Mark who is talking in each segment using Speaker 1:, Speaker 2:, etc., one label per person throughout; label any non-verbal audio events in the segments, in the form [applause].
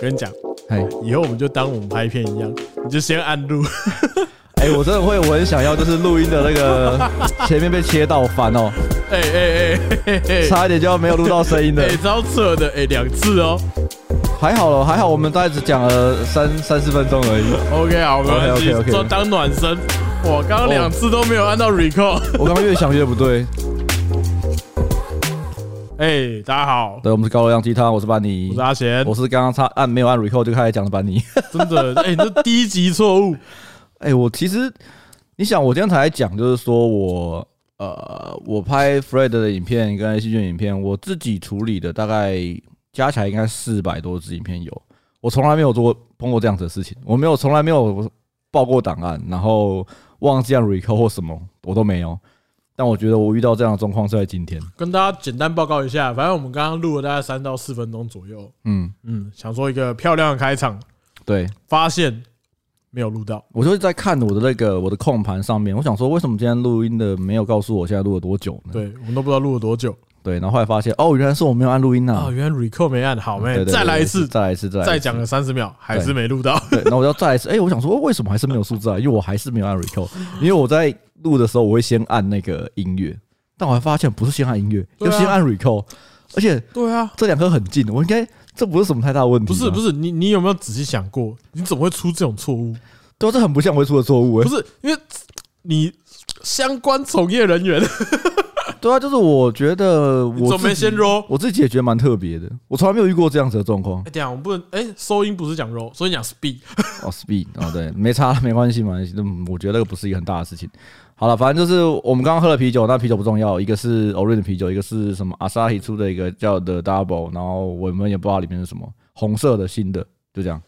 Speaker 1: 跟你讲，
Speaker 2: 哎
Speaker 1: 以后我们就当我们拍片一样，你就先按录。
Speaker 2: 哎，我真的会，我很想要，就是录音的
Speaker 1: [laughs]
Speaker 2: 那个前面被切到烦哦，
Speaker 1: [laughs] 哎哎哎嘿嘿，
Speaker 2: 差一点就要没有录到声音的
Speaker 1: 哎、。超扯的，哎、两次哦。
Speaker 2: 还好了，还好我们大概只讲了三三四分钟而已。
Speaker 1: OK 啊，没关系，
Speaker 2: OK，OK，OK
Speaker 1: 说当暖身。我刚刚两次都没有按到 recall。
Speaker 2: 我刚刚越想越不对。
Speaker 1: 哎、大家好，
Speaker 2: 对，我们是高热量鸡汤，我是班
Speaker 1: 我
Speaker 2: 尼
Speaker 1: 是，阿贤
Speaker 2: 我。是刚刚差按没有按 record 就开始讲的班尼。
Speaker 1: 真的，哎、你这第一级错误。
Speaker 2: 哎、我其实你想，我今天才讲，就是说我呃，我拍 Fred 的影片跟 A 戏卷影片，我自己处理的大概加起来应该四百多支影片有。我从来没有做过碰过这样子的事情，我没有从来没有报过档案，然后忘记按 recall 或什么，我都没有。但我觉得我遇到这样的状况是在今天，
Speaker 1: 跟大家简单报告一下，反正我们刚刚录了大概三到四分钟左右，
Speaker 2: 嗯，
Speaker 1: 嗯，想说一个漂亮的开场，
Speaker 2: 对
Speaker 1: 发现没有录到，
Speaker 2: 我就是在看我的那个我的控盘上面，我想说为什么今天录音的没有告诉我现在录了多久呢？
Speaker 1: 对我们都不知道录了多久
Speaker 2: 对，然后后来发现哦，原来是我没有按录音啊
Speaker 1: 啊，，原来 record 没按好
Speaker 2: 对
Speaker 1: 妹，
Speaker 2: 对对
Speaker 1: 再来一次，
Speaker 2: 再来一次，再来一次
Speaker 1: 再讲。了三十秒，还是没录到，
Speaker 2: 对，然后我要再来一次。哎、我想说，为什么还是没有数字啊？因为我还是没有按 record，因为我在录的时候，我会先按那个音乐，但我还发现不是先按音乐，
Speaker 1: 对
Speaker 2: 要
Speaker 1: 啊
Speaker 2: 先按 record，而且
Speaker 1: [laughs] 对啊。
Speaker 2: 这两颗很近，我应该这不是什么太大问题。
Speaker 1: 不是不
Speaker 2: 是，
Speaker 1: 是，你你有没有仔细想过，你怎么会出这种错误？
Speaker 2: 对啊，这很不像我会出的错误、
Speaker 1: 不
Speaker 2: 欸。
Speaker 1: 是因为你相关从业人员，
Speaker 2: 对啊，就是我觉得
Speaker 1: 你
Speaker 2: 我
Speaker 1: 准备
Speaker 2: 自己
Speaker 1: 先 roll。
Speaker 2: 我自己也觉得蛮特别的，我从来没有遇过这样子的状况
Speaker 1: 哎，。等一下我们不能哎，收音不是讲 roll，所以讲 speed。
Speaker 2: 哦，speed 哦，对，没差，没关系嘛。嗯，我觉得那个不是一个很大的事情。好了，反正就是我们刚刚喝了啤酒，那啤酒不重要，一个是 Orange 的啤酒，一个是什么 Asahi 出的一个叫的 Double，然后我们也不知道里面是什么，红色的新的，就这样。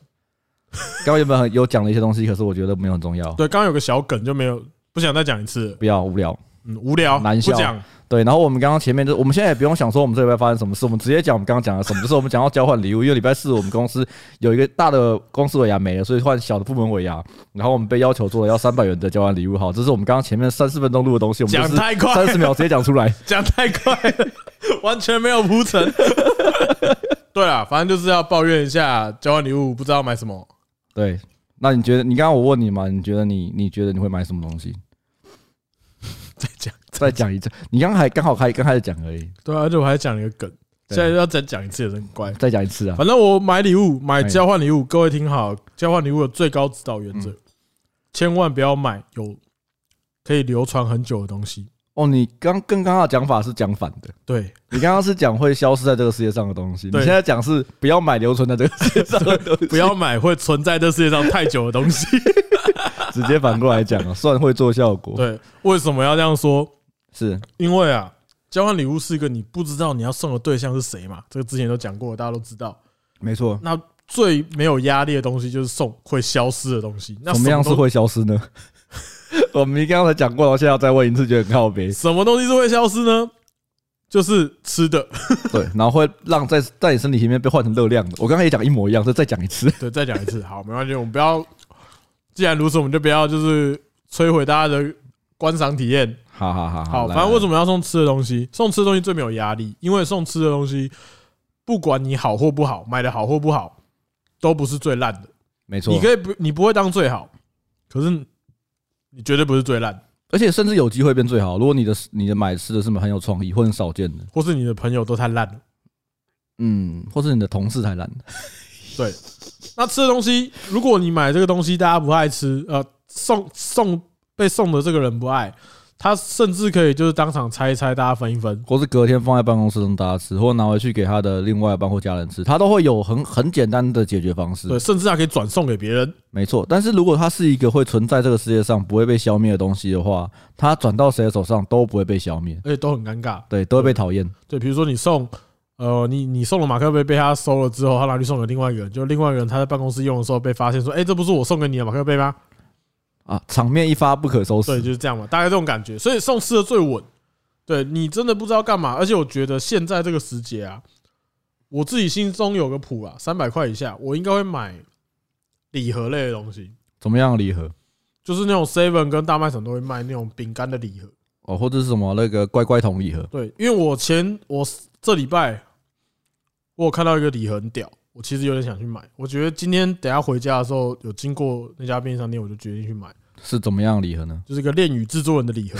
Speaker 2: 刚刚原本很有讲了一些东西，可是我觉得没有很重要，
Speaker 1: 对，刚刚有个小梗就没有，不想再讲一次了。
Speaker 2: 不要无聊。
Speaker 1: 嗯，无聊，
Speaker 2: 难
Speaker 1: 不
Speaker 2: 笑
Speaker 1: 讲。
Speaker 2: 对，然后我们刚刚前面就，我们现在也不用想说我们这礼拜发生什么事，我们直接讲我们刚刚讲的什么，就是我们讲到交换礼物，因为礼拜四我们公司有一个大的公司尾牙没了，所以换小的部门尾牙，然后我们被要求做了要三百元的交换礼物，好，这是我们刚刚前面三四分钟录的东西，我们
Speaker 1: 讲
Speaker 2: 就是
Speaker 1: 太快，
Speaker 2: 三十秒直接讲出来，
Speaker 1: 讲太快 [laughs] 了，完全没有铺陈。 [laughs] 对啦，反正就是要抱怨一下交换礼物不知道买什么。
Speaker 2: 对。那你觉得，你刚刚我问你嘛，你觉得你你觉得你会买什么东西？
Speaker 1: 再讲，
Speaker 2: 再讲一次，你刚刚还刚好开刚开始讲而已，
Speaker 1: 对啊，而且我还讲了一个梗，现
Speaker 2: 对
Speaker 1: 在要再讲一次也是很怪。
Speaker 2: 再讲一次啊！
Speaker 1: 反正我买礼物买交换礼物，各位听好，交换礼物有最高指导原则，
Speaker 2: 嗯
Speaker 1: 千万不要买有可以流传很久的东西。
Speaker 2: 哦，你刚跟刚刚的讲法是讲反的，
Speaker 1: 对，
Speaker 2: [laughs]
Speaker 1: [laughs]
Speaker 2: 你刚刚是讲会消失在这个世界上的东西，你
Speaker 1: 对
Speaker 2: 现在讲是不要买留存在这个世界上的东西，
Speaker 1: 不要买会存在这世界上太久的东
Speaker 2: [laughs]
Speaker 1: 西。
Speaker 2: 直接反过来讲啊，算会做效果。，
Speaker 1: 对，为什么要这样说？
Speaker 2: 是
Speaker 1: 因为啊，交换礼物是一个你不知道你要送的对象是谁嘛，这个之前都讲过，大家都知道。
Speaker 2: 没错。
Speaker 1: 那最没有压力的东西就是送会消失的东西。那
Speaker 2: 什么样是
Speaker 1: 东。
Speaker 2: 会消失呢？我们刚才讲过了，现在要再问一次，觉得很靠别
Speaker 1: 什么东西是会消失呢？就是吃的。
Speaker 2: 对，然后会让在在你身体里面被换成热量的。我刚才也讲一模一样，这再讲一次。
Speaker 1: 对，再讲一次，好，没关系，我们不要。既然如此，我们就不要就是摧毁大家的观赏体验。
Speaker 2: 好好
Speaker 1: [laughs]
Speaker 2: 好
Speaker 1: 好，反正为什
Speaker 2: 么？
Speaker 1: 么要送吃的东西？送吃的东西最没有压力，因为送吃的东西，不管你好或不好，买的好或不好，都不是最烂的。
Speaker 2: 没错
Speaker 1: 你，可以不，你不会当最好，可是你绝对不是最烂，
Speaker 2: 而且甚至有机会变最好。如果你的你的买吃的是很有创意或很少见的，
Speaker 1: 或是你的朋友都太烂了。
Speaker 2: 嗯，或是你的同事太烂了，
Speaker 1: 那吃的东西，如果你买这个东西大家不爱吃，呃，送送被送的这个人不爱，他甚至可以就是当场拆一拆，大家分一分。
Speaker 2: 或是隔天放在办公室让大家吃，或拿回去给他的另外一半或家人吃，他都会有很很简单的解决方式。
Speaker 1: 对，甚至还可以转送给别人。
Speaker 2: 没错，但是如果它是一个会存在这个世界上不会被消灭的东西的话，它转到谁的手上都不会被消灭，
Speaker 1: 而哎且都很尴尬。
Speaker 2: 对，都会被讨厌。
Speaker 1: 对，比如说你送，呃，你你送了马克杯被他收了之后，他拿去送给另外一个人，就另外一个人他在办公室用的时候被发现说，哎，这不是我送给你的马克杯吗？
Speaker 2: 啊，场面一发不可收
Speaker 1: 对，
Speaker 2: 拾。
Speaker 1: 就是这样嘛，大概这种感觉。所以送吃的最稳，对你真的不知道干嘛。而且我觉得现在这个时节啊，我自己心中有个谱啊，三百块以下我应该会买礼盒类的东西，
Speaker 2: 怎么样的礼盒？
Speaker 1: 就是那种 Seven 跟大卖场都会卖那种饼干的礼盒。
Speaker 2: 哦，或者是什么那个乖乖桶礼盒？
Speaker 1: 对，因为我前我这礼拜我有看到一个礼盒很屌，我其实有点想去买。我觉得今天等一下回家的时候，有经过那家便利商店，我就决定去买，
Speaker 2: 是怎么样的礼盒呢？
Speaker 1: 就是一个恋与制作人的礼盒。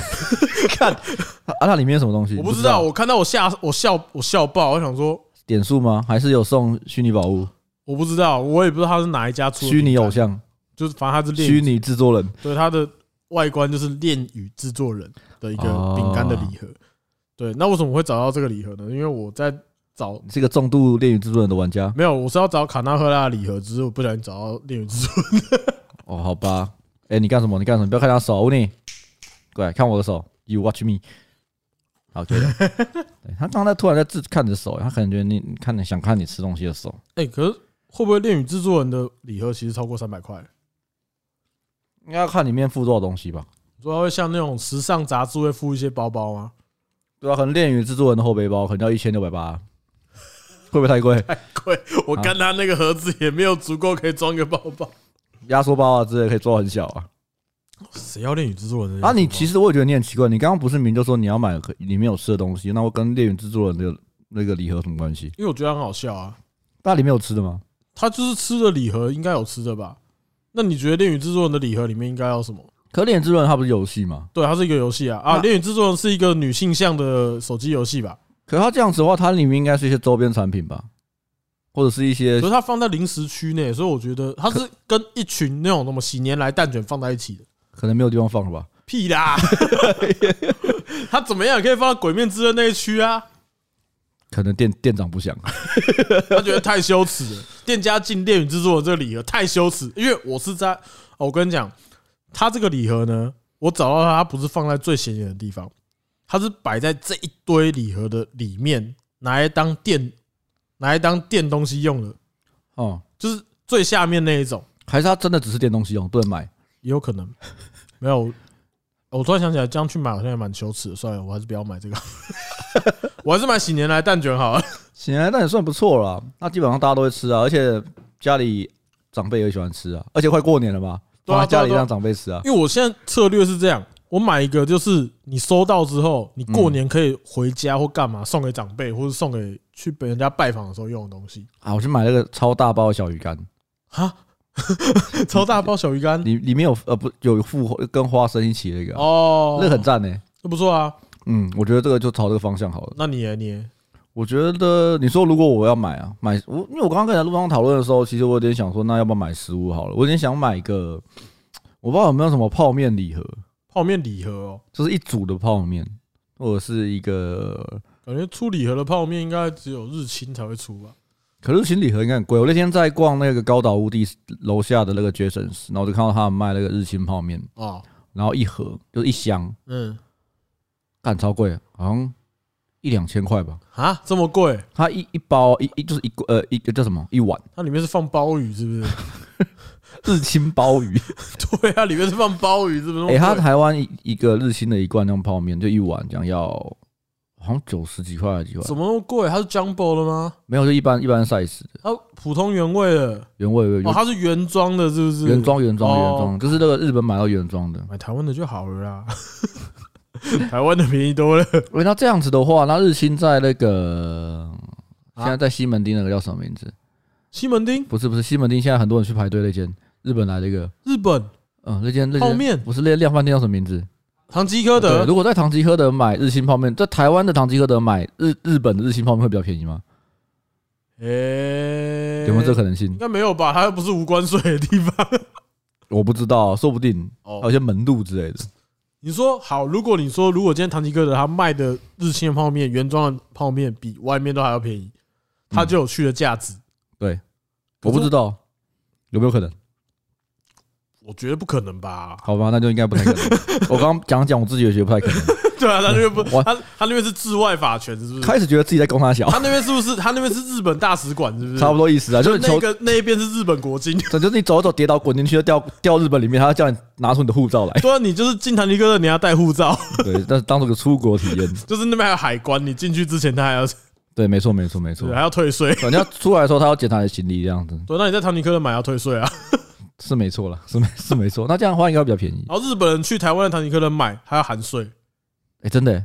Speaker 2: 啊，它里面有什么东西？
Speaker 1: 我
Speaker 2: 不
Speaker 1: 不知道，我看到我吓，我笑，我笑爆，我想说，
Speaker 2: 点数吗？还是有送虚拟宝物、
Speaker 1: 我不知道，我也不知道他是哪一家出的
Speaker 2: 虚拟
Speaker 1: 饼干
Speaker 2: 偶，像、
Speaker 1: 就是反正他是恋与
Speaker 2: 虚拟制作人？
Speaker 1: 对，它的外观就是恋与制作人的一个
Speaker 2: 啊
Speaker 1: 饼干的礼盒。对，那为什么会找到这个礼盒呢？因为我在找，
Speaker 2: 你是个重度恋与制作人的玩家
Speaker 1: 没有，我是要找卡纳赫拉的礼盒，只是我不小心找到恋与制作人。
Speaker 2: 哦，好吧。哎，你干什么？你干什么？你不要看他手，你过来看我的手，You watch me。好，可以了。对他刚才突然在自看你的手，他可能觉得你你看你想看你吃东西的手，
Speaker 1: 哎、可是会不会恋与制作人的礼盒其实超过三百块？
Speaker 2: 应该要看里面附多少东西吧？
Speaker 1: 你说它会像那种时尚杂志会附一些包包吗？
Speaker 2: 对啊，可能恋与制作人的后背包可能要一千六百八，会不会太贵？
Speaker 1: 贵， [laughs] 我
Speaker 2: 啊
Speaker 1: 看他那个盒子也没有足够可以装一个包包。
Speaker 2: 压缩包啊之类可以做到很小啊。
Speaker 1: [laughs] 谁要恋与制作人的？
Speaker 2: 啊，你其
Speaker 1: 实
Speaker 2: 实我也觉得你很奇怪，你刚刚不是明就说你要买可里面有吃的东西，那我跟猎人制作人的那个礼盒有什么关系？
Speaker 1: 因为我觉得很好笑啊，
Speaker 2: 那里面有吃的吗？
Speaker 1: 他就是吃的礼盒应该有吃的吧？那你觉得恋与制作人的礼盒里面应该要什么？
Speaker 2: 可猎人制作人它不是游戏吗？
Speaker 1: 对，它是一个游戏啊啊！
Speaker 2: 那
Speaker 1: 恋与制作人是一个女性向的手机游戏吧？
Speaker 2: 可它这样子的话，它里面应该是一些周边产品吧，或者是一些
Speaker 1: 可是它放在零食区内，所以我觉得它是跟一群那种什么喜年来蛋卷放在一起的。
Speaker 2: 可能没有地方放了吧？
Speaker 1: 屁 [laughs] 啦！它怎么样也可以放到鬼面之刃那一区啊？
Speaker 2: 可能店店长不想， [laughs]
Speaker 1: 他觉得太羞耻了。店家进恋与制作人这个礼盒太羞耻，因为我是在哦我跟你讲，他这个礼盒呢，我找到它，它不是放在最显眼的地方，它是摆在这一堆礼盒的里面，拿来当垫，拿来当垫东西用的。
Speaker 2: 哦、
Speaker 1: 就是最下面那一种，
Speaker 2: 还是他真的只是电东西用，不能买。
Speaker 1: 也有可能没有。我突然想起来，这样去买好像也蛮羞耻的。算了，我还是不要买这个，我还是买喜年来蛋卷好了。
Speaker 2: 显啊然，那也算不错啦。那基本上大家都会吃啊，而且家里长辈也喜欢吃啊，而且快过年了嘛，
Speaker 1: 对啊
Speaker 2: 放在家里
Speaker 1: 对啊对啊
Speaker 2: 让长辈吃啊。
Speaker 1: 因为我现在策略是这样，我买一个就是你收到之后，你过年可以回家或干嘛送给长辈，或者送给去别人家拜访的时候用的东西。
Speaker 2: 啊，我去买那个超大包的小鱼干，
Speaker 1: 哈，超大包小鱼干
Speaker 2: 里里面有呃不有附跟花生一起那个啊，
Speaker 1: 哦，
Speaker 2: 那个很赞呢、
Speaker 1: 那不错啊。
Speaker 2: 嗯，我觉得这个就朝这个方向好了。
Speaker 1: 那你耶你耶
Speaker 2: 我觉得你说如果我要买啊，买我因为我刚刚跟你在路上讨论的时候，其实我有点想说，那要不要买食物好了？我有点想买一个，我不知道有没有什么泡面礼盒，
Speaker 1: 泡面礼盒哦，
Speaker 2: 就是一组的泡面，或者是一个
Speaker 1: 感觉出礼盒的泡面应该只有日清才会出吧。
Speaker 2: 可是行礼盒应该很贵。我那天在逛那个高岛屋地楼下的那个 Jasons，然后我就看到他们卖那个日清泡面，
Speaker 1: 哦，
Speaker 2: 然后一盒就是一箱，
Speaker 1: 嗯，
Speaker 2: 干超贵，好像一两千块吧。
Speaker 1: 啊，这么贵？
Speaker 2: 它一一包一一就是一锅呃一个叫什么一碗
Speaker 1: 它里面是放鲍鱼是不是？
Speaker 2: 日清鲍鱼，
Speaker 1: [laughs] 对啊，里面是放鲍鱼是不是？
Speaker 2: 哎、它
Speaker 1: 哦对
Speaker 2: 台湾一一个日清的一罐那种泡面，就一碗这样要好像九十几块还是几块，
Speaker 1: 怎么那么贵？它是 jumbo 的吗？
Speaker 2: 没有就一般一般 size 的
Speaker 1: 它普通原味的
Speaker 2: 原味原
Speaker 1: 哦，它是原装的，是不是？
Speaker 2: 原装原装原
Speaker 1: 哦
Speaker 2: 装，就是那个日本买到原装的。
Speaker 1: 买台湾的就好了啦， [laughs] 台湾的便宜多了。
Speaker 2: 喂，那这样子的话，那日清在那个
Speaker 1: 啊
Speaker 2: 现在在西门町那个叫什么名字？
Speaker 1: 西门町，
Speaker 2: 不是不是西门町，现在很多人去排队那间日本来的一个，
Speaker 1: 日本
Speaker 2: 嗯，那间那
Speaker 1: 泡
Speaker 2: 间
Speaker 1: 面
Speaker 2: 不是那间量贩店叫什么名字？
Speaker 1: 唐吉诃
Speaker 2: 对，
Speaker 1: 德，
Speaker 2: 如果在唐吉诃德买日清泡面，在台湾的唐吉诃德买日日本的日清泡面会比较便宜吗？
Speaker 1: 诶，
Speaker 2: 有没有这可能性
Speaker 1: 哎应？该没有吧？它又不是无关税的地
Speaker 2: [laughs]
Speaker 1: 方。
Speaker 2: 我不知道，说不定还有
Speaker 1: 哦，
Speaker 2: 些门路之类的。
Speaker 1: 你说好，如果你说如果今天唐吉诃德他卖的日清的泡面原装的泡面比外面都还要便宜，
Speaker 2: 嗯
Speaker 1: 它就有去的价值。可
Speaker 2: 我
Speaker 1: 是
Speaker 2: 不知道有没有可能？
Speaker 1: 我觉得不可能吧？
Speaker 2: 好吧，那就应该不太可 [laughs] 能。我刚刚讲讲我自己也觉得不太可能，
Speaker 1: [laughs] 对啊，他那边不，
Speaker 2: 我
Speaker 1: 他他那边是治外法权，是不是？
Speaker 2: 开始觉得自己在攻他小
Speaker 1: 他，那边是不是？他那边是日本大使馆，是不是？
Speaker 2: 差不多意思啊，就是
Speaker 1: 那
Speaker 2: 求
Speaker 1: 个那一边是日本国境， [laughs]
Speaker 2: 这就是你走一走跌倒滚进去，就掉掉日本里面，他要叫你拿出你的护照来。
Speaker 1: 对啊，你就是进唐吉诃德，你要带护照，
Speaker 2: [laughs]
Speaker 1: [laughs]
Speaker 2: 对，但是 [laughs] 当做个出国体验。
Speaker 1: 就是那边还有海关，你进去之前他还要
Speaker 2: 对，啊没错，没错，没错
Speaker 1: 对。还要退税。
Speaker 2: 反正要出来的时候，他要检查你的行李，这样子
Speaker 1: 对，啊那你在唐吉诃德买要退税啊。
Speaker 2: 是没错了，是没是没错。那这样的话应该会比较便宜。
Speaker 1: 然后日本人去台湾的唐吉诃德买还要含税，
Speaker 2: 哎，真的欸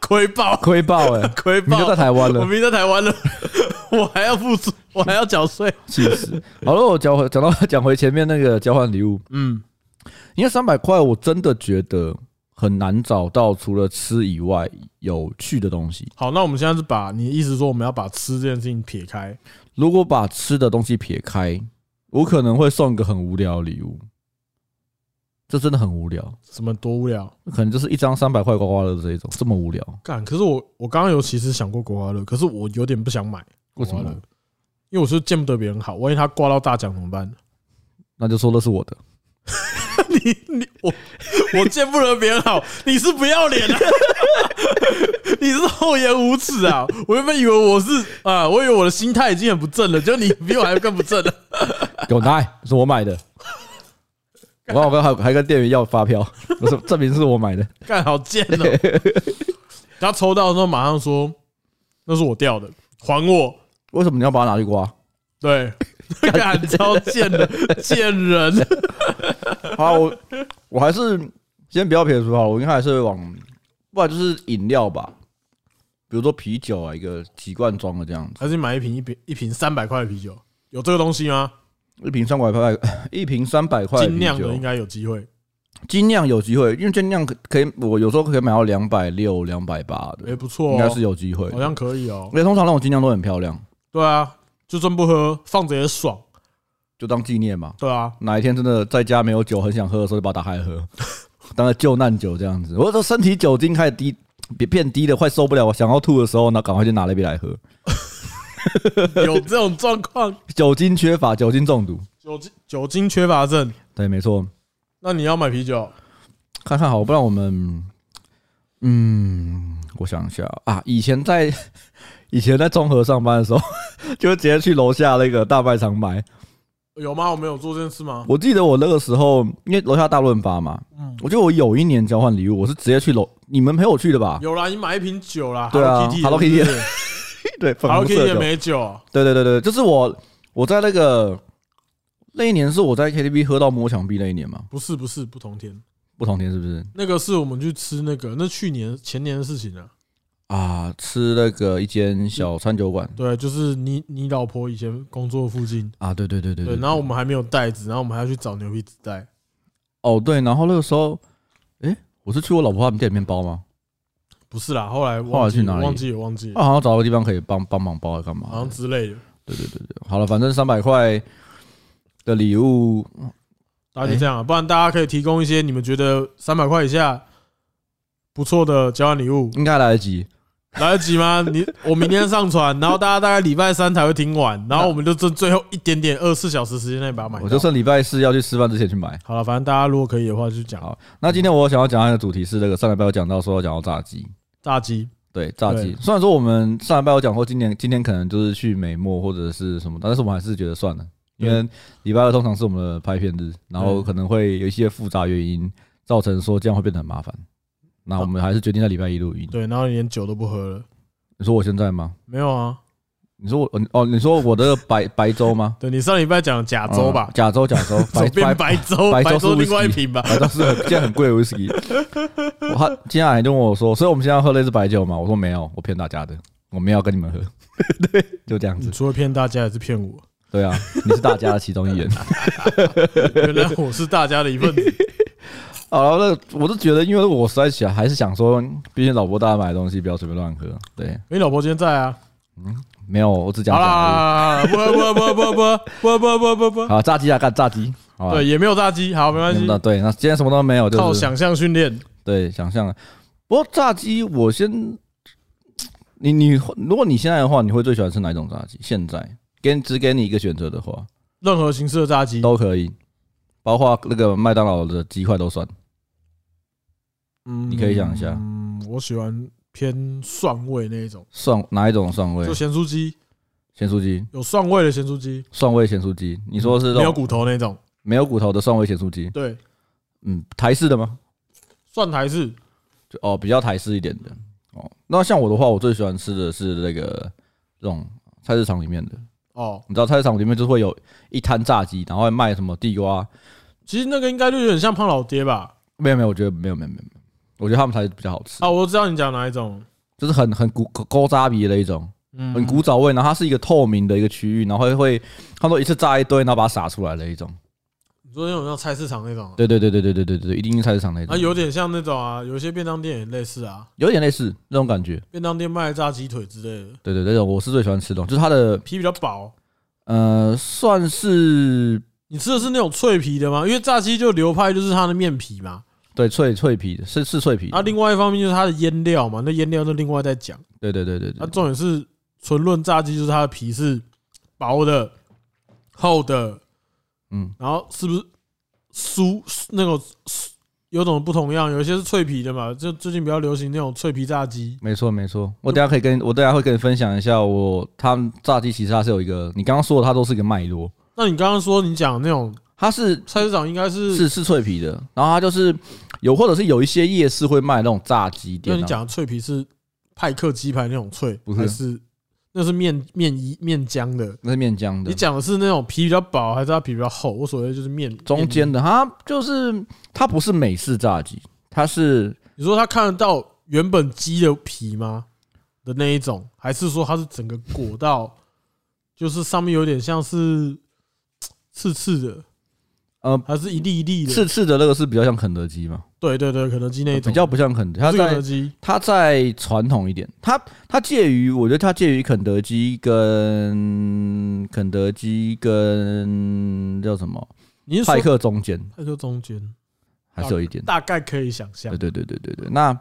Speaker 1: 亏爆
Speaker 2: [laughs] 亏爆哎，
Speaker 1: 亏
Speaker 2: 你就
Speaker 1: 爆
Speaker 2: 在！台
Speaker 1: 我
Speaker 2: 湾
Speaker 1: [laughs]
Speaker 2: 了
Speaker 1: 明，明在台湾了，我还要付出我还要缴税。
Speaker 2: 气死！好了，我讲回讲到讲回前面那个交换礼物，
Speaker 1: 嗯，
Speaker 2: 因为三百块我真的觉得很难找到除了吃以外有趣的东西。
Speaker 1: 好，那我们现在是把你的意思说，我们要把吃这件事情撇开。
Speaker 2: 如果把吃的东西撇开，我可能会送一个很无聊的礼物，这真的很无聊，
Speaker 1: 什么多无聊？
Speaker 2: 可能就是一张三百块刮刮乐这一种，这么无聊，
Speaker 1: 干！可是我我刚刚有其实想过刮刮乐，可是我有点不想买刮
Speaker 2: 为什
Speaker 1: 刮乐
Speaker 2: 么？，
Speaker 1: 因为我是见不得别人好，万一他刮到大奖怎么办？ [laughs]
Speaker 2: 那就说那是我的。
Speaker 1: 你你我我见不得别人好，你是不要脸啊！ [laughs] 你是厚颜无耻啊！我原本以为我是啊，我以为我的心态已经很不正了，就你比我还更不正了。 [laughs]
Speaker 2: 给我拿，是我 [laughs] 买的。我刚我刚还还跟店员要发票， [laughs] 我说证明是我买的。
Speaker 1: 干好贱哦！他抽到的时候马上说：“那是我掉的，还我
Speaker 2: 为什么你要把它拿去刮？！”
Speaker 1: 对， [laughs] 干超贱的贱人。
Speaker 2: [laughs] 好，我我还是先不要撇除好了，我应该还是会往，不然就是饮料吧，比如说啤酒啊，一个几罐装的这样子，
Speaker 1: 还是买一瓶一瓶一瓶三百块的啤酒，有这个东西吗？
Speaker 2: 一瓶三百块，一瓶三百块的
Speaker 1: 精
Speaker 2: 啤
Speaker 1: 酿的应
Speaker 2: 酒，
Speaker 1: 该有机会。
Speaker 2: 精酿有机会，因为精酿可可以，我有时候可以买到两百六、两百八的，
Speaker 1: 哎，不错，
Speaker 2: 应该是
Speaker 1: 哦，
Speaker 2: 有机会的。
Speaker 1: 好像可以哦
Speaker 2: 而。且通常那种精酿都很漂亮，
Speaker 1: 对啊，就算不喝，放着也爽。
Speaker 2: 就当纪念嘛。
Speaker 1: 对啊， [laughs]
Speaker 2: 哪一天真的在家没有酒，很想喝的时候，就把它打开喝， [laughs] 当个救难酒这样子。我说身体酒精开始低，别变低了，快受不了，我想要吐的时候，那赶快就拿了一杯来喝。
Speaker 1: 有这种状况， [laughs]
Speaker 2: 酒精缺乏，酒精中毒，
Speaker 1: 酒精酒精缺乏症，
Speaker 2: 对，没错。
Speaker 1: 那你要买啤酒，
Speaker 2: 看看好，不然我们，嗯，我想一下啊，以前在 [laughs] 以前在中和上班的时候， [laughs] 就直接去楼下那个大卖场买。
Speaker 1: 有吗？我们有做这件事吗？
Speaker 2: 我记得我那个时候，因为楼下大润发嘛，
Speaker 1: 嗯
Speaker 2: 我觉得我有一年交换礼物，我是直接去楼，你们没有去的吧？
Speaker 1: 有啦，你买一瓶酒啦
Speaker 2: 对啊
Speaker 1: Hello
Speaker 2: Hello
Speaker 1: Kitty 的
Speaker 2: Kitty 对， [laughs] 粉
Speaker 1: Hello
Speaker 2: 红
Speaker 1: Kitty
Speaker 2: 色
Speaker 1: 也
Speaker 2: 酒。
Speaker 1: 没酒啊，
Speaker 2: 对对对对，就是我我在那个那一年是我在 KTV 喝到摸墙壁那一年嘛，
Speaker 1: 不是不是不同天，
Speaker 2: 不同天是不是
Speaker 1: 那个是我们去吃那个，那去年前年的事情了、啊。
Speaker 2: 啊？吃那个一间小餐酒馆
Speaker 1: 对，就是你你老婆以前工作附近，
Speaker 2: 啊，对对对对
Speaker 1: 对，然后我们还没有袋子，然后我们还要去找牛皮纸袋，
Speaker 2: 哦对，然后那个时候，诶，我是去我老婆他们店里面包吗？
Speaker 1: 不是啦，后来忘记
Speaker 2: 后来去哪里
Speaker 1: 忘记也忘记了，
Speaker 2: 啊，好像找个地方可以帮帮忙包还干嘛？
Speaker 1: 好像之类的。
Speaker 2: 对对对对，好了，反正三百块的礼物，
Speaker 1: 大家就这样啊，不然大家可以提供一些你们觉得三百块以下不错的交换礼物，
Speaker 2: [laughs] 应该来得及。
Speaker 1: 来得及吗？你我明天上传，然后大家大概礼拜三才会听完，然后我们就剩最后一点点二十四小时时间内把它买
Speaker 2: 我就
Speaker 1: 到。
Speaker 2: 剩礼拜四要去吃饭之前去买。
Speaker 1: 好了，反正大家如果可以的话就讲
Speaker 2: 好，那今天我想要讲的主题是那个上礼拜有讲到说要讲到炸鸡，
Speaker 1: 炸鸡，
Speaker 2: 对，炸
Speaker 1: 对
Speaker 2: 鸡。虽然说我们上一拜有讲过，今年今天可能就是去美墨或者是什么，但是我们还是觉得算了，因为礼拜二通常是我们的拍片日，然后
Speaker 1: 对
Speaker 2: 可能会有一些复杂原因造成说这样会变得很麻烦。那我们还是决定在礼拜一录音。
Speaker 1: 对，然后你连酒都不喝了，
Speaker 2: 你说我现在吗？
Speaker 1: 没有啊？
Speaker 2: 你说我哦哦，你说我的白白
Speaker 1: [laughs]
Speaker 2: 粥吗？
Speaker 1: 对你上礼拜讲的甲州吧
Speaker 2: 嗯，甲
Speaker 1: [laughs]
Speaker 2: 粥，甲粥，
Speaker 1: 左
Speaker 2: 白
Speaker 1: 边
Speaker 2: 白
Speaker 1: 白粥，
Speaker 2: 白
Speaker 1: 白
Speaker 2: 粥是
Speaker 1: 粥另外一
Speaker 2: whisky
Speaker 1: 瓶吧。
Speaker 2: 白粥是很现在很贵的 whisky。我他今天还跟我说，所以我们现在要喝类似白酒嘛？我说没有，我骗大家的，我没有要跟你
Speaker 1: [laughs]
Speaker 2: 们喝。对，就这样子
Speaker 1: 你。除了骗大家，还是骗我。
Speaker 2: 对啊，你是大家的其中一员。
Speaker 1: 原来我是大家的一份子。
Speaker 2: [laughs] 好了，那我是觉得，因为我实在想，还是想说，毕竟老婆大家买的东西不要随便乱喝。对，
Speaker 1: 你老婆今天在啊？
Speaker 2: 没有，我只讲
Speaker 1: 好
Speaker 2: 讲而
Speaker 1: 啦，不不不不不不不不
Speaker 2: 已。
Speaker 1: 不
Speaker 2: 好，炸鸡啊，干炸鸡。好吧
Speaker 1: 对，，也没有炸鸡，好，没关系
Speaker 2: 那，对，那今天什么都没有，
Speaker 1: 靠
Speaker 2: 就是
Speaker 1: 想象训练。
Speaker 2: 对想象。不过炸鸡，我先，你你，如果你现在的话，你会最喜欢吃哪一种炸鸡？现在给只给你一个选择的话，
Speaker 1: 任何形式的炸鸡，
Speaker 2: 都可以，包括那个麦当劳的鸡块都算。
Speaker 1: 嗯
Speaker 2: 你可以想一下
Speaker 1: 嗯，我喜欢偏蒜味那一种，
Speaker 2: 蒜哪一种蒜味
Speaker 1: 就？咸酥鸡，
Speaker 2: 咸酥鸡，
Speaker 1: 有蒜味的咸酥鸡，
Speaker 2: 蒜味咸酥鸡。你说是那
Speaker 1: 没有
Speaker 2: 种
Speaker 1: 骨头那种。
Speaker 2: 没有骨头的蒜味咸酥鸡？
Speaker 1: 对，
Speaker 2: 嗯，台式的吗？
Speaker 1: 蒜台式
Speaker 2: 就哦，比较台式一点的哦。那像我的话，我最喜欢吃的是那个这种菜市场里面的，
Speaker 1: 哦，
Speaker 2: 你知道菜市场里面就会有一摊炸鸡，然后会卖什么地瓜。
Speaker 1: 其实那个应该就有点像胖老爹吧？
Speaker 2: 没有没有，我觉得没有没有没有，我觉得他们才比较好吃
Speaker 1: 哦啊，，我知道你讲哪一种，
Speaker 2: 就是很很古勾勾扎鼻的那一种。
Speaker 1: 嗯
Speaker 2: 很古早味，然后它是一个透明的一个区域，然后会会他说一次炸一堆，然后把它撒出来的一种。
Speaker 1: 你说那种像菜市场那种啊，
Speaker 2: 对对对对对对对对，一定是菜市场那种。
Speaker 1: 啊，有点像那种啊，有些便当店也类似啊，
Speaker 2: 有点类似那种感觉。
Speaker 1: 便当店卖炸鸡腿之类的，
Speaker 2: 对对对，那种我是最喜欢吃的，就是它的
Speaker 1: 皮比较薄。
Speaker 2: 呃，算是
Speaker 1: 你吃的是那种脆皮的吗？因为炸鸡就流派就是它的面皮嘛，
Speaker 2: 对脆脆皮的，是是脆皮的。
Speaker 1: 啊，另外一方面就是它的腌料嘛，那腌料就另外再讲。
Speaker 2: 对对对对
Speaker 1: 那
Speaker 2: 对，
Speaker 1: 重点是纯论炸鸡，就是它的皮是薄的、厚的，
Speaker 2: 嗯，
Speaker 1: 然后是不是酥那种酥有种不同样？有一些是脆皮的嘛，就最近比较流行那种脆皮炸鸡。
Speaker 2: 没错没错。我等一下可以跟我等一下会跟你分享一下我，他们炸鸡其实它是有一个，你刚刚说的它都是一个脉络，
Speaker 1: 那你刚刚说你讲那种
Speaker 2: 它是
Speaker 1: 菜市场应该是，
Speaker 2: 是是脆皮的，然后它就是有或者是有一些夜市会卖那种炸鸡
Speaker 1: 因
Speaker 2: 店、
Speaker 1: 为
Speaker 2: 啊，
Speaker 1: 你讲的脆皮是派克鸡排那种脆，
Speaker 2: 不是
Speaker 1: 还是那是面面衣面浆的？
Speaker 2: 那是面浆的
Speaker 1: 你，讲的是那种皮比较薄，还是它皮比较厚？我所谓的就是面
Speaker 2: 中间，的它就是它不是美式炸鸡，它是
Speaker 1: 面你说它看得到原本鸡的皮吗？的那一种，还是说它是整个裹到，就是上面有点像是刺刺的，
Speaker 2: 呃
Speaker 1: 还是一粒一粒的？
Speaker 2: 刺刺的那个是比较像肯德基嘛，
Speaker 1: 对对对，肯德基那一种
Speaker 2: 比较不像肯德基，它
Speaker 1: 不是肯
Speaker 2: 在
Speaker 1: 德基，
Speaker 2: 它再传统一点，它它介于，我觉得它介于肯德基跟肯德基跟叫什么
Speaker 1: 你是说
Speaker 2: 派克中间，
Speaker 1: 派克中间，
Speaker 2: 还是有一点。
Speaker 1: 大概可以想象
Speaker 2: 对。对对对对对。那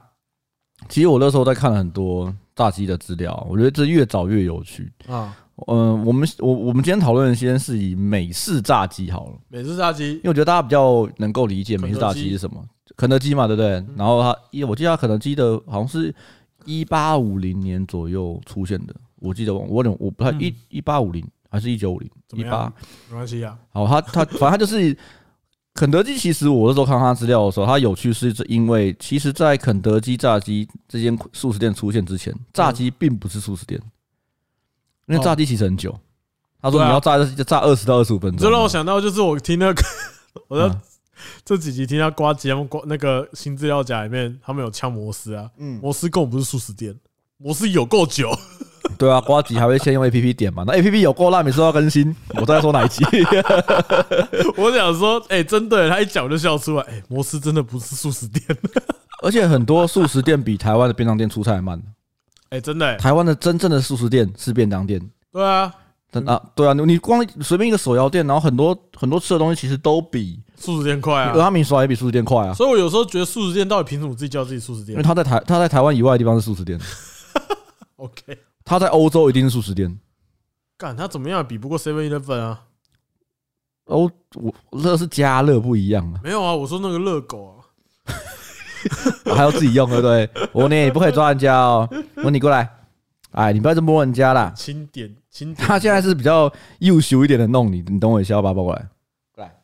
Speaker 2: 其实我那时候在看了很多炸鸡的资料，我觉得这越早越有趣。
Speaker 1: 啊，
Speaker 2: 嗯，我们我我们今天讨论的先是以美式炸鸡好了，
Speaker 1: 美式炸鸡
Speaker 2: 因为我觉得大家比较能够理解美式
Speaker 1: 肯
Speaker 2: 炸
Speaker 1: 德
Speaker 2: 鸡
Speaker 1: 基嗯
Speaker 2: 是什么，肯德基嘛，对不对？然后它，因为我记得它肯德基的好像是一八五零年左右出现的，我记得我我有点我不太
Speaker 1: 嗯
Speaker 2: 一一八五零还是一九五零
Speaker 1: 怎
Speaker 2: 一
Speaker 1: 么
Speaker 2: 八
Speaker 1: 样，没关系啊，
Speaker 2: 好，它它反正它就是肯德基。其实我那时候看它资料的时候，它有趣是因为其实，在肯德基炸鸡这间素食店出现之前，
Speaker 1: 嗯
Speaker 2: 炸鸡并不是素食店，因为炸鸡其实很久。他说
Speaker 1: 哦对啊
Speaker 2: 你要炸就炸二十到二十五分
Speaker 1: 你
Speaker 2: 钟
Speaker 1: 这让
Speaker 2: 嘛，
Speaker 1: 我想到就是我听那个， [laughs] 我
Speaker 2: 嗯
Speaker 1: 在这几集听到瓜吉他们瓜那个新资料夹里面，他们有呛摩斯啊，
Speaker 2: 嗯，
Speaker 1: 摩斯根本不是素食店，摩斯有够久， [laughs]
Speaker 2: 对啊，瓜吉还会先用 A P P 点嘛？那 A P P 有够烂，每次都要更新。 [laughs] 我在说哪一集？
Speaker 1: 我想说，哎，真的，他一讲我就笑出来，哎，摩斯真的不是素食店， [laughs]
Speaker 2: 而且很多素食店比台湾的便当店出菜还慢。
Speaker 1: 哎，真的，哎
Speaker 2: 台湾的真正的素食店是便当店，
Speaker 1: 对啊，
Speaker 2: 真啊，对啊，你你光随便一个手摇店，然后很多很多吃的东西其实都比
Speaker 1: 素食店快
Speaker 2: 俄
Speaker 1: 啊，
Speaker 2: 阿米刷也比素食店快啊，
Speaker 1: 所以我有时候觉得素食店到底凭什么自己叫自己素食
Speaker 2: 因为
Speaker 1: 店
Speaker 2: 他在台他在台湾以外的地方是素食店，
Speaker 1: ？OK，
Speaker 2: 他在欧洲一定是素食店。
Speaker 1: 干他怎么样也比不过 Seven Eleven 啊？
Speaker 2: 欧我那是加热不一样啊，
Speaker 1: 没有啊，我说那个热狗啊，
Speaker 2: 还要自己用对不对？我你也不可以抓人家哦，我你过来，哎，你不要这么摸人家啦。
Speaker 1: 清点清
Speaker 2: [laughs]
Speaker 1: 点，
Speaker 2: 他现在是比较幼羞一点的弄你，你等我一下，我把他抱过来。过来，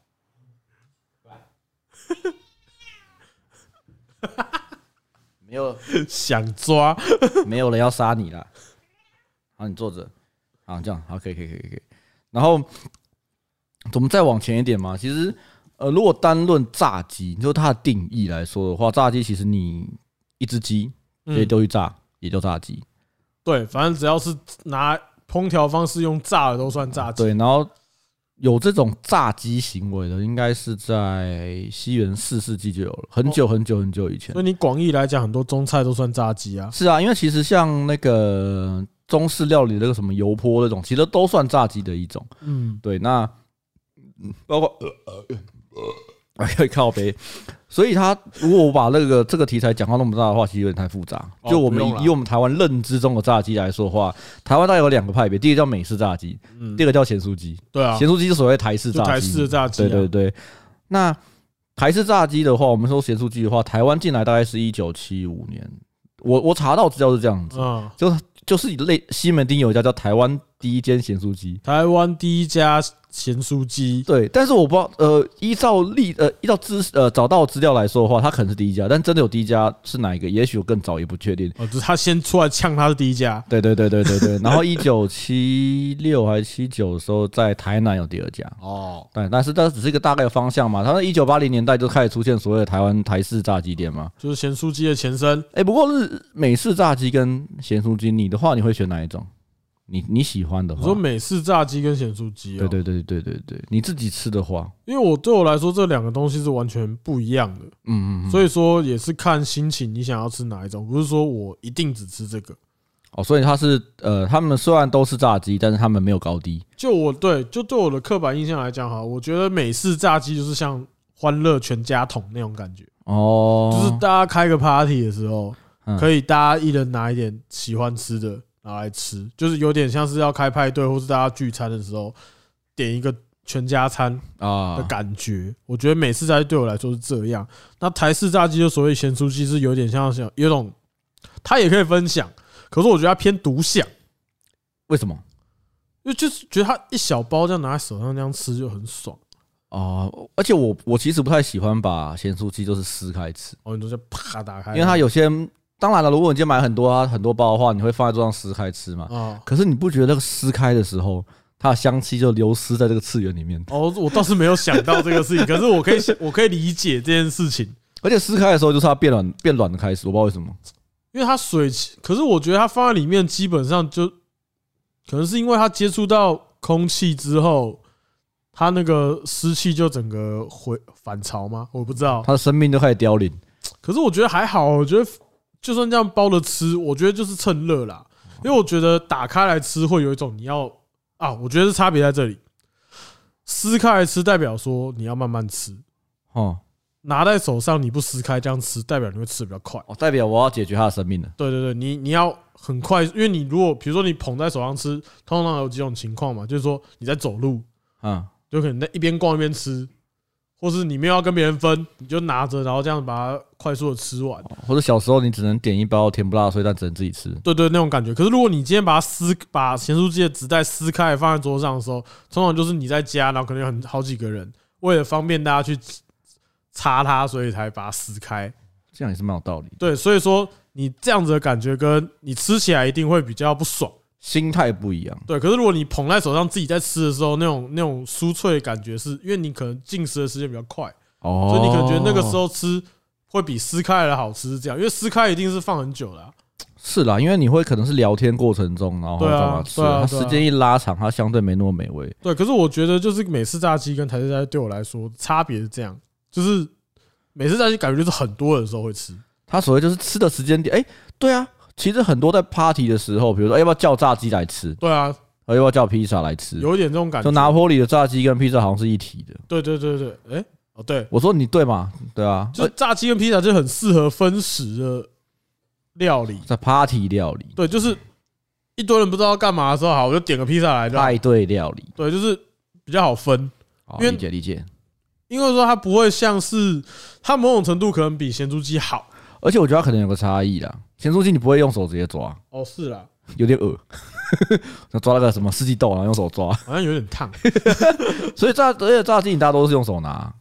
Speaker 2: [laughs] 没有
Speaker 1: 想抓，
Speaker 2: 没有人要杀你啦。好，你坐着，好，这样好，可以，可以，可以，可以。然后我们再往前一点嘛，其实呃，如果单论炸鸡，你说它的定义来说的话，炸鸡其实你一只鸡直接
Speaker 1: 嗯
Speaker 2: 丢去炸，也叫炸鸡。
Speaker 1: 对，反正只要是拿烹调方式用炸的都算炸鸡。
Speaker 2: 啊对，然后有这种炸鸡行为的，应该是在西元四世纪就有了，很久很久很久以前
Speaker 1: 哦所。以你广义来讲，很多中菜都算炸鸡啊。
Speaker 2: 是啊，因为其实像那个中式料理那个什么油泼那种，其实都算炸鸡的一种。
Speaker 1: 嗯，
Speaker 2: 对，那嗯包括呃呃呃，呃 [laughs] 靠背。所以他如果我把那个这个题材讲到那么大的话，其实有点太复杂。
Speaker 1: 哦
Speaker 2: 就我们
Speaker 1: 不用啦
Speaker 2: 以以我们台湾认知中的炸鸡来说的话，台湾大概有两个派别，第一个叫美式炸鸡，第二个叫咸酥鸡。
Speaker 1: 嗯对啊，
Speaker 2: 咸酥鸡是所谓台式
Speaker 1: 就
Speaker 2: 炸鸡，
Speaker 1: 台式的炸鸡、啊。
Speaker 2: 对对对，那台式炸鸡的话，我们说咸酥鸡的话，台湾进来大概是一九七五年，我我查到资料是这样子，
Speaker 1: 嗯，
Speaker 2: 就是就是类西门町有一家叫台湾第一间咸酥鸡，
Speaker 1: 台湾第一家咸酥鸡，
Speaker 2: 对，但是我不知道，呃，依照历呃依照资呃找到资料来说的话，它可能是第一家，但真的有第一家是哪一个，也许有更早也不确定。
Speaker 1: 哦，就是他先出来呛他是第一家。
Speaker 2: 对对对对对对，然后一九七六还是七九的时候，在台南有第二家，
Speaker 1: 哦，
Speaker 2: 对，但是这只是一个大概的方向嘛。它在一九八零年代就开始出现所谓的台湾台式炸鸡店嘛。
Speaker 1: 就是咸酥鸡的前身。
Speaker 2: 哎、不过日美式炸鸡跟咸酥鸡，你的话你会选哪一种？你你喜欢的
Speaker 1: 你
Speaker 2: 话，
Speaker 1: 说美式炸鸡跟咸酥鸡
Speaker 2: 对
Speaker 1: 哦，
Speaker 2: 对对对对对，你自己吃的话，
Speaker 1: 因为我对我来说这两个东西是完全不一样的，
Speaker 2: 嗯嗯，嗯
Speaker 1: 所以说也是看心情，你想要吃哪一种，不是说我一定只吃这个。
Speaker 2: 哦，所以它是呃，他们虽然都是炸鸡，但是他们没有高低，
Speaker 1: 就我对，就对我的刻板印象来讲，哈，我觉得美式炸鸡就是像欢乐全家桶那种感觉，
Speaker 2: 哦，
Speaker 1: 就是大家开个 party 的时候，
Speaker 2: 嗯
Speaker 1: 可以大家一人拿一点喜欢吃的拿来吃，就是有点像是要开派对或是大家聚餐的时候点一个全家餐的
Speaker 2: 啊，
Speaker 1: 感觉。我觉得美式炸鸡对我来说是这样，那台式炸鸡就所谓咸酥鸡是有点像像有种，它也可以分享，可是我觉得它偏独享。
Speaker 2: 为什么？
Speaker 1: 就就是觉得它一小包这样拿在手上这样吃就很爽。
Speaker 2: 哦，而且我我其实不太喜欢把咸酥鸡就是撕开吃，
Speaker 1: 哦，你都是啪打开，
Speaker 2: 因为它有些当然了，如果你今天买很多啊很多包的话，你会放在桌上撕开吃嘛。
Speaker 1: 啊。
Speaker 2: 可是你不觉得那个撕开的时候，它的香气就流失在这个次元里面？
Speaker 1: 哦，我倒是没有想到这个事情，可是我可以
Speaker 2: [laughs]
Speaker 1: 想，我可以理解这件事情，
Speaker 2: 而且撕开的时候就是它变软变软的开始，我不知道为什么。
Speaker 1: 因为它水汽，可是我觉得它放在里面基本上就，可能是因为它接触到空气之后，它那个湿气就整个回反潮吗？我不知道，
Speaker 2: 它的生命就开始凋零。
Speaker 1: 可是我觉得还好，我觉得就算这样包着吃，我觉得就是趁热啦，
Speaker 2: 哦
Speaker 1: 因为我觉得打开来吃会有一种你要啊，我觉得是差别在这里。撕开来吃代表说你要慢慢吃，
Speaker 2: 哦
Speaker 1: 拿在手上你不撕开这样吃，代表你会吃得比较快。
Speaker 2: 哦，代表我要解决它的生命了。
Speaker 1: 对对对，你你要很快，因为你如果比如说你捧在手上吃，通常有几种情况嘛，就是说你在走路，
Speaker 2: 嗯，
Speaker 1: 就可能在一边逛一边吃，或是你没有要跟别人分，你就拿着然后这样把它快速的吃完。
Speaker 2: 或者小时候你只能点一包甜不辣脆，但只能自己吃。
Speaker 1: 对对，那种感觉。可是如果你今天把它撕，把咸酥鸡的纸袋撕开放在桌上的时候，通常就是你在家，然后可能有很好几个人，为了方便大家去擦它，所以才把它撕开。
Speaker 2: 这样也是蛮有道理的，
Speaker 1: 对，所以说你这样子的感觉，跟你吃起来一定会比较不爽。
Speaker 2: 心态不一样。
Speaker 1: 对，可是如果你捧在手上自己在吃的时候，那种那种酥脆的感觉是，因为你可能进食的时间比较快，
Speaker 2: 哦，
Speaker 1: 所以你可能觉得那个时候吃会比撕开来的好吃，是这样。因为撕开一定是放很久了、啊
Speaker 2: 是啦，因为你会可能是聊天过程中，然后
Speaker 1: 对啊
Speaker 2: 干嘛吃，
Speaker 1: 对啊
Speaker 2: 它
Speaker 1: 对啊
Speaker 2: 时间一拉长，它相对没那么美味。
Speaker 1: 对，可是我觉得就是美式炸鸡跟台式炸鸡对我来说差别是这样，就是美式炸鸡感觉就是很多人的时候会吃，
Speaker 2: 它所谓就是吃的时间点，哎，对啊，其实很多在 party 的时候，比如说哎要不要叫炸鸡来吃，呃
Speaker 1: 对啊，
Speaker 2: 要不要叫披萨来吃，
Speaker 1: 有一点这种感
Speaker 2: 就
Speaker 1: 觉。
Speaker 2: 拿坡里的炸鸡跟披萨好像是一体的。
Speaker 1: 对对对对，哎，哦对，
Speaker 2: 我说你对吗？对啊，
Speaker 1: 就是炸鸡跟披萨就很适合分食的料理。
Speaker 2: 在 party 料理、
Speaker 1: 对，就是一堆人不知道干嘛的时候，好，我就点个披萨来让。
Speaker 2: 派对料理，
Speaker 1: 对，就是比较好分，
Speaker 2: 好
Speaker 1: 因为
Speaker 2: 理解理解。
Speaker 1: 因为说它不会像是它某种程度可能比咸猪鸡好。
Speaker 2: 而且我觉得它可能有个差异啦，咸酥鸡你不会用手直接抓，
Speaker 1: 哦，是啦，
Speaker 2: 有点恶， [laughs] 那抓那个什么四季豆，然后用手抓。 [laughs]
Speaker 1: 好像有点烫。 [laughs]
Speaker 2: 所以炸，而且炸鸡你大多都是用手拿，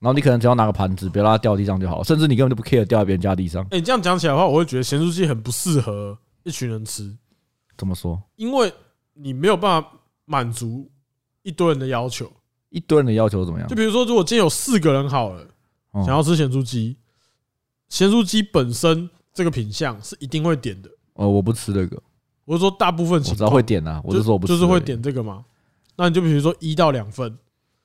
Speaker 2: 然后你可能只要拿个盘子，不要让它掉地上就好，甚至你根本就不 care 掉在别人家地上。
Speaker 1: 哎，你这样讲起来的话，我会觉得咸猪鸡很不适合一群人吃。
Speaker 2: 怎么说？
Speaker 1: 因为你没有办法满足一堆人的要求。
Speaker 2: 一堆人的要求怎么样
Speaker 1: 就？比如说，如果今天有四个人好了，
Speaker 2: 嗯
Speaker 1: 想要吃咸猪鸡，咸猪鸡本身这个品相是一定会点的。
Speaker 2: 哦，我不吃这个，
Speaker 1: 我是说，大部分
Speaker 2: 我
Speaker 1: 情
Speaker 2: 知道
Speaker 1: 况
Speaker 2: 会点啊，我就说我不吃，
Speaker 1: 就是会。点这个嘛。那你就比如说一到两份，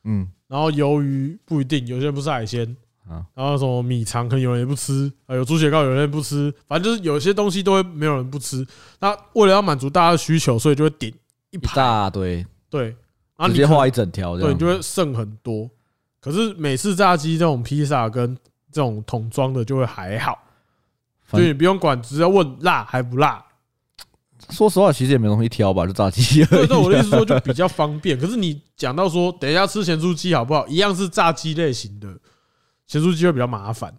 Speaker 2: 嗯，
Speaker 1: 然后鱿鱼不一定，有些人不吃海鲜
Speaker 2: 啊
Speaker 1: 然后什么米肠可能有人也不吃，啊，有猪血糕有人也不吃，反正就是有些东西都会没有人不吃。那为了要满足大家的需求，所以就会点一
Speaker 2: 一
Speaker 1: 盘，
Speaker 2: 大堆，
Speaker 1: 对，然后
Speaker 2: 直
Speaker 1: 你
Speaker 2: 接
Speaker 1: 可能
Speaker 2: 画一整条这
Speaker 1: 对，
Speaker 2: 样
Speaker 1: 你
Speaker 2: 子。
Speaker 1: 就会剩很多。可是美式炸鸡这种披萨跟这种桶装的就会还好，
Speaker 2: 反
Speaker 1: 就你不用管，只要问辣还不辣。
Speaker 2: 说实话，其实也没东西挑吧，就炸鸡而
Speaker 1: 对
Speaker 2: 已。
Speaker 1: 对，我的意思说
Speaker 2: [laughs]
Speaker 1: 就比较方便。可是你讲到说，等一下吃咸酥鸡好不好？一样是炸鸡类型的，咸酥鸡会比较麻烦。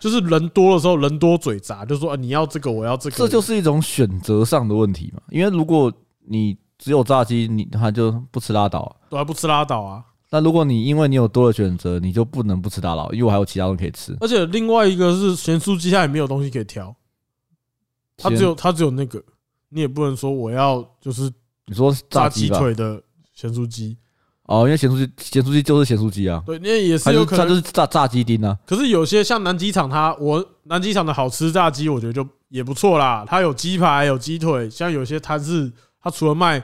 Speaker 1: 就是人多的时候，人多嘴杂，就说、啊、你要这个，我要这个，
Speaker 2: 这就是一种选择上的问题嘛。因为如果你只有炸鸡，你他就不吃拉倒啊。
Speaker 1: 我还不吃拉倒啊。
Speaker 2: 那如果你因为你有多的选择，你就不能不吃大佬，因为我还有其他东西可以吃。
Speaker 1: 而且另外一个是咸酥鸡，它也没有东西可以挑，它只有它只有那个，你也不能说我要就是
Speaker 2: 你说
Speaker 1: 炸
Speaker 2: 炸
Speaker 1: 鸡
Speaker 2: 鸡吧？
Speaker 1: 腿的咸酥鸡，
Speaker 2: 哦，因为咸酥鸡，咸酥鸡就是咸酥鸡啊，
Speaker 1: 对，那也
Speaker 2: 它
Speaker 1: 是有
Speaker 2: 就
Speaker 1: 可
Speaker 2: 它就
Speaker 1: 能。
Speaker 2: 是炸炸鸡丁啊。
Speaker 1: 可是有些像南机场，它我南机场的好吃炸鸡，我觉得就也不错啦。它有鸡排，有鸡腿，像有些摊是它除了卖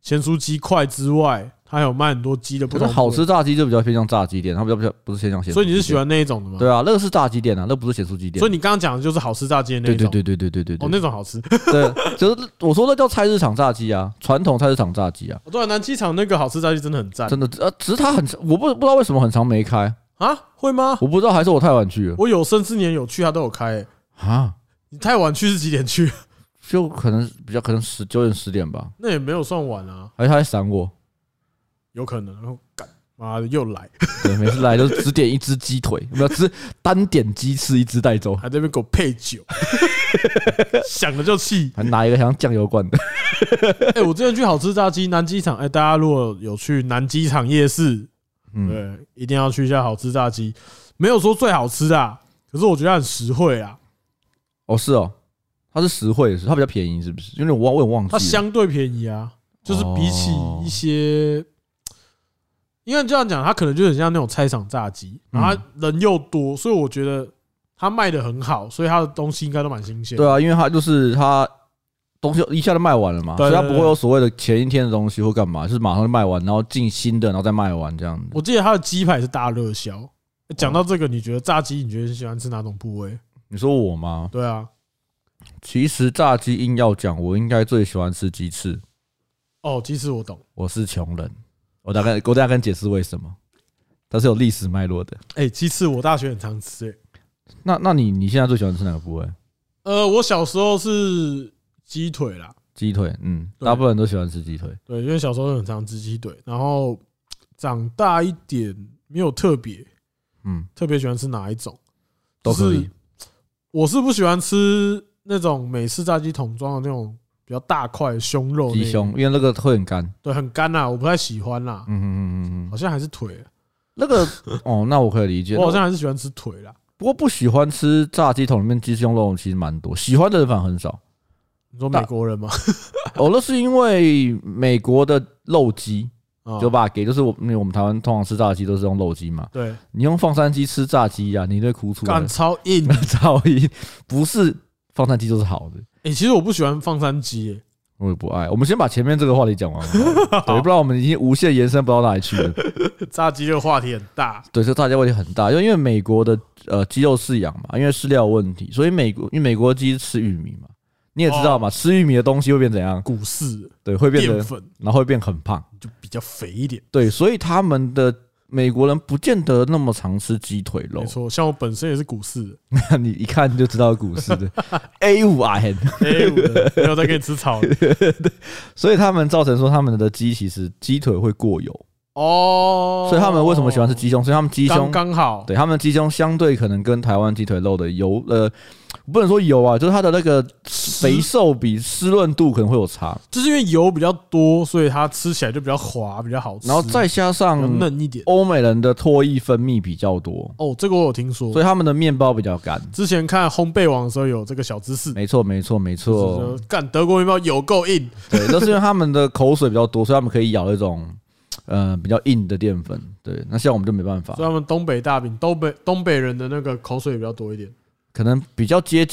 Speaker 1: 咸酥鸡块之外，它还有卖很多鸡的不
Speaker 2: 可是
Speaker 1: 同。
Speaker 2: 好吃，炸鸡就比较偏向炸鸡店，它比较不是不是偏向咸。
Speaker 1: 所以你是喜？欢那一种的吗？
Speaker 2: 对啊，那个是炸鸡店啊，那不是咸酥鸡店。
Speaker 1: 所以你刚刚讲的就是好吃炸鸡的那
Speaker 2: 对
Speaker 1: 一
Speaker 2: 对
Speaker 1: 种，
Speaker 2: 对对对对对
Speaker 1: 哦，
Speaker 2: 对，
Speaker 1: 那种好吃。
Speaker 2: 对，就是我说那叫菜市场炸鸡啊，传统菜市场炸鸡啊，
Speaker 1: 哦对啊，南机场那个好吃炸鸡真的很赞
Speaker 2: 真的呃，只是它很，我不不知道为什么很长没开，
Speaker 1: 啊！会吗？
Speaker 2: [laughs] 我不知道还是我太晚去了
Speaker 1: 我有生之年有去，它都有开、欸。
Speaker 2: 啊，
Speaker 1: 你太晚去是几点去？ [laughs]
Speaker 2: 就可能比较可能十九点十点吧，
Speaker 1: 那也没有算晚啊，
Speaker 2: 而且他在闪我，
Speaker 1: 有可能。然后干妈的又来，
Speaker 2: 对，每次来都只点一只鸡腿， [laughs] 没有只单点鸡翅一只带走，
Speaker 1: 还在那边给我配酒， [laughs] 想了就气。
Speaker 2: 还拿一个像酱油罐的，
Speaker 1: [laughs] 哎、我之前去好吃炸鸡南机场，哎、大家如果有去南机场夜市，
Speaker 2: 嗯，
Speaker 1: 对，一定要去一下好吃炸鸡。没有说最好吃的、啊，可是我觉得它很实惠啊，
Speaker 2: 哦是哦，它是实惠的是，它比较便宜是不是？因为我忘我也忘记了，
Speaker 1: 它相对便宜啊，就是比起
Speaker 2: 哦
Speaker 1: 一些，因为这样讲，它可能就很像那种菜场炸鸡，然
Speaker 2: 嗯
Speaker 1: 后它人又多，所以我觉得它卖的很好，所以它的东西应该都蛮新鲜。
Speaker 2: 对啊，因为它就是它东西一下就卖完了嘛，
Speaker 1: 对
Speaker 2: 所以它
Speaker 1: 对
Speaker 2: 不
Speaker 1: 对
Speaker 2: 会有所谓的前一天的东西或干嘛，就是马上就卖完，然后进新的，然后再卖完这样子。
Speaker 1: 我记得它的鸡排是大热销。哎讲
Speaker 2: 哦
Speaker 1: 到这个，你觉得炸鸡，你觉得你喜欢吃哪种部位？
Speaker 2: 你说我吗？
Speaker 1: 对啊，
Speaker 2: 其实炸鸡硬要讲，我应该最喜欢吃鸡翅。
Speaker 1: 哦，鸡翅我懂。
Speaker 2: 我是穷人，我大概我大概跟你解释为什么，它是有历史脉络的。
Speaker 1: 哎，鸡翅我大学很常吃、欸。
Speaker 2: 那那你你现在最喜欢吃哪个部位？
Speaker 1: 呃，我小时候是鸡腿啦，
Speaker 2: 鸡腿，嗯，
Speaker 1: 对
Speaker 2: 大部分人都喜欢吃鸡腿。
Speaker 1: 对，因为小时候很常吃鸡腿，然后长大一点没有特别
Speaker 2: 嗯，
Speaker 1: 特别喜欢吃哪一种，
Speaker 2: 都可以
Speaker 1: 就是我是不喜欢吃那种美式炸鸡桶装的那种比较大块的胸肉那
Speaker 2: 鸡，胸，因为那个会很干。
Speaker 1: 对，很干啊啦，我不太喜欢啦。
Speaker 2: 嗯嗯嗯嗯
Speaker 1: 好
Speaker 2: 嗯，
Speaker 1: 像还是腿，
Speaker 2: 那个 [laughs] 哦，那我可以理解。
Speaker 1: 我好像还是喜欢吃腿啦。
Speaker 2: 不过不喜欢吃炸鸡桶里面鸡胸肉其实蛮多，喜欢的人反而很少。 [laughs]
Speaker 1: 你说
Speaker 2: 大
Speaker 1: 美国人吗？
Speaker 2: 哦，那是因为美国的肉鸡
Speaker 1: 啊
Speaker 2: 就把给，就是我们我们台湾通常吃炸鸡都是用肉鸡嘛，
Speaker 1: 对，
Speaker 2: 你用放山鸡吃炸鸡呀、你都会哭出来
Speaker 1: 干。超硬。 [laughs]
Speaker 2: [laughs] 噪音不是放山鸡就是好的，
Speaker 1: 哎，其实我不喜欢放山鸡、欸，
Speaker 2: 我也不爱。我们先把前面这个话题讲完 [laughs] 好了，对，不然我们已经无限延伸不到哪里去了。
Speaker 1: 哎炸鸡这个话题很大。
Speaker 2: 对，这大家问题很大，因为因为美国的呃鸡肉饲养嘛，因为饲料问题，所以美国因为美国鸡是吃玉米嘛，你也知道嘛，吃玉米的东西会变怎样？
Speaker 1: 股市
Speaker 2: 对，会变
Speaker 1: 淀
Speaker 2: 得
Speaker 1: 粉
Speaker 2: 然后会变很胖。
Speaker 1: 就比较肥一点，
Speaker 2: 对，所以他们的美国人不见得那么常吃鸡腿肉
Speaker 1: 没，错。像我本身也是股市，
Speaker 2: 那 [laughs] 你一看就知道股市的 A 五 I N， [laughs]
Speaker 1: [laughs] 哎，我的没有再给你吃草了
Speaker 2: 所以他们造成说他们的鸡其实鸡腿会过油，
Speaker 1: [laughs] 哦。
Speaker 2: 所以他们为什么喜欢吃鸡胸？所以他们鸡
Speaker 1: 刚
Speaker 2: 胸，
Speaker 1: 刚好，
Speaker 2: 对他们鸡胸相对可能跟台湾鸡腿肉的油，呃，不能说油啊，就是它的那个肥瘦比湿润度可能会有差，
Speaker 1: 就是因为油比较多，所以它吃起来就比较滑，比较好吃，
Speaker 2: 然后再嗯加
Speaker 1: 比较
Speaker 2: 上
Speaker 1: 嫩一点。
Speaker 2: 欧美人的唾液分泌比较多，
Speaker 1: 哦，这个我有听说
Speaker 2: 所，以他们的面包比较干。
Speaker 1: 之前看烘焙网的时候有这个小知识，
Speaker 2: 没错，没错，没
Speaker 1: 就
Speaker 2: 错
Speaker 1: 是，干德国面包有够硬，
Speaker 2: 对，那是因为他们的口水比较多，所以他们可以咬那种呃比较硬的淀粉。对，那像我们就没办法
Speaker 1: 所以，他们东北大饼，东北东北人的那个口水比较多一点。
Speaker 2: 可能比较接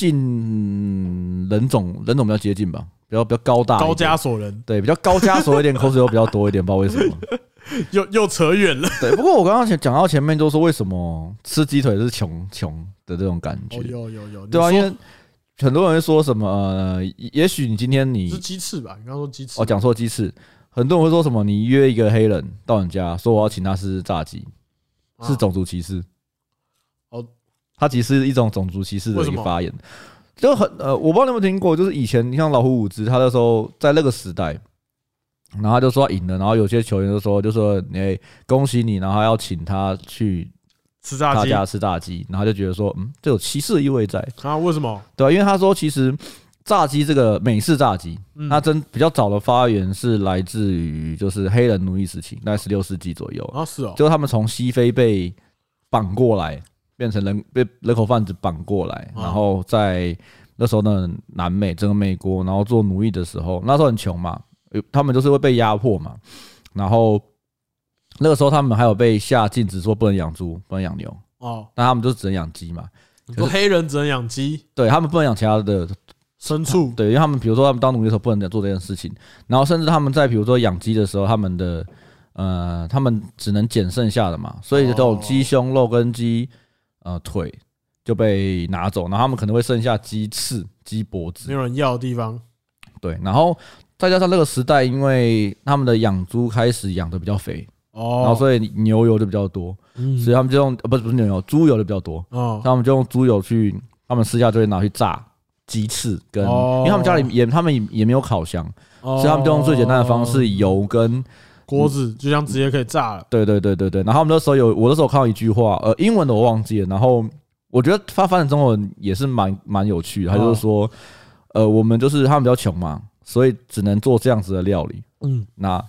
Speaker 2: 近人种，人种比较接近吧，比较比较高大一点，
Speaker 1: 高加索人
Speaker 2: [laughs] 对，比较高加索一点，口水又比较多一点，不知道为什
Speaker 1: [laughs]
Speaker 2: 么。
Speaker 1: 又又扯远
Speaker 2: [laughs]
Speaker 1: 了，
Speaker 2: 对，不过我刚刚前讲到前面就说为什么吃鸡腿是穷穷的这种感觉
Speaker 1: 哦，，有有有，
Speaker 2: 对啊，
Speaker 1: 你
Speaker 2: 因
Speaker 1: 说
Speaker 2: 为很多人会说什么呃，也许你今天你
Speaker 1: 是鸡翅吧？你刚刚说鸡翅
Speaker 2: 哦，讲错鸡翅，很多人会说什么你约一个黑人到你家，说我要请他吃炸鸡，
Speaker 1: 啊
Speaker 2: 是种族歧视。
Speaker 1: 哦，
Speaker 2: 它其实是一种种族歧视的
Speaker 1: 为什
Speaker 2: 一
Speaker 1: 么
Speaker 2: 个发言，就很呃，我不知道你有没有听过，就是以前你像老虎伍兹，他那时候在那个时代。然后他就说他赢了，然后有些球员就说，就说哎、恭喜你，然后他要请他去
Speaker 1: 吃炸
Speaker 2: 他
Speaker 1: 鸡
Speaker 2: 家吃炸鸡，然后他就觉得说，嗯，这有歧视的意味在，
Speaker 1: 啊？为什么？
Speaker 2: 对吧、因为他说其实炸鸡这个美式炸鸡，
Speaker 1: 嗯
Speaker 2: 它真比较早的发源是来自于就是黑人奴役时期，在十六世纪左右，
Speaker 1: 啊是哦，
Speaker 2: 就是他们从西非被绑过来，变成人被人口贩子绑过来，
Speaker 1: 啊
Speaker 2: 然后在那时候呢，南美整个美国，然后做奴役的时候，那时候很穷嘛，呃他们就是会被压迫嘛，然后那个时候他们还有被下禁止说不能养猪，不能养牛，
Speaker 1: 哦，
Speaker 2: 那他们就只能养鸡嘛，
Speaker 1: 你说黑人只能养鸡，啊
Speaker 2: 对他们不能养其他的
Speaker 1: 牲畜，
Speaker 2: 对，因为他们比如说他们当奴隶的时候不能做这件事情，然后甚至他们在比如说养鸡的时候，他们的呃，他们只能捡剩下的嘛，所以这种
Speaker 1: 哦
Speaker 2: 鸡胸肉跟鸡呃腿就被拿走，然后他们可能会剩下鸡翅、鸡脖
Speaker 1: 没
Speaker 2: 子，
Speaker 1: 有人要的地方，
Speaker 2: 对，然后再加上那个时代，因为他们的养猪开始养的比较肥，然后
Speaker 1: 哦，
Speaker 2: 所以牛油就比较多，
Speaker 1: 嗯
Speaker 2: 所以他嗯们就用呃不是不是牛油，猪油的比较多，
Speaker 1: 哦，
Speaker 2: 他们就用猪油去，他们私下就会拿去炸鸡翅跟，
Speaker 1: 哦
Speaker 2: 因为他们家里也他们也也没有烤箱，
Speaker 1: 所
Speaker 2: 所以他们就用最简单的方式，油跟，
Speaker 1: 哦锅子就像直接可以炸了，
Speaker 2: 对对对对对。然后我们那时候有我那时候看到一句话，呃，英文的我忘记了，然后我觉得他翻成中文也是蛮蛮有趣的，他就是说，呃，我们就是他们比较穷嘛，所以只能做这样子的料理，
Speaker 1: 嗯，
Speaker 2: 那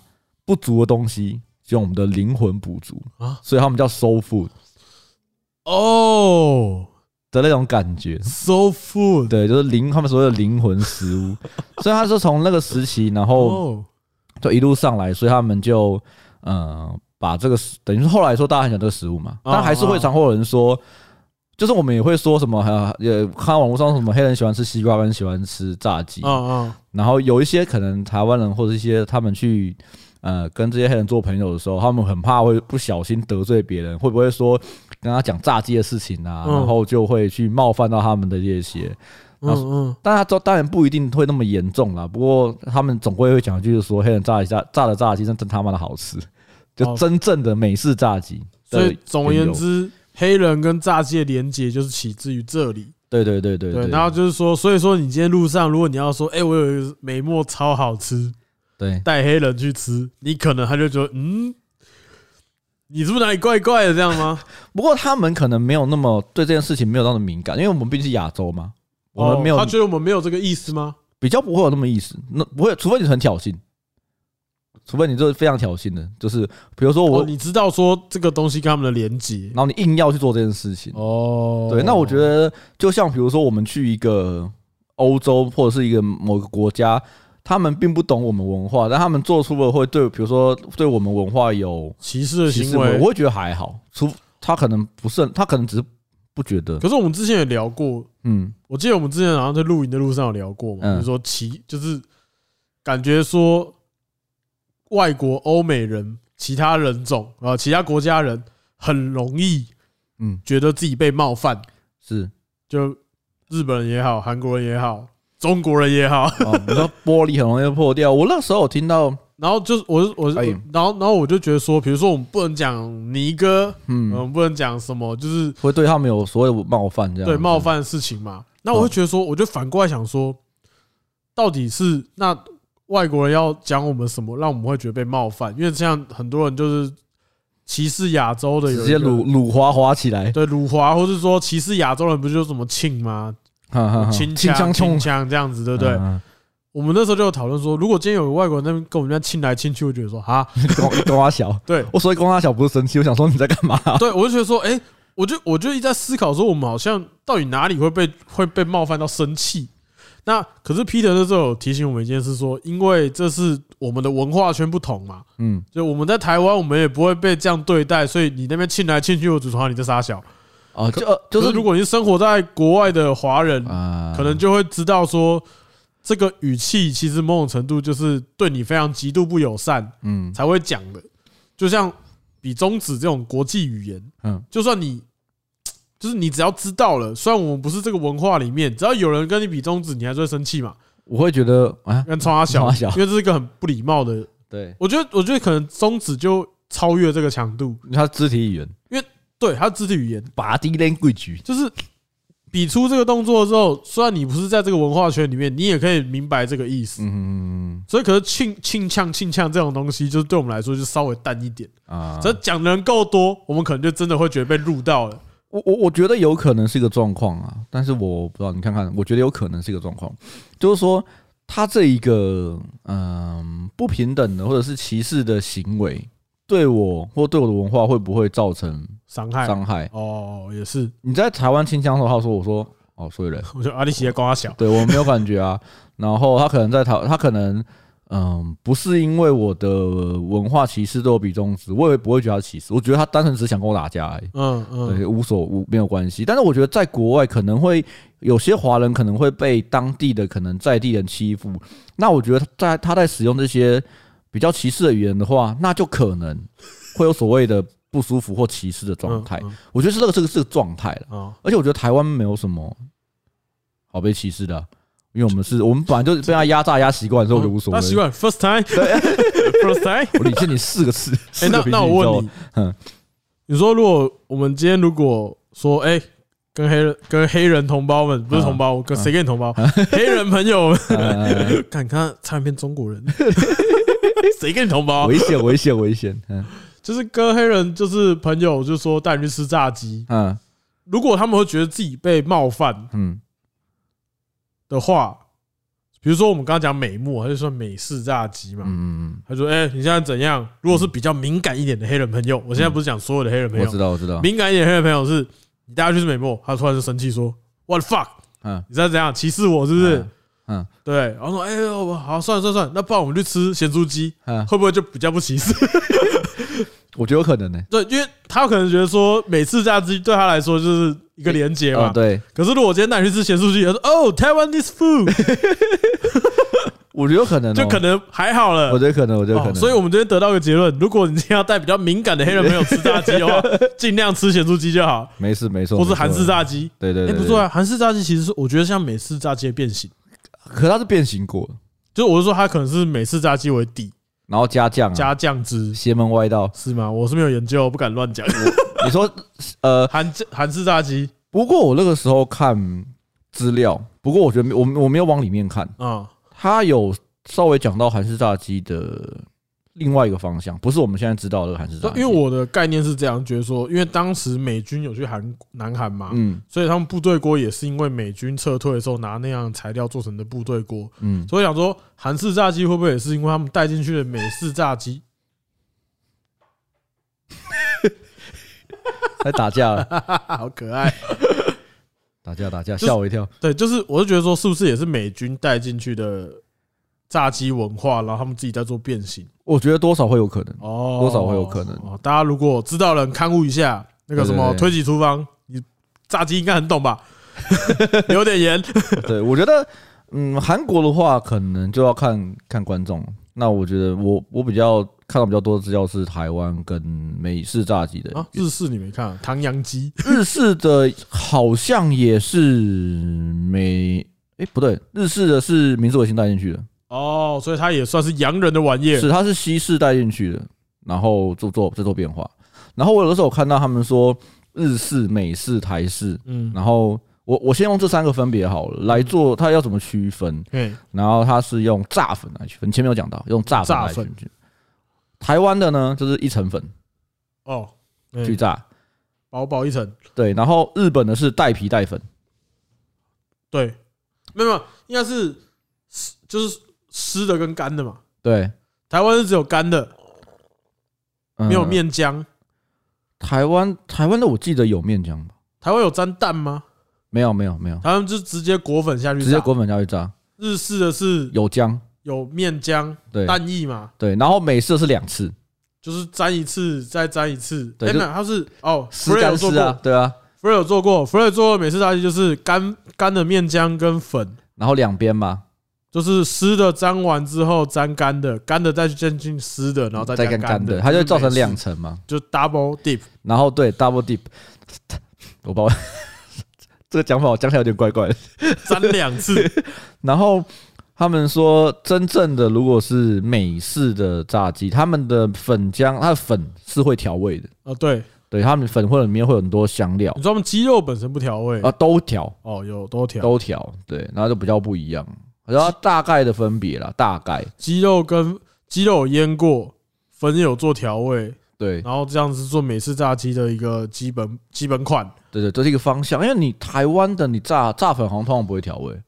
Speaker 2: 不足的东西就用我们的灵魂补足
Speaker 1: 啊
Speaker 2: 所以他们叫 soul food
Speaker 1: 哦
Speaker 2: 的那种感觉，
Speaker 1: ，so food，
Speaker 2: 对，就是灵，他们所谓的灵魂食物。所以他是从那个时期，然后
Speaker 1: 哦，
Speaker 2: 就一路上来，所以他们就呃把这个食等于是后来说大家很喜欢这个食物嘛，
Speaker 1: 哦
Speaker 2: 但还是会常会有人说，就是我们也会说什么呃，也看到网络上什么黑人喜欢吃西瓜，跟喜欢吃炸鸡，
Speaker 1: 嗯嗯，
Speaker 2: 然后有一些可能台湾人或者一些他们去。呃，跟这些黑人做朋友的时候，他们很怕会不小心得罪别人，会不会说跟他讲炸鸡的事情啊，
Speaker 1: 嗯
Speaker 2: 然后就会去冒犯到他们的这些。
Speaker 1: 嗯嗯，
Speaker 2: 但他当当然不一定会那么严重啦，不过他们总归会讲一句，就是说黑人炸鸡炸炸的炸鸡真真他妈的好吃， [laughs] 就真正的美式炸鸡。
Speaker 1: 哦所以总而言，之，黑人跟炸鸡的连接就是起自于这里。
Speaker 2: 对对对对
Speaker 1: 对，然后就是说，所以说你今天路上，如果你要说，哎，我有一个美墨超好吃，
Speaker 2: 对
Speaker 1: 带黑人去吃，你可能他就觉得，嗯，你是不是哪里怪怪的这样吗？
Speaker 2: 不过他们可能没有那么对这件事情没有那么敏感，因为我们毕竟是亚洲嘛， [laughs] 我们没有、
Speaker 1: 哦他觉得我们没有这个意思吗？
Speaker 2: 比较不会有那么意思，那不会，除非你很挑衅，除非你就是非常挑衅的，就是比如说我，
Speaker 1: 哦，你知道说这个东西跟他们的连接
Speaker 2: 然后你硬要去做这件事情，
Speaker 1: 哦，
Speaker 2: 对，那我觉得就像比如说我们去一个欧洲或者是一个某个国家，他们并不懂我们文化，但他们做出了会对，比如说对我们文化有
Speaker 1: 歧视的
Speaker 2: 歧视
Speaker 1: 行为
Speaker 2: 我，会觉得还好，除他可能不是很，他可能只是不觉得，
Speaker 1: 可是我们之前也聊过，
Speaker 2: 嗯，
Speaker 1: 我记得我们之前好像在露营的路上有聊过嘛，
Speaker 2: 嗯
Speaker 1: 就是说其就是感觉说外国欧美人、其他人种啊、其他国家人很容易
Speaker 2: 嗯
Speaker 1: 觉得自己被冒犯，
Speaker 2: 是，
Speaker 1: 就日本人也好，韩国人也好，中国人也好， [laughs]
Speaker 2: 哦，你说玻璃很容易就破掉，我那时候有听到，
Speaker 1: 然后就是我我
Speaker 2: 哎
Speaker 1: 然后然后我就觉得说，比如说我们不能讲尼哥，嗯，我
Speaker 2: 嗯，
Speaker 1: 们不能讲什么，就是
Speaker 2: 会对他们有所谓的冒犯这样，
Speaker 1: 对冒，犯的事情嘛。那我会觉得说，我就反过来想说，到底是那外国人要讲我们什么，让我们会觉得被冒犯？因为像很多人就是歧视亚洲的，有
Speaker 2: 直
Speaker 1: 一
Speaker 2: 接
Speaker 1: 个
Speaker 2: 辱辱华华起来，
Speaker 1: 对辱华，或是说歧视亚洲人，不就是什么庆吗？
Speaker 2: 哈啊哈哈
Speaker 1: 清
Speaker 2: 清
Speaker 1: 腔、清
Speaker 2: 腔冲，
Speaker 1: 腔这样子，对不对？
Speaker 2: 嗯，
Speaker 1: 我们那时候就有讨论说，如果今天有个外国人在那边跟我们这样亲来亲去，我觉得说啊，
Speaker 2: [laughs] 跟跟我小，
Speaker 1: 对
Speaker 2: 我所以跟我小不是生气，我想说你在干嘛？
Speaker 1: 对，我就觉得说，哎，我就我就一直在思考说，我们好像到底哪里会被会被冒犯到生气？那可是 Peter 那时候有提醒我们一件事，说因为这是我们的文化圈不同嘛，
Speaker 2: 嗯。
Speaker 1: 就我们在台湾，我们也不会被这样对待，所以你那边亲来亲去，我只说你在傻小。
Speaker 2: 哦，就呃就
Speaker 1: 就是是如果你是生活在国外的华人，
Speaker 2: 啊，
Speaker 1: 可能就会知道说，这个语气其实某种程度就是对你非常极度不友善，
Speaker 2: 嗯
Speaker 1: 才会讲的。就像比中指这种国际语言，
Speaker 2: 嗯
Speaker 1: 就算你就是你只要知道了，虽然我们不是这个文化里面，只要有人跟你比中指，你还是会生气嘛，
Speaker 2: 我会觉得啊，
Speaker 1: 跟冲他小
Speaker 2: 冲他，小
Speaker 1: 因为这是一个很不礼貌的。
Speaker 2: 对，
Speaker 1: 我觉得，我觉得可能中指就超越这个强度，
Speaker 2: 他肢体语言
Speaker 1: 对他肢体语言，
Speaker 2: ，body language，
Speaker 1: 就是比出这个动作之后，虽然你不是在这个文化圈里面，你也可以明白这个意思。
Speaker 2: 嗯
Speaker 1: 所以，可是庆庆呛庆呛这种东西，就是对我们来说就稍微淡一点。
Speaker 2: 啊，
Speaker 1: 只要讲的人够多，我们可能就真的会觉得被录到了。
Speaker 2: 我我我觉得有可能是一个状况啊，但是我不知道，你看看，我觉得有可能是一个状况，就是说他这一个嗯不平等的或者是歧视的行为，对我或对我的文化会不会造成
Speaker 1: 伤害
Speaker 2: 伤害？
Speaker 1: 哦，也是，
Speaker 2: 你在台湾清腔的时候，他说我说哦，所以人。
Speaker 1: 我觉得阿里喜在光他小，
Speaker 2: 对我没有感觉啊。然后他可能在讨，他可能嗯，不是因为我的文化歧视都有比中指，我也不会觉得他歧视，我觉得他单纯只想跟我打架而已。
Speaker 1: 嗯嗯，
Speaker 2: 对，无所无没有关系。但是我觉得在国外可能会有些华人可能会被当地的可能在地人欺负，那我觉得他在他在使用这些比较歧视的语言的话，那就可能会有所谓的不舒服或歧视的状态。
Speaker 1: 嗯
Speaker 2: 我觉得是这个这个是个状态了，
Speaker 1: 嗯啊，
Speaker 2: 而且我觉得台湾没有什么好被歧视的啊、因为我们是我们本来就被他压榨压习惯，所以我就无所
Speaker 1: 哦那啊习
Speaker 2: 谓。
Speaker 1: 惯 first [laughs] time，first time。
Speaker 2: 我领先你四
Speaker 1: [laughs]
Speaker 2: 个词，
Speaker 1: 哎，
Speaker 2: 四
Speaker 1: 那
Speaker 2: 个
Speaker 1: 那
Speaker 2: 平均
Speaker 1: 我
Speaker 2: 你知道吗
Speaker 1: 问你，
Speaker 2: 嗯
Speaker 1: 你说如果我们今天如果说，哎，跟黑人跟黑人同胞们不是
Speaker 2: 嗯
Speaker 1: 同胞，跟谁跟你同胞？黑人朋友
Speaker 2: [laughs]
Speaker 1: 们，
Speaker 2: 呃
Speaker 1: 看你看差点变中
Speaker 2: [laughs]
Speaker 1: 国人，谁跟你同胞？
Speaker 2: 危险危险危险，嗯
Speaker 1: 就是跟黑人就是朋友，就说带你去吃炸鸡。
Speaker 2: 嗯
Speaker 1: 如果他们会觉得自己被冒犯
Speaker 2: 嗯
Speaker 1: 的话，比如说我们刚刚讲美墨，他就说美式炸鸡嘛，
Speaker 2: 嗯嗯
Speaker 1: 他说：“哎、你现在怎样？如果是比较敏感一点的黑人朋友，我现在不是讲所有的黑人朋
Speaker 2: 嗯嗯，我知
Speaker 1: 友，
Speaker 2: 道我知道，
Speaker 1: 敏感一点的黑人朋友是，你带他去吃美墨，他突然就生气说：‘What the fuck？
Speaker 2: 嗯
Speaker 1: 你在怎样歧视我？是不是
Speaker 2: 嗯？’嗯
Speaker 1: 对，然后说：‘哎、呦，好，算了算了算了，那不然我们去吃咸猪鸡，
Speaker 2: 嗯，
Speaker 1: 会不会就比较不歧视？ [laughs]
Speaker 2: 我觉得有可能呢。
Speaker 1: 对，因为他可能觉得说每次炸鸡对他来说就是一个连接嘛。
Speaker 2: 啊，对，
Speaker 1: 可是如果我今天带你去吃咸酥鸡，他说：‘哦，Taiwanese food’，
Speaker 2: 我觉得有可能哦，
Speaker 1: 就可能还好了。
Speaker 2: 我觉得可能，我觉得可
Speaker 1: 哦
Speaker 2: 能。，
Speaker 1: 所以我们这边得到一个结论：如果你今天要带比较敏感的黑人朋友吃炸鸡
Speaker 2: [laughs]
Speaker 1: 的话，尽量吃咸猪鸡就好，
Speaker 2: 没事没错，
Speaker 1: 或是
Speaker 2: 没错
Speaker 1: 韩式，炸鸡。
Speaker 2: 对对
Speaker 1: 哎，
Speaker 2: 对，
Speaker 1: 不错啊，韩式炸鸡其实是我觉得像美式炸鸡的变形，
Speaker 2: 对。可它是变形过的，
Speaker 1: 就是我是说它可能是美式炸鸡为底
Speaker 2: 然后加酱啊
Speaker 1: 加酱汁，。
Speaker 2: 邪门歪道
Speaker 1: 是吗？我是没有研究，不敢乱讲。
Speaker 2: 你说呃，
Speaker 1: 韩韩式炸鸡
Speaker 2: 不过我那个时候看资料，不过我觉得我我没有往里面看，
Speaker 1: 啊，
Speaker 2: 它有稍微讲到韩式炸鸡的另外一个方向，不是我啊们现在知道的那个韩式炸
Speaker 1: 对
Speaker 2: 鸡。
Speaker 1: 因为我的概念是这样，觉得说，因为当时美军有去韩南韩嘛，
Speaker 2: 嗯
Speaker 1: 所以他们部队锅也是因为美军撤退的时候拿那样材料做成的部队锅，
Speaker 2: 嗯，
Speaker 1: 所以想说，韩式炸鸡会不会也是因为他们带进去的美式炸
Speaker 2: [laughs]
Speaker 1: 鸡？
Speaker 2: 来打 [laughs] 架了，
Speaker 1: 好可爱。
Speaker 2: 打架打架，
Speaker 1: 就是
Speaker 2: 吓我一跳。
Speaker 1: [laughs] 对，就是我就觉得说，是不是也是美军带进去的炸鸡文化，然后他们自己在做变形？
Speaker 2: 我觉得多少会有可能。
Speaker 1: 哦，
Speaker 2: 多少会有可能
Speaker 1: 哦。大家如果知道的人，刊物一下那个什么
Speaker 2: 对对对
Speaker 1: 推己厨房，你炸鸡应该很懂吧？ [laughs] 有点盐。 [laughs]
Speaker 2: 对，我觉得，嗯，韩国的话可能就要看看观众。那我觉得我我比较看到比较多的资料是台湾跟美式炸鸡的，
Speaker 1: 啊，日式你没看啊唐扬鸡
Speaker 2: 日式的好像也是美，哎、不对，日式的是明治维新带进去的，
Speaker 1: 哦，所以它也算是洋人的玩意儿
Speaker 2: 是它是西式带进去的，然后做做再做变化。然后我有的时候有看到他们说日式、美式、台式，
Speaker 1: 嗯，
Speaker 2: 然后我我先用这三个分别好了来做，它要怎么区分？
Speaker 1: 对，
Speaker 2: 然后它是用炸粉来区分，前面有讲到用炸粉来
Speaker 1: 炸
Speaker 2: 区
Speaker 1: 粉
Speaker 2: 分。台湾的呢，就是一层粉
Speaker 1: 哦，
Speaker 2: 去
Speaker 1: 嗯
Speaker 2: 炸，
Speaker 1: 薄薄一层。
Speaker 2: 对，然后日本的是带皮带粉，
Speaker 1: 对，没有没有，应该是湿，就是湿的跟干的嘛。
Speaker 2: 对，
Speaker 1: 台湾是只有干的，
Speaker 2: 嗯
Speaker 1: 没有。面浆。
Speaker 2: 台湾台湾的我记得有面浆吧？
Speaker 1: 台湾有沾蛋吗？
Speaker 2: 没有没有没有，
Speaker 1: 台湾就直接裹粉下去炸，
Speaker 2: 直接裹粉下去炸，
Speaker 1: 日式的是
Speaker 2: 有浆，
Speaker 1: 有面浆、
Speaker 2: 对
Speaker 1: 蛋液嘛，
Speaker 2: 对，然后美式的是两次，
Speaker 1: 就是沾一次再沾一次。
Speaker 2: 对
Speaker 1: 哎，
Speaker 2: 就
Speaker 1: 没有，它是哦，
Speaker 2: 湿
Speaker 1: 福瑞有
Speaker 2: 干
Speaker 1: 做
Speaker 2: 湿啊
Speaker 1: 过，，
Speaker 2: 对啊，
Speaker 1: 福瑞有做过，福瑞做过美式炸鸡就是干干的面浆跟粉。
Speaker 2: 然后两边嘛，
Speaker 1: 就是湿的沾完之后沾干的，干的再去沾进湿的，然后
Speaker 2: 再
Speaker 1: 再
Speaker 2: 干
Speaker 1: 加
Speaker 2: 干
Speaker 1: 的，
Speaker 2: 的，它就会造成
Speaker 1: 是美
Speaker 2: 两
Speaker 1: 式，
Speaker 2: 层嘛。
Speaker 1: 就 double dip。
Speaker 2: 然后对 double dip，我把我 [laughs] 这个讲法我讲起来有点怪怪的。
Speaker 1: 沾两次，
Speaker 2: 然后他们说，真正的如果是美式的炸鸡，他们的粉浆，它的粉是会调味的，
Speaker 1: 哦，对，
Speaker 2: 对，他们粉会里面会有很多香料
Speaker 1: 你说他们鸡肉本身不调味
Speaker 2: 啊，都调
Speaker 1: 哦，有多调，
Speaker 2: 都调，对，然后就比较不一样。然后大概的分别啦，大概
Speaker 1: 鸡肉跟鸡肉有腌过，粉有做调味，
Speaker 2: 对
Speaker 1: 然后这样子做美式炸鸡的一个基本基本款。
Speaker 2: 对对，这是一个方向。因为你台湾的你炸炸粉好像通常不会调味，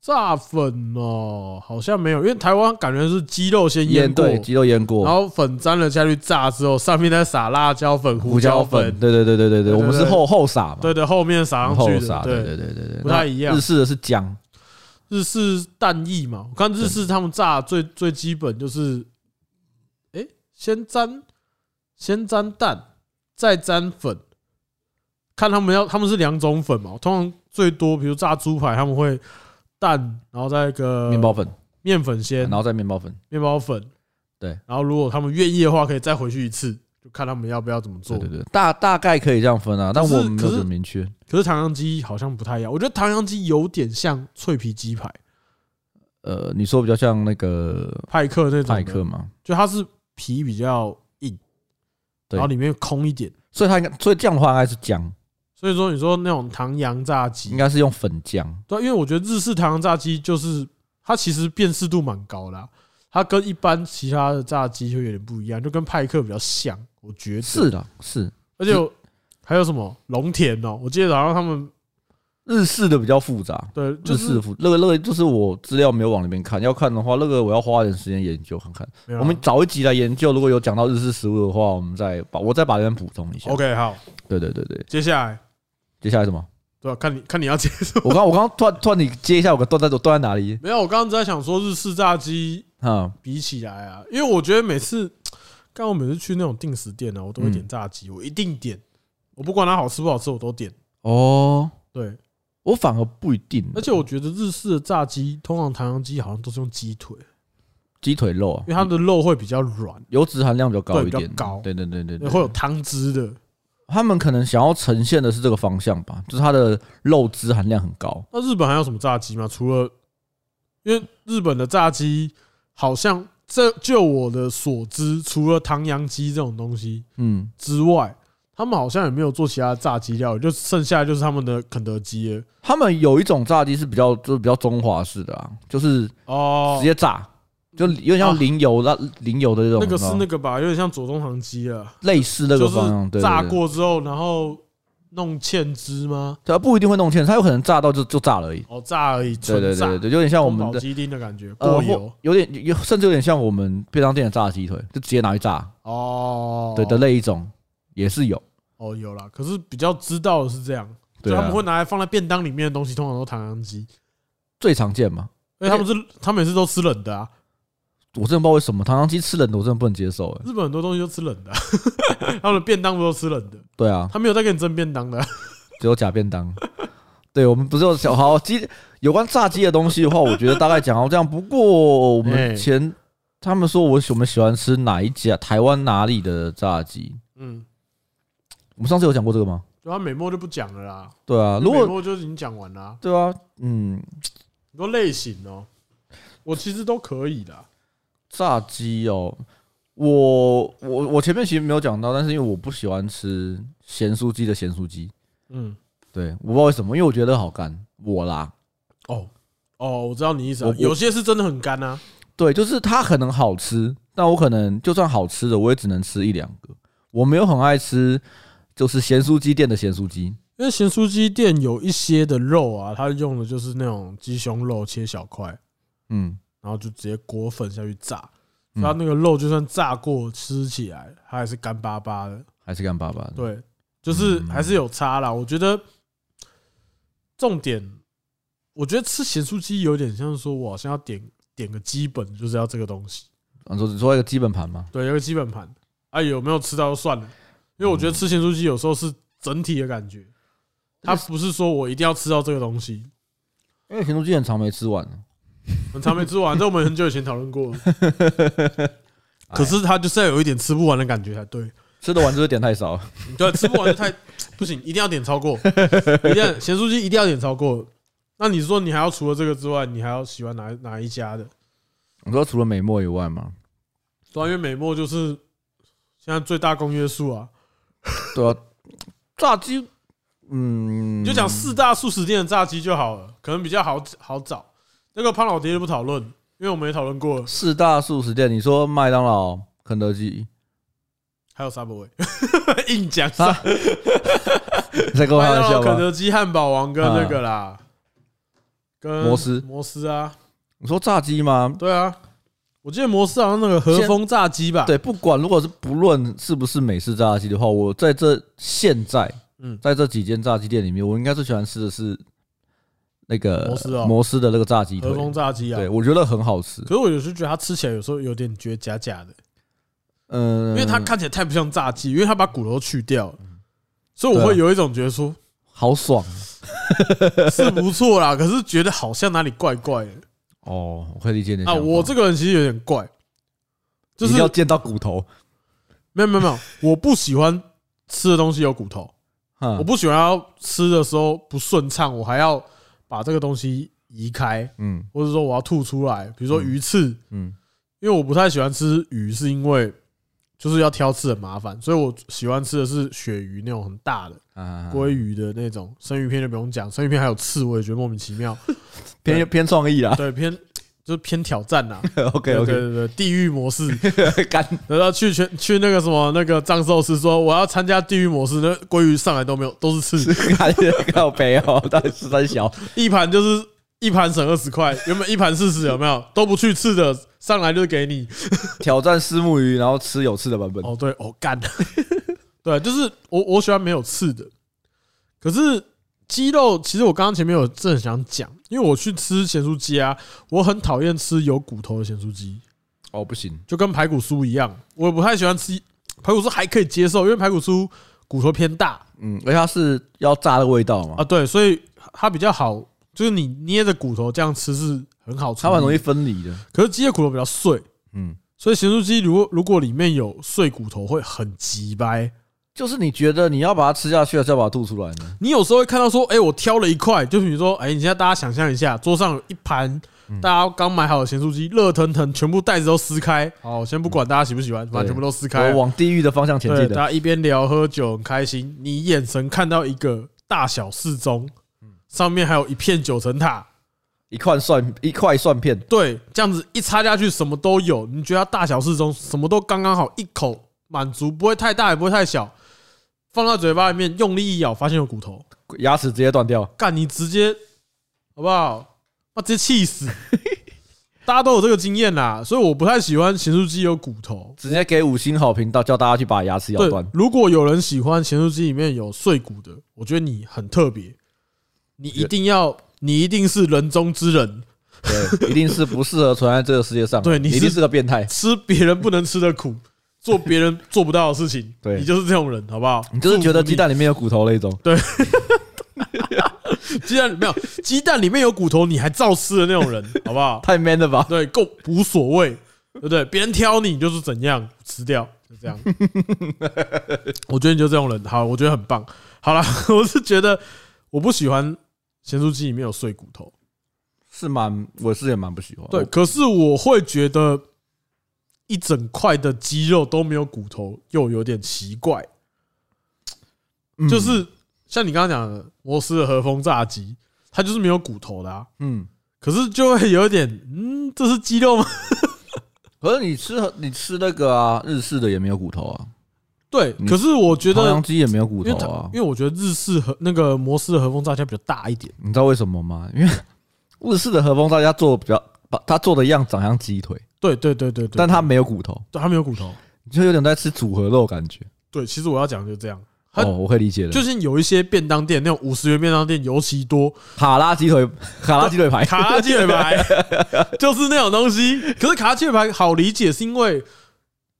Speaker 1: 炸粉哦，好像没有，因为台湾感觉是鸡肉先腌过，
Speaker 2: 对鸡肉腌
Speaker 1: 然
Speaker 2: 过，
Speaker 1: 后粉沾了下去炸之后，上面再撒辣椒粉、胡
Speaker 2: 胡
Speaker 1: 椒
Speaker 2: 椒粉，，对对对对对
Speaker 1: 对
Speaker 2: 对，我们是
Speaker 1: 对
Speaker 2: 后后撒嘛，
Speaker 1: 对对，后面撒上
Speaker 2: 后
Speaker 1: 去
Speaker 2: 撒，
Speaker 1: 的，
Speaker 2: 对
Speaker 1: 对
Speaker 2: 对对对对，
Speaker 1: 不太一样
Speaker 2: 那日式的是姜，
Speaker 1: 日式蛋液嘛，我看日式他们炸最最基本就是，哎，先沾先沾蛋，再沾粉，看他们要他们是两种粉嘛，通常最多比如炸猪排他们会蛋，然后再一个
Speaker 2: 面包粉，
Speaker 1: 面粉先
Speaker 2: 然，后再面包粉，
Speaker 1: 面包粉，
Speaker 2: 对，
Speaker 1: 然后如果他们愿意的话，可以再回去一次，就看他们要不要怎么做
Speaker 2: 对。对对，大大概可以这样分啊，但
Speaker 1: 可是
Speaker 2: 我们没
Speaker 1: 可
Speaker 2: 有
Speaker 1: 是
Speaker 2: 很明确。
Speaker 1: 可是唐扬鸡好像不太一样，我觉得唐扬鸡有点像脆皮鸡排、
Speaker 2: 呃，你说比较像那个
Speaker 1: 派克那种的
Speaker 2: 派克嘛，
Speaker 1: 就它是皮比较硬，
Speaker 2: 对
Speaker 1: 然后里面空一点。
Speaker 2: 所以它应该，所以酱的话应该是姜，
Speaker 1: 所以说，你说那种唐扬炸鸡
Speaker 2: 应，该是用粉酱。
Speaker 1: 对，因为我觉得日式唐扬炸鸡就是它其实辨识度蛮高的啊、它跟一般其他的炸鸡就有点不一样，就跟派克比较像，我觉得
Speaker 2: 是。的，是
Speaker 1: 而且我还有什么龙田哦，我记得好像他们
Speaker 2: 日式的比较复杂，
Speaker 1: 对
Speaker 2: 日
Speaker 1: 就
Speaker 2: 式
Speaker 1: 是
Speaker 2: 的复那个那个就是我资料没有往里面看，要看的话，那个我要花点时间研究看看。
Speaker 1: 没有啊
Speaker 2: 我们找一集来研究，如果有讲到日式食物的话，我们再把我再把这边补充一下。
Speaker 1: OK 好，
Speaker 2: 对对对对，
Speaker 1: 接下来
Speaker 2: 接下来什么？
Speaker 1: 对吧、啊看你看你要接什么。
Speaker 2: 我刚我刚突然突然你接一下，我刚断在断在哪里？
Speaker 1: 没有，我刚刚在想说日式炸鸡
Speaker 2: 啊，
Speaker 1: 比起来啊，因为我觉得每次，刚我每次去那种定时店呢、啊我都会
Speaker 2: 嗯
Speaker 1: 点炸鸡，我一定点，我不管它好吃不好吃，我都点。
Speaker 2: 哦，
Speaker 1: 对，
Speaker 2: 我反而不一定，
Speaker 1: 而且我觉得日式的炸鸡，通常唐扬鸡好像都是用鸡腿，
Speaker 2: 鸡腿肉啊
Speaker 1: 因为它的肉会比较软，
Speaker 2: 油脂含量比较高一
Speaker 1: 对比
Speaker 2: 点
Speaker 1: 较，高
Speaker 2: 对对对对对，
Speaker 1: 会有汤汁的。
Speaker 2: 他们可能想要呈现的是这个方向吧，就是它的肉汁含量很高。
Speaker 1: 那日本还有什么炸鸡吗？除了，因为日本的炸鸡好像这就我的所知，除了唐扬鸡这种东西
Speaker 2: 嗯，
Speaker 1: 之外，他们好像也没有做其他的炸鸡料理，就剩下就是他们的肯德基了
Speaker 2: 他们有一种炸鸡是比较就是比较中华式的啊，就是
Speaker 1: 哦嗯啊
Speaker 2: 直接炸，就有点像淋油那淋油的这种，
Speaker 1: 那个是
Speaker 2: 你知道
Speaker 1: 那
Speaker 2: 吗
Speaker 1: 个吧，有点像左宗棠鸡啊，
Speaker 2: 类似那
Speaker 1: 就
Speaker 2: 个方向，
Speaker 1: 是
Speaker 2: 对
Speaker 1: 炸，
Speaker 2: 对对
Speaker 1: 过之后，然后弄芡汁吗？
Speaker 2: 它不一定会弄芡，它有可能炸到就就炸了而已。
Speaker 1: 哦，炸而已，
Speaker 2: 对
Speaker 1: 纯
Speaker 2: 对
Speaker 1: 炸，
Speaker 2: 对对，有点像我们
Speaker 1: 宫保
Speaker 2: 的
Speaker 1: 鸡丁的感觉，
Speaker 2: 呃
Speaker 1: 过
Speaker 2: 或
Speaker 1: 油
Speaker 2: 有点有甚至有点像我们便当店的炸鸡腿，就直接拿去炸，
Speaker 1: 哦，
Speaker 2: 对的，那一种也是有。
Speaker 1: 哦有啦，可是比较知道的是这样，
Speaker 2: 对
Speaker 1: 就
Speaker 2: 啊
Speaker 1: 他们会拿来放在便当里面的东西，通常都唐扬鸡，
Speaker 2: 最常见嘛，
Speaker 1: 因为他们
Speaker 2: 哎
Speaker 1: 是他们也是都吃冷的啊，
Speaker 2: 我真的不知道为什么糖糖鸡吃冷的，我真的不能接受。哎，
Speaker 1: 日本很多东西都吃冷的啊， [laughs] 他们的便当不都吃冷的，
Speaker 2: 对啊，
Speaker 1: 他没有在给你蒸便当的啊， [laughs]
Speaker 2: 只有假便当。 [laughs] 对，我们不是有小好鸡有关炸鸡的东西的话，我觉得大概讲到这样。不过我
Speaker 1: 哎
Speaker 2: 们前他们说我喜我们喜欢吃哪一家台湾哪里的炸鸡，
Speaker 1: 嗯，
Speaker 2: 我们上次有讲过这个吗？
Speaker 1: 对啊，美墨就不讲了啦，
Speaker 2: 对啊，如
Speaker 1: 美
Speaker 2: 果
Speaker 1: 墨就已经讲完啦，
Speaker 2: 对啊，嗯，
Speaker 1: 很多类型哦，我其实都可以的。
Speaker 2: 炸鸡哦，我我我前面其实没有讲到，但是因为我不喜欢吃咸酥鸡的咸酥鸡，
Speaker 1: 嗯，
Speaker 2: 对，我不知道为什么，因为我觉得好干，我啦，
Speaker 1: 哦哦，我知道你意思、啊
Speaker 2: 我，
Speaker 1: 有些是真的很干啊。
Speaker 2: 对，就是它可能好吃，但我可能就算好吃的，我也只能吃一两个。我没有很爱吃，就是咸酥鸡店的咸酥鸡。
Speaker 1: 因为咸酥鸡店有一些的肉啊，它用的就是那种鸡胸肉切小块，
Speaker 2: 嗯，
Speaker 1: 然后就直接裹粉下去炸，
Speaker 2: 嗯
Speaker 1: 它那个肉就算炸过吃起来，它还是干巴巴的。
Speaker 2: 还是干巴巴的。
Speaker 1: 对，就是还是有差啦。我觉得重点，我觉得吃咸酥鸡有点像是说我好像要点点个基本，就是要这个东西。
Speaker 2: 啊，说说一个基本盘嘛。
Speaker 1: 对，有个基本盘。啊，有没有吃到就算了，因为我觉得吃咸酥鸡有时候是整体的感觉，它不是说我一定要吃到这个东西。
Speaker 2: 因为咸酥鸡很长没吃完，
Speaker 1: 很常没吃完，这我们很久以前讨论过了。可是它就是要有一点吃不完的感觉才对，
Speaker 2: 吃得完就是点太少。
Speaker 1: 对，吃不完就太不行，一定要点超过，一定要咸酥鸡一定要点超过。那你说你还要除了这个之外，你还要喜欢哪哪一家的？
Speaker 2: [laughs] 你说除了美墨以外嘛？
Speaker 1: 对啊，因为美墨就是现在最大公约数啊，
Speaker 2: 对啊，炸鸡，嗯，
Speaker 1: 你就讲四大素食店的炸鸡就好了，可能比较好好找。那个胖老爹就不讨论，因为我们也讨论过了，
Speaker 2: 四大素食店，你说麦当劳、肯德基，
Speaker 1: 还有 Subway，硬讲
Speaker 2: 啊你在跟我开
Speaker 1: 麦
Speaker 2: 玩
Speaker 1: 当
Speaker 2: 笑
Speaker 1: 劳、肯
Speaker 2: 吗？
Speaker 1: 德基、汉堡王跟那个啦，跟
Speaker 2: 摩斯
Speaker 1: 摩斯啊，
Speaker 2: 你说炸鸡吗？
Speaker 1: 对啊，我记得摩斯好像那个和风炸鸡吧，
Speaker 2: 对，不管如果是不论是不是美式炸鸡的话，我在这现在，
Speaker 1: 嗯
Speaker 2: 在这几间炸鸡店里面，我应该最喜欢吃的是那个
Speaker 1: 摩斯哦
Speaker 2: 摩斯的那个炸鸡腿
Speaker 1: 和，风炸鸡啊
Speaker 2: 对。我觉得很好吃。
Speaker 1: 可是我有时候觉得它吃起来有时候有点觉得假假的，
Speaker 2: 嗯，
Speaker 1: 因为它看起来太不像炸鸡，因为它把骨头去掉了，所以我会
Speaker 2: 对啊
Speaker 1: 有一种觉得说
Speaker 2: 好爽
Speaker 1: 是不错啦，可是觉得好像哪里怪怪的
Speaker 2: 哦，我可以理解你的
Speaker 1: 啊。
Speaker 2: 想法
Speaker 1: 我这个人其实有点怪，就
Speaker 2: 一
Speaker 1: 是
Speaker 2: 定要见到骨头，
Speaker 1: 没有没有没有，我不喜欢吃的东西有骨头，我
Speaker 2: 我
Speaker 1: 不喜欢要吃的时候不顺畅，我还要把这个东西移开，
Speaker 2: 嗯
Speaker 1: 或者说我要吐出来，比如说鱼刺，
Speaker 2: 嗯
Speaker 1: 因为我不太喜欢吃鱼，是因为就是要挑刺很麻烦，所以我喜欢吃的是鳕鱼那种很大的
Speaker 2: 啊，
Speaker 1: 鲑鱼的那种，生鱼片就不用讲，生鱼片还有刺，我也觉得莫名其
Speaker 2: [laughs]
Speaker 1: 妙，
Speaker 2: 偏偏创意啦
Speaker 1: 对，偏就是偏挑战
Speaker 2: [laughs]
Speaker 1: 啦，对
Speaker 2: ，OK
Speaker 1: 对
Speaker 2: OK，
Speaker 1: 对对，地狱模式，
Speaker 2: 干
Speaker 1: 然后去全去那个什么那个藏寿司说我要参加地狱模式，那鲑鱼上来都没有，都是刺，
Speaker 2: 干靠北哦，到底是三小，
Speaker 1: 一盘就是一盘省二十块，原本一盘四十有没有都不去刺的，上来就给你。
Speaker 2: 挑战丝木鱼，然后吃有刺的版本，
Speaker 1: 哦，对，哦干，对，就是我我喜欢没有刺的，可是鸡肉其实我刚刚前面有正想讲，因为我去吃咸酥鸡啊，我很讨厌吃有骨头的咸酥鸡，
Speaker 2: 哦不行，
Speaker 1: 就跟排骨酥一样，我不太喜欢吃排骨酥还可以接受，因为排骨酥骨头偏大。
Speaker 2: 嗯，而且它是要炸的味道嘛
Speaker 1: 啊，，对，所以它比较好，就是你捏着骨头这样吃是很好吃，
Speaker 2: 它蛮容易。分离的，
Speaker 1: 可是鸡的骨头比较碎，
Speaker 2: 嗯，
Speaker 1: 所以咸酥鸡如果如果里面有碎骨头会很急掰。
Speaker 2: 就是你觉得你要把它吃下去，还是要把它吐出来呢？
Speaker 1: 你有时候会看到说，哎，我挑了一块，就比如说，哎，你现在大家想象一下，桌上有一盘
Speaker 2: 嗯
Speaker 1: 大家刚买好的咸酥鸡，热腾腾，全部袋子都撕开。好，先不管大家喜不喜欢，反正
Speaker 2: 哦对
Speaker 1: 全部都撕开
Speaker 2: 我。往地狱的方向前
Speaker 1: 对，
Speaker 2: 进
Speaker 1: 大
Speaker 2: 的，
Speaker 1: 家一边聊喝酒很开心，你眼神看到一个大小适中，
Speaker 2: 嗯
Speaker 1: 上面还有一片九层塔，
Speaker 2: 一块蒜一块蒜片，
Speaker 1: 对，这样子一插下去什么都有，你觉得它大小适中，什么都刚刚好，一口满足，不会太大也不会太小，放到嘴巴里面用力一咬，发现有骨头，
Speaker 2: 牙齿直接断掉，
Speaker 1: 干你直接好不好？那直接气死！大家都有这个经验啦，所以我不太喜欢咸酥鸡有骨头。
Speaker 2: 直接给五星好评到，叫大家去把牙齿咬
Speaker 1: 对
Speaker 2: 断，，
Speaker 1: 如果有人喜欢咸酥鸡里面有碎骨的，我觉得你很特别，你一定要，你一定是人中之人，
Speaker 2: 对，一定是不适合存在这个世界上的，
Speaker 1: 对你是
Speaker 2: 一定是个变态。
Speaker 1: 吃别人不能吃的苦，做别人做不到的事情，
Speaker 2: [laughs] 对
Speaker 1: 你就是这种人，好不好？
Speaker 2: 你就是觉得鸡蛋里面有骨头那种，
Speaker 1: 鸡蛋没有鸡蛋里面有骨头，你还照吃的那种
Speaker 2: [laughs]
Speaker 1: 人，好不好？
Speaker 2: 太 man 了吧？
Speaker 1: 对，够无所谓，对不对？别人挑你你就是怎样吃掉，就
Speaker 2: [laughs]
Speaker 1: 这样。我觉得你就这种人，好，我觉得很棒。好了， [laughs] 我是觉得我不喜欢咸酥鸡里面有碎骨头，
Speaker 2: 是蛮，我是也蛮不喜欢。
Speaker 1: 对，可是我会觉得一整块的鸡肉都没有骨头，又有点奇怪。
Speaker 2: 嗯
Speaker 1: 就是像你刚刚讲的摩斯的和风炸鸡，它就是没有骨头的啊。
Speaker 2: 嗯，
Speaker 1: 可是就会有点，嗯，这是鸡肉吗？ [laughs]
Speaker 2: 可是你吃你吃那个啊，日式的也没有骨头啊，
Speaker 1: 对，
Speaker 2: 嗯
Speaker 1: 可是我觉
Speaker 2: 唐
Speaker 1: 得
Speaker 2: 扬，鸡也没有骨
Speaker 1: 因为
Speaker 2: 头
Speaker 1: 它
Speaker 2: 啊，
Speaker 1: 因为我觉得日式和那个摩斯的和风炸鸡比较大一点，
Speaker 2: 你知道为什么吗？因为日式的和风大家做的比较，把它做的样长像鸡腿，
Speaker 1: 对对对对对，
Speaker 2: 但它没有骨头，
Speaker 1: 对它没有骨头。
Speaker 2: 你就有点在吃组合肉感觉。
Speaker 1: 对，其实我要讲的就这样，它
Speaker 2: 哦，我会理解的。
Speaker 1: 最近有一些便当店，那种五十元便当店尤其多，
Speaker 2: 卡拉鸡腿，卡拉鸡腿排，
Speaker 1: 卡拉鸡腿排就是那种东西。可是卡拉鸡腿排好理解，是因为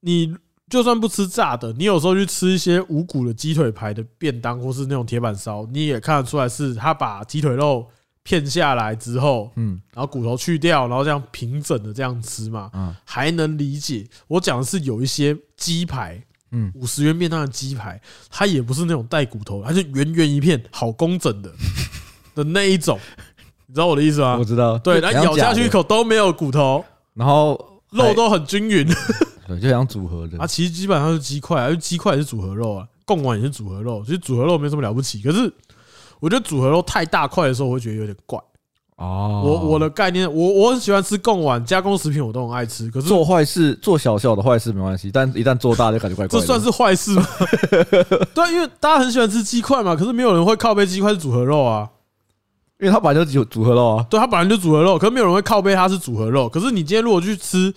Speaker 1: 你就算不吃炸的，你有时候去吃一些无骨的鸡腿排的便当，或是那种铁板烧，你也看得出来是他把鸡腿肉片下来之后，
Speaker 2: 嗯
Speaker 1: 然后骨头去掉，然后这样平整的这样吃嘛，
Speaker 2: 嗯
Speaker 1: 还能理解。我讲的是有一些鸡排。
Speaker 2: 嗯
Speaker 1: 五十元便当的鸡排，它也不是那种带骨头，它是圆圆一片，好工
Speaker 2: [laughs]
Speaker 1: 整的的那一种，你知道我的意思吗？
Speaker 2: [laughs] 我知道。 [laughs]
Speaker 1: 对，
Speaker 2: 就
Speaker 1: 然
Speaker 2: 像
Speaker 1: 后咬
Speaker 2: 假
Speaker 1: 下去一
Speaker 2: 的，哎
Speaker 1: 口都没有骨头，
Speaker 2: 然后
Speaker 1: 肉都很均匀。 [laughs]
Speaker 2: 还对，就像组合的
Speaker 1: 啊，。其实基本上是鸡块啊，因为鸡块也是组合肉啊，贡丸也是组合肉，其实组合肉没什么了不起。可是我觉得组合肉太大块的时候，我会觉得有点怪。
Speaker 2: 哦，
Speaker 1: 我我的概念，我我很喜欢吃贡丸，加工食品我都很爱吃，可是
Speaker 2: 做坏事，做小小的坏事没关系，但一旦做大就感觉怪怪
Speaker 1: [laughs] 这
Speaker 2: 的。
Speaker 1: 算是坏事
Speaker 2: [laughs]
Speaker 1: 吗？对，因为大家很喜欢吃鸡块嘛，可是没有人会靠背鸡块是组合肉啊。
Speaker 2: 因为它本来就组组合肉啊。
Speaker 1: 对，它本来就组合肉，可是没有人会靠背它是组合肉。可是你今天如果去吃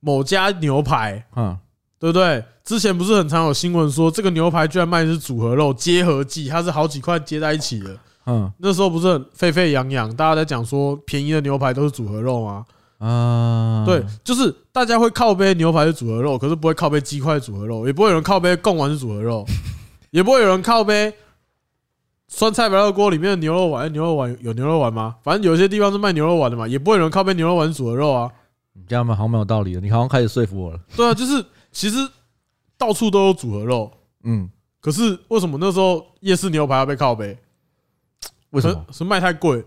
Speaker 1: 某家牛排，
Speaker 2: 嗯，
Speaker 1: 对不对？之前不是很常有新闻说，这个牛排居然卖的是组合肉结合技，它是好几块接在一起的，
Speaker 2: 嗯
Speaker 1: 那时候不是很沸沸扬扬，大家在讲说便宜的牛排都是组合肉吗？
Speaker 2: 啊，
Speaker 1: 对，就是大家会靠背牛排是组合肉，可是不会靠背鸡块是组合肉，也不会有人靠背贡丸是组合肉，也不会有人靠背酸菜白肉锅里面的牛肉丸。哎牛肉丸有牛肉丸吗？反正有些地方是卖牛肉丸的嘛，也不会有人靠背牛肉丸是组合肉啊。
Speaker 2: 你这样嘛好像蛮有道理的，你好像开始说服我了。
Speaker 1: 对啊，就是其实到处都有组合肉，
Speaker 2: 嗯，
Speaker 1: 可是为什么那时候夜市牛排要被靠背？
Speaker 2: 为什
Speaker 1: 可
Speaker 2: 么？
Speaker 1: 能是卖太贵，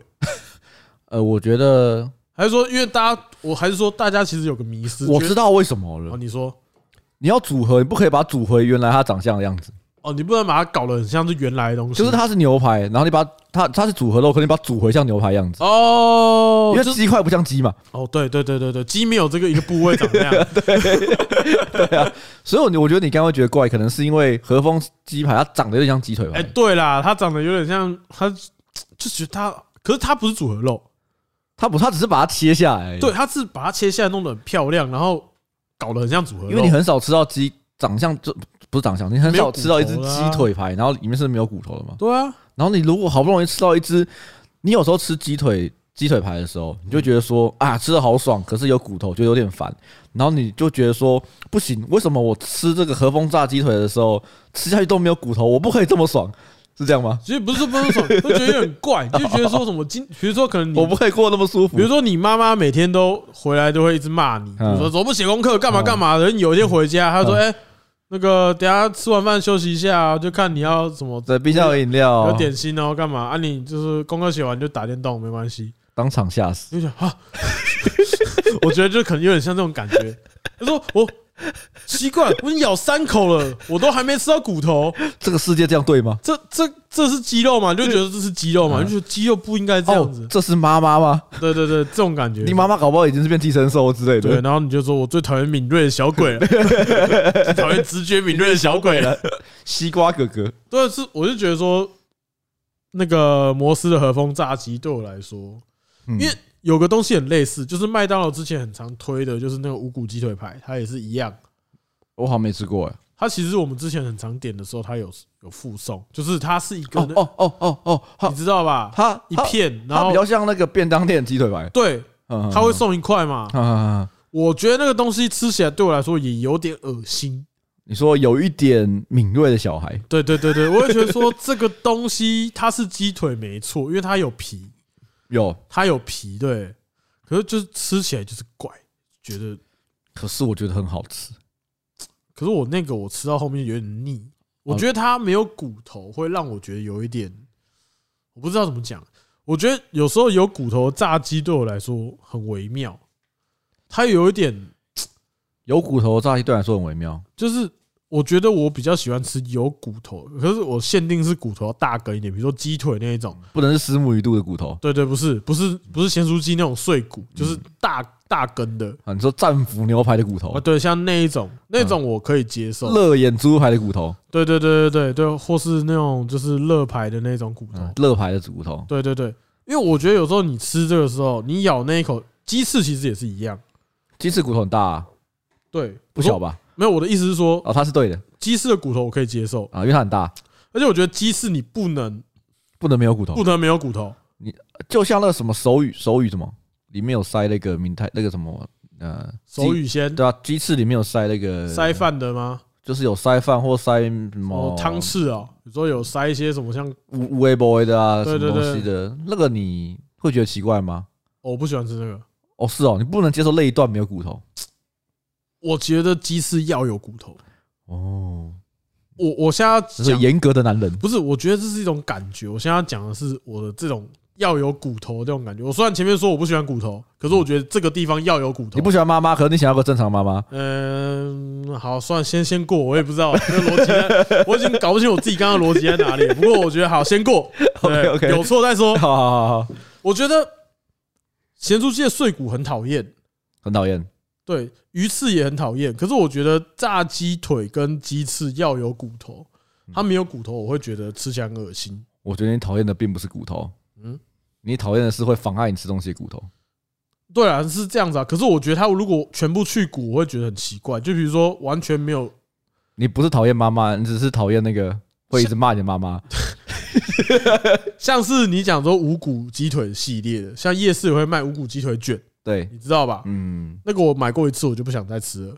Speaker 2: 呃，我觉得
Speaker 1: 还是说因为大家？我还是说大家其实有个迷失。
Speaker 2: 我
Speaker 1: 觉
Speaker 2: 知
Speaker 1: 得
Speaker 2: 道为什么
Speaker 1: 哦，
Speaker 2: 了。
Speaker 1: 你说
Speaker 2: 你要组合，你不可以把它组回原来它长相的样子，
Speaker 1: 哦，你不能把它搞得很像是原来的东西，
Speaker 2: 就是它是牛排，然后你把它它是组合肉，可能你把它组回像牛排样子，
Speaker 1: 哦，
Speaker 2: 因为
Speaker 1: 就是
Speaker 2: 鸡块不像鸡嘛。
Speaker 1: 哦，对对对对对，鸡没有这个一个部位长那
Speaker 2: [laughs]
Speaker 1: 样，
Speaker 2: 所以我我觉得你刚刚会觉得怪，可能是因为和风鸡排它长得有点像鸡腿
Speaker 1: 哎，
Speaker 2: 排，
Speaker 1: 对啦，它长得有点像，它就觉得它，可是它不是组合肉，
Speaker 2: 它不，它只是把它切下来。
Speaker 1: 对，，它是把它切下来弄得很漂亮，然后搞得很像组合肉，
Speaker 2: 因为你很少吃到鸡长相，就不是长相，你很
Speaker 1: 没有
Speaker 2: 少
Speaker 1: 骨
Speaker 2: 吃到一只
Speaker 1: 头的啊
Speaker 2: 鸡腿排，然后里面是没有骨头的嘛。
Speaker 1: 对啊，
Speaker 2: 然后你如果好不容易吃到一只，你有时候吃鸡腿鸡腿排的时候，你就觉得说
Speaker 1: 嗯
Speaker 2: 啊，吃的好爽，可是有骨头就有点烦。然后你就觉得说不行，为什么我吃这个和风炸鸡腿的时候吃下去都没有骨头，我不可以这么爽，是这样吗？
Speaker 1: 其实不是不是爽，会觉得有点怪，就觉得说什么今，比如说可能你
Speaker 2: 我不可以过得那么舒服
Speaker 1: 比如。说你妈妈每天都回来都会一直骂你，
Speaker 2: 嗯
Speaker 1: 你说怎么不写功课，干嘛干嘛的。人有一天回家，她说：“哎，那个等一下吃完饭休息一下啊，就看你要什么
Speaker 2: 对，冰箱有饮料，
Speaker 1: 有点心哦，干嘛啊？你就是功课写完就打电动，没关系。”
Speaker 2: 当场吓死。
Speaker 1: 就想啊， [laughs] 我觉得就可能有点像这种感觉。他说：“我奇怪，我已经咬三口了，我都还没吃到骨头，
Speaker 2: 这个世界这样对吗？
Speaker 1: 这这这是鸡肉吗？你就觉得这是鸡肉吗？
Speaker 2: 嗯
Speaker 1: 你就觉得鸡肉不应该这样子
Speaker 2: 哦。这是妈妈吗？
Speaker 1: 对对对，这种感觉。
Speaker 2: 你妈妈搞不好已经是变寄生兽之类
Speaker 1: 对，
Speaker 2: 的。
Speaker 1: 然后你就说我最讨厌敏锐的小鬼
Speaker 2: [laughs]
Speaker 1: 了，讨厌直觉敏锐的小鬼了。
Speaker 2: 西瓜哥哥，
Speaker 1: 对，啊是我就觉得说，那个摩斯的和风炸鸡对我来说
Speaker 2: 因
Speaker 1: 为有个东西很类似，就是麦当劳之前很常推的，就是那个无骨鸡腿排，它也是一样。
Speaker 2: 我好像没吃过哎。
Speaker 1: 它其实我们之前很常点的时候，它有有附送，就是它是一个
Speaker 2: 哦，哦哦哦哦，它
Speaker 1: 你知道吧？
Speaker 2: 它
Speaker 1: 一
Speaker 2: 它
Speaker 1: 片，然
Speaker 2: 它
Speaker 1: 后
Speaker 2: 比较像那个便当店鸡腿排，
Speaker 1: 对，
Speaker 2: 嗯
Speaker 1: 它会送一块嘛。
Speaker 2: 嗯嗯嗯嗯
Speaker 1: 我觉得那个东西吃起来对我来说也有点恶心。
Speaker 2: 你说有一点敏锐的小孩，
Speaker 1: 对对对对，我也觉得说这个东西它是鸡腿没错，因为它有皮，
Speaker 2: 有，
Speaker 1: 它有皮，对。可是就是吃起来就是怪，觉得。
Speaker 2: 可是我觉得很好吃。
Speaker 1: 可是我那个我吃到后面有点腻，我
Speaker 2: 哦
Speaker 1: 觉得它没有骨头，会让我觉得有一点，我不知道怎么讲。我觉得有时候有骨头的炸鸡对我来说很微妙，它有一点
Speaker 2: 有骨头的炸鸡对我来说很微妙，
Speaker 1: 就是我觉得我比较喜欢吃有骨头，可是我限定是骨头要大根一点，比如说鸡腿那一种。
Speaker 2: 不能是石母鱼肚的骨头
Speaker 1: 对对，不是不是不是咸酥鸡那种碎骨，
Speaker 2: 嗯
Speaker 1: 就是大大根的
Speaker 2: 啊。你说战斧牛排的骨
Speaker 1: 啊，
Speaker 2: 头，
Speaker 1: 对，像那一种那
Speaker 2: 嗯
Speaker 1: 种我可以接受。
Speaker 2: 乐眼猪排的骨头，
Speaker 1: 对对对对对对，或是那种就是乐牌的那种骨头
Speaker 2: 嗯，。乐排的骨头，
Speaker 1: 对对对，因为我觉得有时候你吃这个时候，你咬那一口鸡翅其实也是一样。
Speaker 2: 鸡翅骨头很大啊，
Speaker 1: 对，我
Speaker 2: 不小
Speaker 1: 说。
Speaker 2: 吧？
Speaker 1: 没有，我的意思是说，
Speaker 2: 哦，它是对的
Speaker 1: 鸡翅的骨头我可以接受，
Speaker 2: 啊，因为它很大，
Speaker 1: 而且我觉得鸡翅你不能
Speaker 2: 不能没有骨头
Speaker 1: 不。能没有骨头。
Speaker 2: 就像那个什么手语手语什么，里面有塞那个明太那个什么呃鸡
Speaker 1: 手语先
Speaker 2: 对啊，鸡翅里面有塞那个
Speaker 1: 塞，饭的吗？
Speaker 2: 就是有塞饭或塞什
Speaker 1: 哦
Speaker 2: 么，
Speaker 1: 汤匙啊，有时候有塞一些什么像，
Speaker 2: 五五 A boy 的啊，
Speaker 1: 对
Speaker 2: 什
Speaker 1: 对
Speaker 2: 么东西的，那个你会觉得奇怪吗？
Speaker 1: 哦我不喜欢吃那个。
Speaker 2: 哦，是哦，你不能接受那一段没有骨头
Speaker 1: 我觉得鸡翅要有骨头。
Speaker 2: 哦，
Speaker 1: 我我现在要
Speaker 2: 这是
Speaker 1: 讲
Speaker 2: 严格的男人。
Speaker 1: 不是，我觉得这是一种感觉。我现在要讲的是我的这种要有骨头的这种感觉。我虽然前面说我不喜欢骨头，可是我觉得这个地方要有骨头。
Speaker 2: 你不喜欢妈妈，可是你想要个正常妈妈， [laughs]
Speaker 1: 嗯，好，算了先先过，我也不知道这个逻辑在，我已经搞不清我自己刚刚的逻辑在哪里了。不过我觉得好，先
Speaker 2: [laughs]
Speaker 1: 过
Speaker 2: OK，OK
Speaker 1: 对有错再说
Speaker 2: 好。好好好，
Speaker 1: 我觉得咸猪鸡的碎骨很讨厌，
Speaker 2: 很讨厌。
Speaker 1: 对，鱼翅也很讨厌。可是我觉得炸鸡腿跟鸡翅要有骨头，它没有骨头，我会觉得吃起来很恶心。
Speaker 2: 我觉得你讨厌的并不是骨头，
Speaker 1: 嗯
Speaker 2: 嗯，你讨厌的是会妨碍你吃东西的骨头。
Speaker 1: 对啊，是这样子啊。可是我觉得它如果全部去骨，我会觉得很奇怪。就比如说完全没有 [laughs]
Speaker 2: 你不是讨厌妈妈，你只是讨厌那个会一直骂你的妈妈。
Speaker 1: 像是你讲说五谷鸡腿系列的，像夜市也会卖五谷鸡腿卷，
Speaker 2: 对，
Speaker 1: 你知道吧？
Speaker 2: 嗯，
Speaker 1: 那个我买过一次，我就不想再吃了。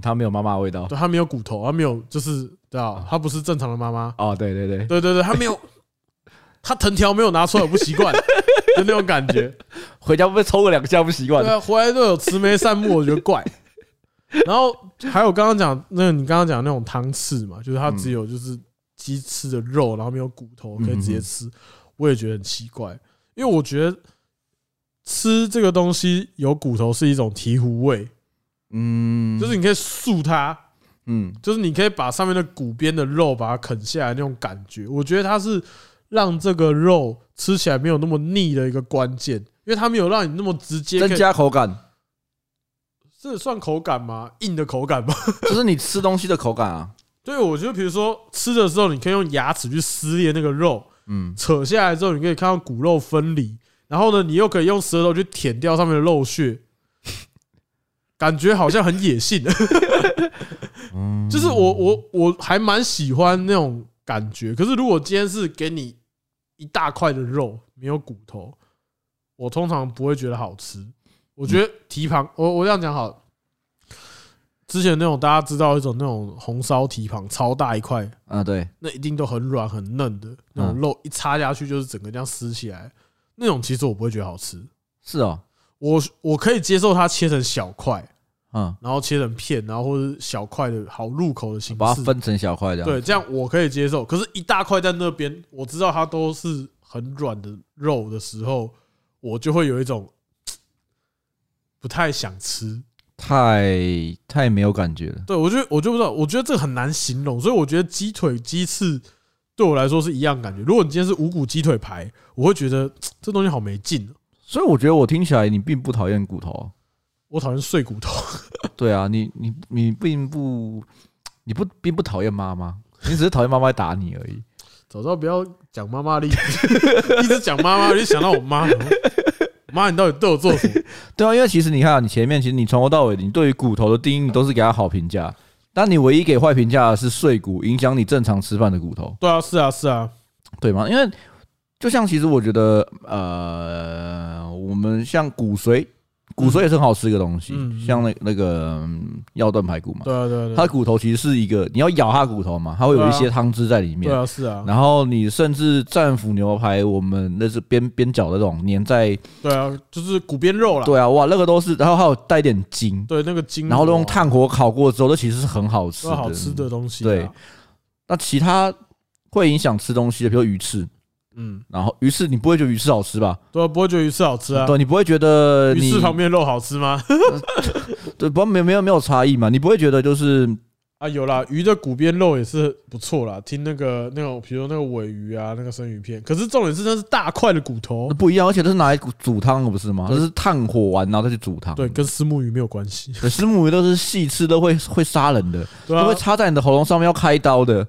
Speaker 2: 它没有妈妈的味道。
Speaker 1: 对，它没有骨头，它没有，就是对啊，它不是正常的妈妈。
Speaker 2: 哦，对对对，
Speaker 1: 对对对，它没有，它藤条没有拿出来，我不习惯，就那种感觉。
Speaker 2: 回家不被抽个两下不习惯
Speaker 1: 对。啊，回来都有慈眉善目，我觉得 [laughs] 怪。然后还有刚刚讲那个，你刚刚讲那种汤翅嘛，就是它只有就是鸡翅的肉，然后没有骨头，可以直接吃，我也觉得很奇怪，因为我觉得吃这个东西有骨头是一种醍醐味，
Speaker 2: 嗯，
Speaker 1: 就是你可以塑它，
Speaker 2: 嗯，
Speaker 1: 就是你可以把上面的骨边的肉把它啃下来那种感觉，我觉得它是让这个肉吃起来没有那么腻的一个关键，因为它没有让你那么直接可
Speaker 2: 增
Speaker 1: 以
Speaker 2: 加口感，
Speaker 1: 这算口感吗？硬的口感吗？ [laughs]
Speaker 2: 就是你吃东西的口感啊。
Speaker 1: 对，我觉得比如说吃的时候，你可以用牙齿去撕裂那个肉，
Speaker 2: 嗯，
Speaker 1: 扯下来之后，你可以看到骨肉分离，然后呢，你又可以用舌头去舔掉上面的肉屑，感觉好像很野性。
Speaker 2: 哦
Speaker 1: 就是我我我还蛮喜欢那种感觉，可是如果今天是给你一大块的肉，没有骨头，我通常不会觉得好吃。我
Speaker 2: 嗯
Speaker 1: 觉得蹄膀，我我这样讲好。之前那种大家知道一种那种红烧蹄膀，超大一块，
Speaker 2: 啊，对，
Speaker 1: 那一定都很软很嫩的那种
Speaker 2: 嗯
Speaker 1: 肉，一插下去就是整个这样撕起来，那种其实我不会觉得好吃。
Speaker 2: 是哦，
Speaker 1: 我我可以接受它切成小块，
Speaker 2: 嗯，
Speaker 1: 然后切成片，然后或者小块的好入口的形
Speaker 2: 把它
Speaker 1: 式，
Speaker 2: 分成小块这样。
Speaker 1: 对，这样我可以接受。可是，一大块在那边，我知道它都是很软的肉的时候，我就会有一种嘖不太想吃。
Speaker 2: 太太没有感觉了。
Speaker 1: 对我就我就不知道，我觉得这个很难形容，所以我觉得鸡腿、鸡翅对我来说是一样感觉。如果你今天是五谷鸡腿排，我会觉得嘖这东西好没劲、啊，
Speaker 2: 所以我觉得我听起来你并不讨厌骨 [laughs] 头，
Speaker 1: 我讨厌碎骨头。
Speaker 2: 对啊，你你你并不你不并不讨厌妈妈，你只是讨厌妈妈会打你而已。
Speaker 1: 早知道不要讲妈妈的例子， [laughs] 一直讲妈妈，我就想到我妈。 [laughs] 妈，你到底对我做什么？
Speaker 2: 对啊，因为其实你看啊，你前面其实你从头到尾，你对于骨头的定义都是给他好评价，但你唯一给坏评价的是碎骨，影响你正常吃饭的骨头，
Speaker 1: 对啊，是啊，是啊，
Speaker 2: 对吗？因为就像其实我觉得，呃，我们像骨髓，骨髓也是很好吃一个东西，
Speaker 1: 嗯嗯
Speaker 2: 像那那个嗯药炖排骨嘛，
Speaker 1: 对啊，对啊，对
Speaker 2: 它
Speaker 1: 啊
Speaker 2: 的骨头其实是一个，你要咬它的骨头嘛，它会有一
Speaker 1: 对
Speaker 2: 些
Speaker 1: 啊
Speaker 2: 汤汁在里面
Speaker 1: 对。啊，是啊，
Speaker 2: 然后你甚至战斧牛排，我们那是边边角的那种粘在，
Speaker 1: 对啊，就是骨边肉啦。
Speaker 2: 对啊，哇，那个都是，然后还有带点筋，
Speaker 1: 对，那个筋，啊
Speaker 2: 然后都用，炭火烤过之后，这其实是很好吃
Speaker 1: 都
Speaker 2: 的。
Speaker 1: 好吃的东西。啊
Speaker 2: 对，那其他会影响吃东西的，比如鱼翅，
Speaker 1: 嗯，
Speaker 2: 然后鱼翅你不会觉得鱼翅好吃吧？
Speaker 1: 对啊，不会觉得鱼翅好吃啊？
Speaker 2: 对，你不会觉得
Speaker 1: 鱼
Speaker 2: 你
Speaker 1: 翅旁边的肉好吃吗？ [laughs]
Speaker 2: 对，不没有没有没有差异嘛？你不会觉得就是
Speaker 1: 啊，有啦，鱼的骨边肉也是不错啦。听那个那种，比如说那个尾鱼啊，那个生鱼片，可是重点是那是大块的骨头，
Speaker 2: 不一样，而且这是拿来煮汤的不是吗？
Speaker 1: 哦对
Speaker 2: 这是炭火完然后再去煮汤。
Speaker 1: 对，跟丝木鱼没有关
Speaker 2: [laughs]
Speaker 1: 系，
Speaker 2: 可是母鱼都是细吃都会会杀人的，
Speaker 1: 对
Speaker 2: 都
Speaker 1: 啊
Speaker 2: 会，插在你的喉咙上面要开刀的。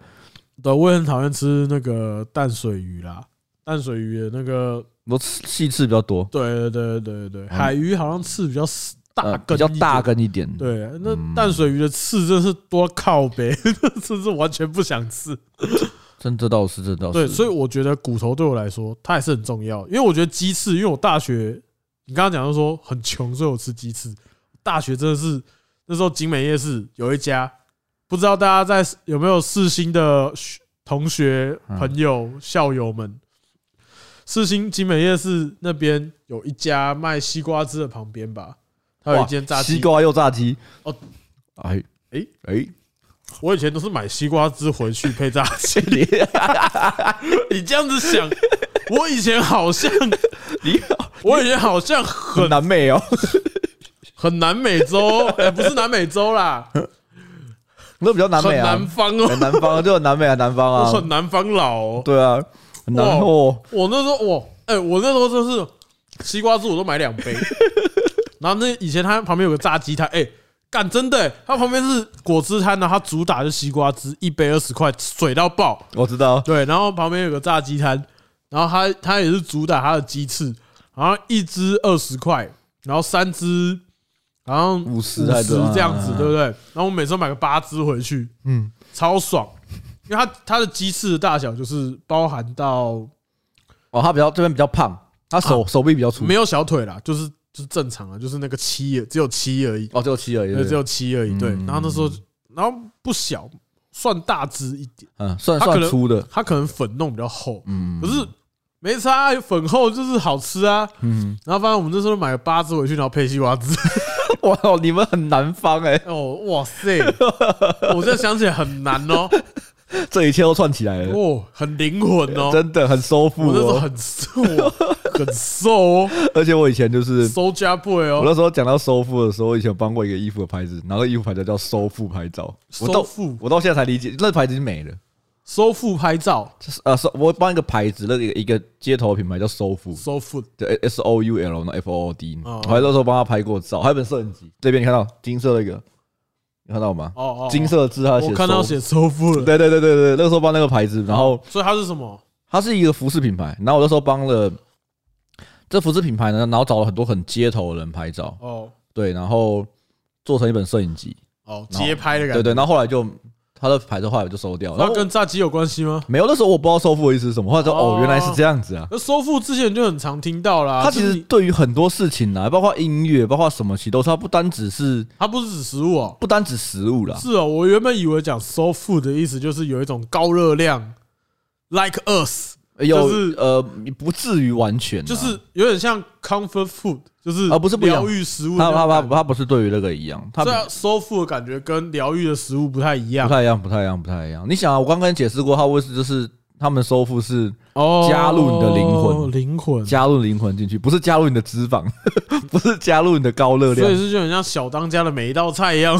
Speaker 1: 对，啊我也很讨厌吃那个淡水鱼啦，淡水鱼的那个，
Speaker 2: 都刺细刺比较多，
Speaker 1: 对对对对对对，海鱼好像刺比较大
Speaker 2: 哦呃
Speaker 1: 根，
Speaker 2: 比较大。根一点。
Speaker 1: 对，那
Speaker 2: 嗯
Speaker 1: 淡水鱼的刺真是多靠背， [laughs] 真是完全不想吃。
Speaker 2: 真这倒是，这倒哦是。
Speaker 1: 对，所以我觉得骨头对我来说，它也是很重要。因为我觉得鸡翅，因为我大学，你刚刚讲到说很穷，所以我吃鸡翅。大学真的是那时候景美夜市有一家，不知道大家在有没有世新的学同学、
Speaker 2: 嗯
Speaker 1: 朋友、校友们，世新景美夜市那边有一家卖西瓜汁的旁边吧，它有一间炸
Speaker 2: 哇
Speaker 1: 鸡
Speaker 2: 西。瓜又炸鸡。
Speaker 1: 哦，
Speaker 2: 哎
Speaker 1: 哎
Speaker 2: 哎哎，
Speaker 1: 我以前都是买西瓜汁回去配炸鸡。
Speaker 2: [laughs] 你
Speaker 1: [laughs] 你这样子想，我以前好像，
Speaker 2: 你
Speaker 1: 我以前好像很
Speaker 2: 很南美哦，
Speaker 1: 很南美洲，哎，不是南美洲啦，
Speaker 2: 那比较南
Speaker 1: 很
Speaker 2: 美啊
Speaker 1: 南，方哦，
Speaker 2: 很南方就很南美啊，南方
Speaker 1: 我
Speaker 2: 啊
Speaker 1: 很，南方佬哦。
Speaker 2: 对啊，很南
Speaker 1: 哇
Speaker 2: 哦，
Speaker 1: 我那时候我，哎，我那时候真是西瓜汁我都买两 [laughs] 杯，然后那以前他旁边有个炸鸡摊，哎。干真的、欸，它旁边是果汁摊然后它主打就是西瓜汁，一杯二十块，水到爆。
Speaker 2: 我知道，
Speaker 1: 对，然后旁边有个炸鸡摊，然后它它也是主打它的鸡翅，好像一只二十块，然后三只好像
Speaker 2: 50
Speaker 1: 五
Speaker 2: 还
Speaker 1: 十
Speaker 2: 是多少
Speaker 1: 这样子，
Speaker 2: 嗯
Speaker 1: 对不对？然后我每次都买个八只回去，
Speaker 2: 嗯，
Speaker 1: 超爽。因为它它的鸡翅的大小就是包含到
Speaker 2: 哦，他比较这边比较胖，他手手臂比较粗
Speaker 1: 啊没，有小腿啦，就是就是正常啊，就是那个七只有七而已，
Speaker 2: 哦，只有七而已，对
Speaker 1: 对，
Speaker 2: 不
Speaker 1: 只
Speaker 2: 对
Speaker 1: 有七而已。对，
Speaker 2: 嗯
Speaker 1: 然后那时候然后不小，算大只一点，
Speaker 2: 嗯，算
Speaker 1: 他可
Speaker 2: 算
Speaker 1: 能 [laughs]
Speaker 2: 粗的，
Speaker 1: 它可能粉弄比较厚，
Speaker 2: 嗯，
Speaker 1: 可是没差啊，粉厚就是好吃啊。
Speaker 2: 嗯，
Speaker 1: 然后反正我们那时候买了八只回去，然后配西瓜
Speaker 2: [laughs]
Speaker 1: 汁。
Speaker 2: 哇哦，你们很南方哎，
Speaker 1: 哦，哇塞！我现在想起来很难
Speaker 2: [laughs]
Speaker 1: 哦，
Speaker 2: [laughs] 这一切都串起来了，
Speaker 1: 哦，很灵魂哦。
Speaker 2: 真的很收
Speaker 1: 我
Speaker 2: 腹
Speaker 1: 那时候
Speaker 2: 哦。
Speaker 1: 很瘦哦，
Speaker 2: [laughs]
Speaker 1: 很瘦哦，
Speaker 2: 而且我以前就是，
Speaker 1: 收加倍
Speaker 2: 我
Speaker 1: 哦，
Speaker 2: 那时候讲到收腹的时候，我以前有帮过一个衣服的牌子，然后衣服牌子叫收腹拍照，我
Speaker 1: 收
Speaker 2: 到
Speaker 1: 腹
Speaker 2: 我到现在才理解，那牌子已经没了。
Speaker 1: 收腹拍照，
Speaker 2: 就是呃，收我帮一个牌子，那个一个街头品牌叫收腹，
Speaker 1: 收腹
Speaker 2: 就 S O U L 那 F O O D，
Speaker 1: 哦
Speaker 2: 我还那时候帮他拍过照，还有一本摄影集，这边你看到金色那个，你看到吗？
Speaker 1: 哦哦，
Speaker 2: 金色的字他写，
Speaker 1: 我看到，写收腹了，
Speaker 2: 对对对对对，那时候帮那个牌子，然后
Speaker 1: 所以它是什么？
Speaker 2: 它是一个服饰品牌，然后我那时候帮了这服饰品牌呢，然后找了很多很街头的人拍照，
Speaker 1: 哦
Speaker 2: 对，然后做成一本摄影集，
Speaker 1: 哦，街拍的感
Speaker 2: 对
Speaker 1: 觉，
Speaker 2: 对，然后后来就他的牌子后来就收掉，然
Speaker 1: 那
Speaker 2: 后
Speaker 1: 跟炸鸡有关系吗？
Speaker 2: 没有那时候我不知道收腹的意思是什么，后来就
Speaker 1: 哦
Speaker 2: 哦原来是这样子啊。
Speaker 1: 那收腹之前就很常听到啦，
Speaker 2: 他其
Speaker 1: 就
Speaker 2: 实
Speaker 1: 是你
Speaker 2: 对于很多事情啊，包括音乐，包括什么，其实都是他不单只是
Speaker 1: 它不是指食物哦，
Speaker 2: 不单指食物啦，
Speaker 1: 是哦，我原本以为讲收腹的意思就是有一种高热量，like us，
Speaker 2: 有
Speaker 1: 就是
Speaker 2: 呃不至于完全啊，
Speaker 1: 就是有点像 comfort food，就是
Speaker 2: 啊不是不一样
Speaker 1: 疗愈食物的
Speaker 2: 他
Speaker 1: 那
Speaker 2: 他
Speaker 1: 种
Speaker 2: 他
Speaker 1: 感觉，
Speaker 2: 他不是对于那个一样，他
Speaker 1: 虽然收腹的感觉跟疗愈的食物不太一
Speaker 2: 不
Speaker 1: 样
Speaker 2: 太一样，不太一样，不太一样。你想啊，我刚刚解释过，他为什么就是他们收腹是
Speaker 1: 哦
Speaker 2: 加入你的灵魂
Speaker 1: 灵魂，
Speaker 2: 加入灵魂进去，不是加入你的脂肪， [laughs] 不是加入你的高热
Speaker 1: 所以
Speaker 2: 量，
Speaker 1: 是就很像小当家的每一道菜一
Speaker 2: [laughs]
Speaker 1: 样，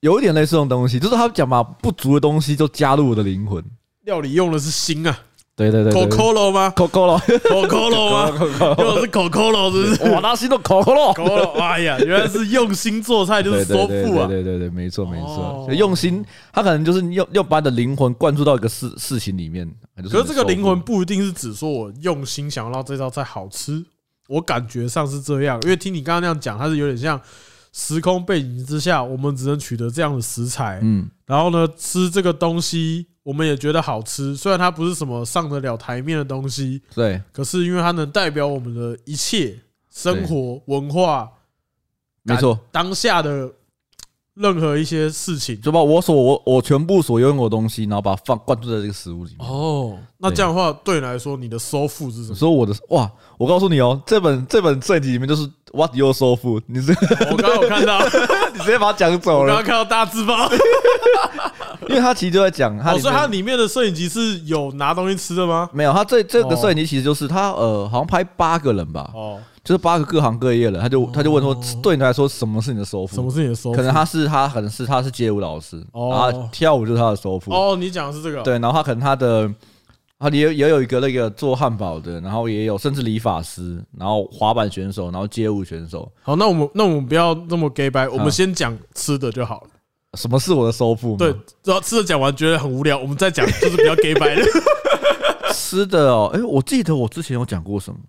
Speaker 2: 有一点类似这种东西，就是他讲把不足的东西就加入我的灵魂。
Speaker 1: 料理用的是心啊，
Speaker 2: 对对对
Speaker 1: 口
Speaker 2: 对，
Speaker 1: 口肉
Speaker 2: [laughs]
Speaker 1: 吗？
Speaker 2: 口
Speaker 1: [laughs]
Speaker 2: 口了，
Speaker 1: 口口肉
Speaker 2: [laughs]
Speaker 1: 吗？用的是口口肉，是不是？
Speaker 2: 哇，那心都口口了。
Speaker 1: 口口肉，哎呀，原来是用心做菜就是收腹啊！
Speaker 2: 对对对对对对，没错没
Speaker 1: 哦
Speaker 2: 错，就用心，他可能就是用用把你的灵魂灌注到一个事事情里面。就
Speaker 1: 可是这个
Speaker 2: 你的收入
Speaker 1: 灵魂不一定是指说我用心想要让这道菜好吃，我感觉上是这样，因为听你刚刚那样讲，它是有点像时空背景之下，我们只能取得这样的食材，
Speaker 2: 嗯，
Speaker 1: 然后呢，吃这个东西我们也觉得好吃，虽然它不是什么上得了台面的东西，
Speaker 2: 对，
Speaker 1: 可是因为它能代表我们的一切生活、文化、
Speaker 2: 没错，
Speaker 1: 当下的任何一些事情。
Speaker 2: 就把我所我我全部所拥有的东西，然后把它放灌注在这个食物里面。
Speaker 1: 哦，那这样的话，对你来说，你的收腹是什么？
Speaker 2: 所以我的哇，我告诉你哦，这本这本摄影集里面就是 What You So Food，你直 [laughs]
Speaker 1: 我刚刚有看到，我
Speaker 2: 你直接把它讲走
Speaker 1: 刚
Speaker 2: 了
Speaker 1: 刚，看到大字报，
Speaker 2: 因为他其实就在讲他
Speaker 1: 哦，
Speaker 2: 里
Speaker 1: 所以它
Speaker 2: 面
Speaker 1: 里面的摄影机是有拿东西吃的吗？
Speaker 2: 没有他这这个
Speaker 1: 哦
Speaker 2: 摄影集其实就是他呃，好像拍八个人吧，
Speaker 1: 哦，
Speaker 2: 就是八个各行各业的，他就他就问说
Speaker 1: 哦，
Speaker 2: 对你来说什么是你的收
Speaker 1: 什
Speaker 2: 腹
Speaker 1: 么？是你的收腹？
Speaker 2: 可能他是他可能是他是街舞老师，
Speaker 1: 哦
Speaker 2: 然后跳舞就是他的收腹，
Speaker 1: 哦，你讲的是这个，，
Speaker 2: 对，然后他可能他的他也有也有一个那个做汉堡的，然后也有甚至理发师，然后滑板选手，然后街舞选手，
Speaker 1: 好，那我们那我们不要那么 gay 白，我们
Speaker 2: 啊
Speaker 1: 先讲吃的就好了。
Speaker 2: 嗯什么是我的收腹？
Speaker 1: 对，，然后吃的讲完觉得很无聊，我们再讲就是比较 gay 白
Speaker 2: [laughs]
Speaker 1: 的。
Speaker 2: 吃的哦，哎，我记得我之前有讲过什么，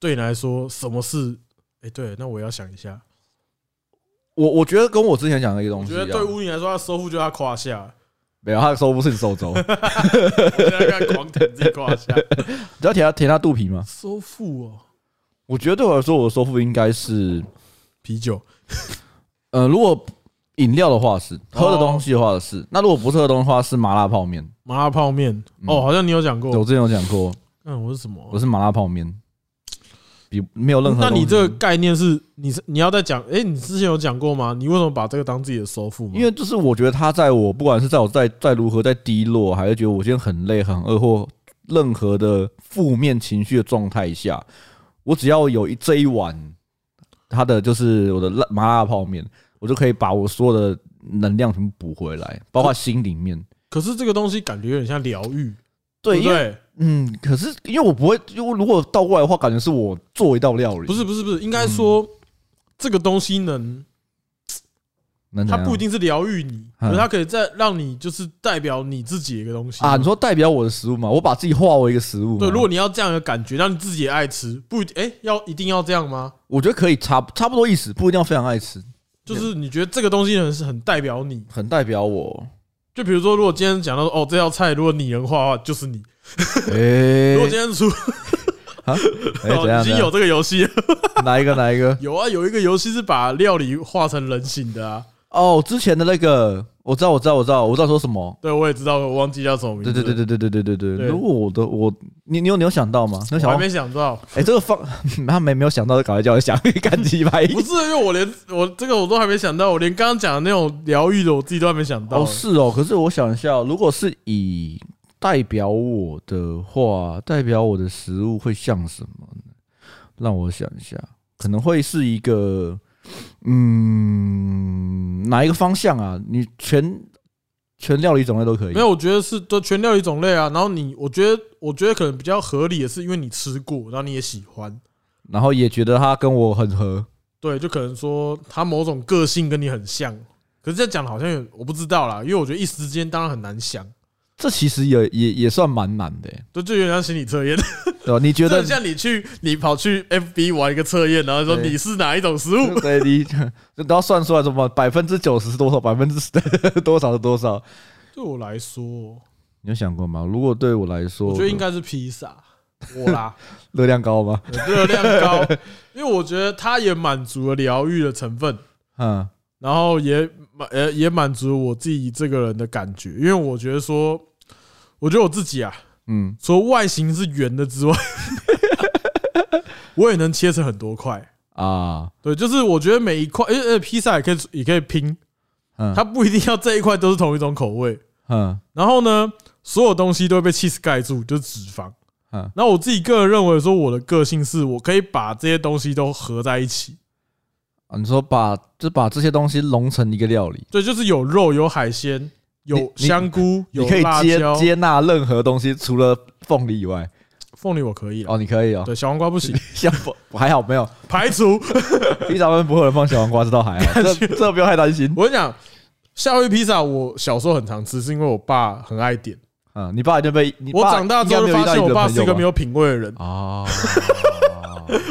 Speaker 1: 对你来说，什么是？哎，对，那我也要想一下。
Speaker 2: 我我觉得跟我之前讲的一个
Speaker 1: 我
Speaker 2: 东西
Speaker 1: 觉
Speaker 2: 一
Speaker 1: 得
Speaker 2: 样，
Speaker 1: 对乌云来说，他收腹就要胯下， [laughs]
Speaker 2: 没有他的收腹是你手肘， [laughs] 你
Speaker 1: 我现在看狂舔自己胯
Speaker 2: [laughs]
Speaker 1: 下，
Speaker 2: 只要舔他舔他肚皮吗？
Speaker 1: 收腹哦，
Speaker 2: 我觉得对我来说，我的收腹应该是
Speaker 1: 啤酒
Speaker 2: 呃，如果饮料的话是，喝的东西的话
Speaker 1: 哦
Speaker 2: 是，那如果不是喝的东西的话是麻辣泡面。
Speaker 1: 麻辣泡面哦，
Speaker 2: 嗯
Speaker 1: 好像你有讲
Speaker 2: 对我
Speaker 1: 过。
Speaker 2: 之前有讲过，
Speaker 1: 嗯，我是什么啊
Speaker 2: 我？是麻辣泡面，比没有任何
Speaker 1: 那
Speaker 2: 东西。
Speaker 1: 你这个概念是，你是你要再讲？哎，你之前有讲过吗？你为什么把这个当自己的收腹吗？
Speaker 2: 因为就是我觉得他在我不管是在我再再如何在低落，还是觉得我今天很累很饿或任何的负面情绪的状态下，我只要有一这一碗，他的就是我的辣麻辣泡面，我就可以把我所有的能量全部补回来，包括心里面。
Speaker 1: 可是这个东西感觉有点像疗愈，
Speaker 2: 对，
Speaker 1: 不
Speaker 2: 因为
Speaker 1: 对？
Speaker 2: 嗯，可是因为我不会，因为如果倒过来的话，感觉是我做一道料理，
Speaker 1: 不是不是不是，应该说
Speaker 2: 嗯
Speaker 1: 这个东西能
Speaker 2: 能怎
Speaker 1: 它
Speaker 2: 样
Speaker 1: 不一定是疗愈你，可
Speaker 2: 嗯
Speaker 1: 是它可以再让你就是代表你自己的一个东西
Speaker 2: 啊。你说嗯代表我的食物嘛？我把自己化为一个食物嘛。
Speaker 1: 对，如果你要这样的感觉，让你自己也爱吃，不一定哎、要一定要这样吗？
Speaker 2: 我觉得可以差不差不多意思，不一定要非常爱吃，
Speaker 1: 就是你觉得这个东西很是很代表你，
Speaker 2: 很代表我。
Speaker 1: 就比如说，如果今天讲到说哦，这道菜如果拟人化的话，就是你；
Speaker 2: [laughs] 哎
Speaker 1: 如果今天出
Speaker 2: [laughs] 哎，怎
Speaker 1: 哦，
Speaker 2: 样？
Speaker 1: 已
Speaker 2: 怎
Speaker 1: 经有
Speaker 2: [laughs] 样
Speaker 1: 这个游戏了，
Speaker 2: 哪一个？哪一个？
Speaker 1: 有啊，有一个游戏是把料理化成人形的啊。
Speaker 2: 哦，之前的那个，我知道，我知道，我知道，我知道说什么。
Speaker 1: 对，我也知道，我忘记叫什么名字。
Speaker 2: 对对对，对对对对对对。
Speaker 1: 对
Speaker 2: 如果我的我，你你有你有想到吗？你有
Speaker 1: 我
Speaker 2: 想
Speaker 1: 还
Speaker 2: 到？
Speaker 1: 没想到，
Speaker 2: 哎，这个方 [laughs] 他没没有想到，赶快叫我想， [laughs] 赶紧拍。
Speaker 1: 不是因为我连我这个我都还没想到，我连刚刚讲的那种疗愈的我自己都还没想到
Speaker 2: 哦，。是哦。可是我想一下哦，如果是以代表我的话，代表我的食物会像什么呢？让我想一下，可能会是一个，嗯，哪一个方向啊？你全全料理种类都可以。
Speaker 1: 没有，我觉得是都全料理种类啊。然后你，我觉得我觉得可能比较合理的是，因为你吃过，然后你也喜欢。
Speaker 2: 然后也觉得他跟我很合。
Speaker 1: 对，就可能说他某种个性跟你很像，可是这样讲好像有我不知道啦，因为我觉得一时间当然很难想，
Speaker 2: 这其实也也也算蛮难的欸、
Speaker 1: 对，就有点像心理测验，
Speaker 2: 对吧？你觉
Speaker 1: 就
Speaker 2: 得
Speaker 1: 很？像你去你跑去 FB 玩一个测验，然后说
Speaker 2: 对
Speaker 1: 你是哪一种食物，
Speaker 2: 对，你你都要算出来怎么百分之九十是多少，百分之十多少是多少？
Speaker 1: 对我来说，
Speaker 2: 你有想过吗？如果对我来说，
Speaker 1: 我觉得应该是披萨，我啦，
Speaker 2: 热量高吗？
Speaker 1: [laughs] 热量高，因为我觉得它也满足了疗愈的成分，
Speaker 2: 嗯，
Speaker 1: 然后也满呃也满足我自己这个人的感觉，因为我觉得说，我觉得我自己啊，
Speaker 2: 嗯，
Speaker 1: 除了外形是圆的之外， [laughs] 我也能切成很多块。
Speaker 2: 啊，
Speaker 1: 对，就是我觉得每一块，而且披萨也可以也可以拼，
Speaker 2: 嗯，
Speaker 1: 它不一定要这一块都是同一种口味。
Speaker 2: 嗯
Speaker 1: 然后呢，所有东西都会被 cheese 盖住，就是脂肪。
Speaker 2: 嗯
Speaker 1: 然后我自己个人认为说，我的个性是我可以把这些东西都合在一起，
Speaker 2: 啊你说把就把这些东西融成一个料理，
Speaker 1: 对，就是有肉、有海鲜、有
Speaker 2: 你
Speaker 1: 香菇、有
Speaker 2: 你可以
Speaker 1: 辣
Speaker 2: 接
Speaker 1: 椒。
Speaker 2: 接纳任何东西，除了凤梨以外。
Speaker 1: 凤梨我可以了，啊
Speaker 2: 哦，你可以哦，
Speaker 1: 对，小黄瓜不行，
Speaker 2: [laughs]
Speaker 1: [laughs]
Speaker 2: 像凤还好没有，
Speaker 1: 排除。
Speaker 2: 披萨们不会有人放小黄瓜，这倒还好，这这不用太担心。
Speaker 1: 我跟你讲，夏威夷披萨我小时候很常吃，是因为我爸很爱点。
Speaker 2: 嗯，你爸已经被你
Speaker 1: 我
Speaker 2: 爸
Speaker 1: 长大之后
Speaker 2: 应
Speaker 1: 就
Speaker 2: 该没有
Speaker 1: 发现
Speaker 2: 遇到你
Speaker 1: 我
Speaker 2: 的
Speaker 1: 爸
Speaker 2: 朋友
Speaker 1: 是一个没
Speaker 2: 吧
Speaker 1: 有品味的人。
Speaker 2: 哦，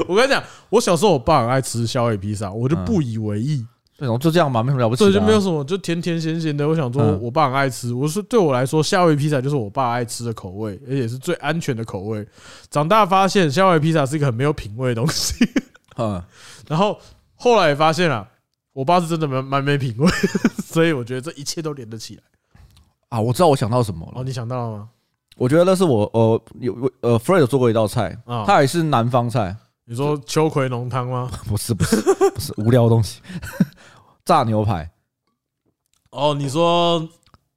Speaker 1: 我跟你讲，我小时候我爸很爱吃夏威夷披萨，我就
Speaker 2: 嗯
Speaker 1: 不以为意，
Speaker 2: [laughs] 对，就这样嘛，没什么了不起的
Speaker 1: 所以
Speaker 2: 啊，
Speaker 1: 就没有什么，就甜甜咸咸的。我想说，
Speaker 2: 嗯
Speaker 1: 我爸很爱吃，我说对我来说，夏威夷披萨就是我爸爱吃的口味，而且是最安全的口味。长大发现夏威夷披萨是一个很没有品味的东西， [laughs]
Speaker 2: 嗯，
Speaker 1: 然后后来也发现了。我爸是真的蛮蛮没品味， [laughs] 所以我觉得这一切都连得起来。
Speaker 2: 啊，我知道我想到什么
Speaker 1: 哦，
Speaker 2: 了。
Speaker 1: 你想到了吗？
Speaker 2: 我觉得那是我呃有我呃 Fred 有做过一道菜，
Speaker 1: 啊、
Speaker 2: 它也是南方菜，
Speaker 1: 你说秋葵浓汤吗？
Speaker 2: 不是不是不是无聊的东西， [laughs] 炸牛排
Speaker 1: 哦，你说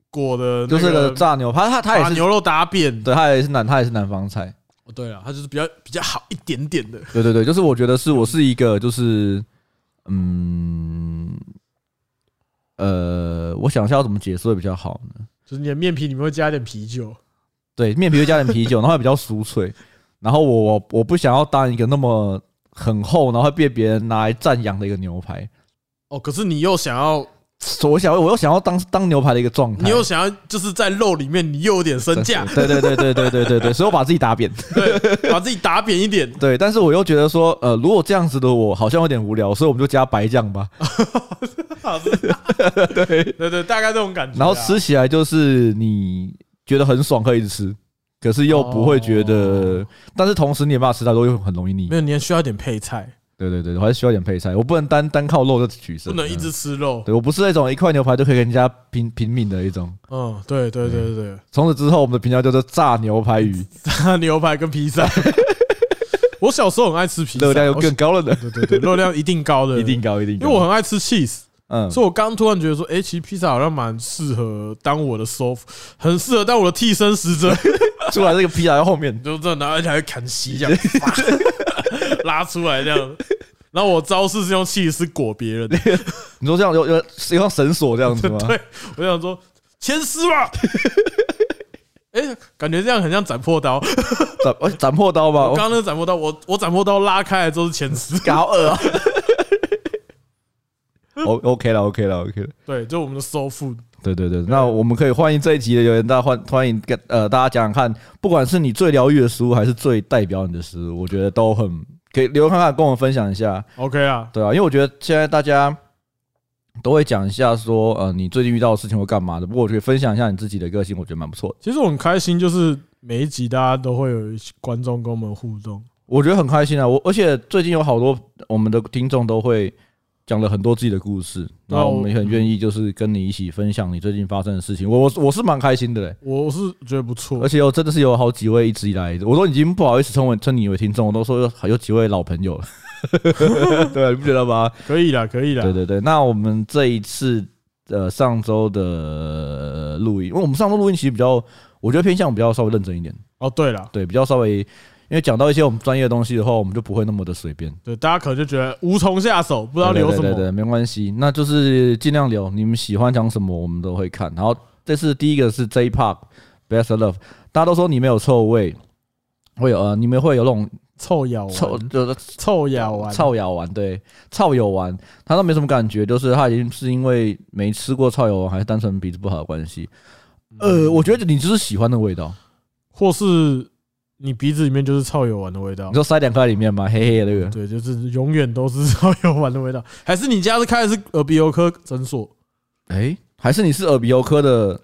Speaker 1: 裹的、那
Speaker 2: 就是个炸牛排，它它
Speaker 1: 把
Speaker 2: 也是
Speaker 1: 牛肉打扁。
Speaker 2: 对，它也是南它也是南方菜，
Speaker 1: 哦对了，它就是比较比较好一点点的。
Speaker 2: 对对对，就是我觉得是我是一个就是嗯呃，我想一下要怎么解释会比较好呢？
Speaker 1: 就是你的面皮里面会加一点啤酒，
Speaker 2: 对，面皮会加点啤酒，然后会比较酥脆， [laughs] 然后我我我不想要当一个那么很厚，然后会被别人拿来赞扬的一个牛排，
Speaker 1: 哦，可是你又想要，
Speaker 2: 所以我想我又想要当当牛排的一个状态，
Speaker 1: 你又想要，就是在肉里面你又有点身价，
Speaker 2: 对对对对对对对对，所以我把自己打扁。
Speaker 1: 对，把自己打扁一点。
Speaker 2: 对，但是我又觉得说，呃，如果这样子的我好像有点无聊，所以我们就加白酱吧。
Speaker 1: 啊对对，大概这种感觉啊。
Speaker 2: 然后吃起来就是你觉得很爽，可以一直吃，可是又不会觉得，但是同时你也没办法吃太多，又很容易腻
Speaker 1: 哦没。有，你还需要一点配菜，
Speaker 2: 对对对，我还是需要点配菜，我不能单单靠肉就取胜，
Speaker 1: 不能一直
Speaker 2: 嗯。
Speaker 1: 吃肉。
Speaker 2: 对我不是那种一块牛排就可以跟人家拼拼命的一种。
Speaker 1: 嗯，对对对对 [laughs]
Speaker 2: 从此之后，我们的频道叫做炸牛排鱼，
Speaker 1: 对，牛排跟披萨。 [laughs] 我小时候很爱吃披萨，
Speaker 2: 热量又
Speaker 1: 我
Speaker 2: 更高了呢，
Speaker 1: 对对对，热量一定高的，
Speaker 2: [laughs] 一定高一定
Speaker 1: 因
Speaker 2: 高。
Speaker 1: 为我很爱吃 cheese，
Speaker 2: 嗯
Speaker 1: 所以我刚突然觉得说，哎、其实披萨好像蛮适合当我的收，很适合当我的替身使者，
Speaker 2: 出来这个披萨在后面，
Speaker 1: 就这拿起来砍西这样， [laughs] 啪拉出来这样。然后我招式是用气势裹别人，
Speaker 2: 你说这样有有有像绳索这样子吗？
Speaker 1: [laughs] 对我想说前丝吧， [laughs] 哎，感觉这样很像斩破刀。
Speaker 2: 斩呃斩破刀吧，
Speaker 1: 我
Speaker 2: 我
Speaker 1: 刚刚那个斩破刀，我我斩破刀拉开来之后是前
Speaker 2: [laughs]
Speaker 1: 丝，
Speaker 2: 搞恶啊。O 哦 OK 了，OK 了，OK 了。
Speaker 1: 对，就我们的收腹。
Speaker 2: 对对对，那我们可以欢迎这一集的留言，大家欢欢迎跟呃大家讲讲看，不管是你最疗愈的食物，还是最代表你的食物，我觉得都很可以留言看看，跟我们分享一下，
Speaker 1: OK 啊，
Speaker 2: 对啊，因为我觉得现在大家都会讲一下说，呃，你最近遇到的事情会干嘛的。不过我觉得分享一下你自己的个性，我觉得蛮不错的。
Speaker 1: 其实我很开心，就是每一集大家都会有一些观众跟我们互动。
Speaker 2: 我觉得很开心啊！我而且最近有好多我们的听众都会讲了很多自己的故事，
Speaker 1: 对啊
Speaker 2: 然后我
Speaker 1: 我
Speaker 2: 们也很愿意就是跟你一起分享你最近发生的事情。我我我是蛮开心的嘞，
Speaker 1: 我是觉得不
Speaker 2: 而
Speaker 1: 错，
Speaker 2: 且有真的是有好几位一直以来，我都已经不好意思称为称你为听众，我都说有有几位老朋
Speaker 1: [laughs]
Speaker 2: 友了，对啊，你不觉得吗？
Speaker 1: 可以啦，可以啦
Speaker 2: 对。对对，那我们这一次呃上周的录音，因为我们上周录音其实比较，我觉得偏向比较稍微认真一点，
Speaker 1: 哦，对了，
Speaker 2: 对，比较稍微，因为讲到一些我们专业的东西的话，我们就不会那么的随便。
Speaker 1: 对，大家可能就觉得无从下手，不
Speaker 2: 不
Speaker 1: 知道留什
Speaker 2: 对对
Speaker 1: 么。
Speaker 2: 对，没关系，那就是尽量留。你们喜欢讲什么，我们都会看。然后这次第一个是 J Pop Best Love，大家都说你们有臭味，会有呃，你们会有那种
Speaker 1: 臭咬完，
Speaker 2: 臭就是
Speaker 1: 臭咬完，
Speaker 2: 臭咬丸，对，臭友丸，他都没什么感觉，就是他已经是因为没吃过臭友丸，还是单纯鼻子不好的关系。呃，我觉得你就是喜欢那个味道，
Speaker 1: 嗯或是你鼻子里面就是臭咬完的味道
Speaker 2: 你。就塞两块里面嘛，黑黑的那个。
Speaker 1: 对，就是永远都是臭咬完的味道。 [laughs] 还是你家是开的是耳鼻喉科诊所，
Speaker 2: 哎、还是你是耳鼻喉科的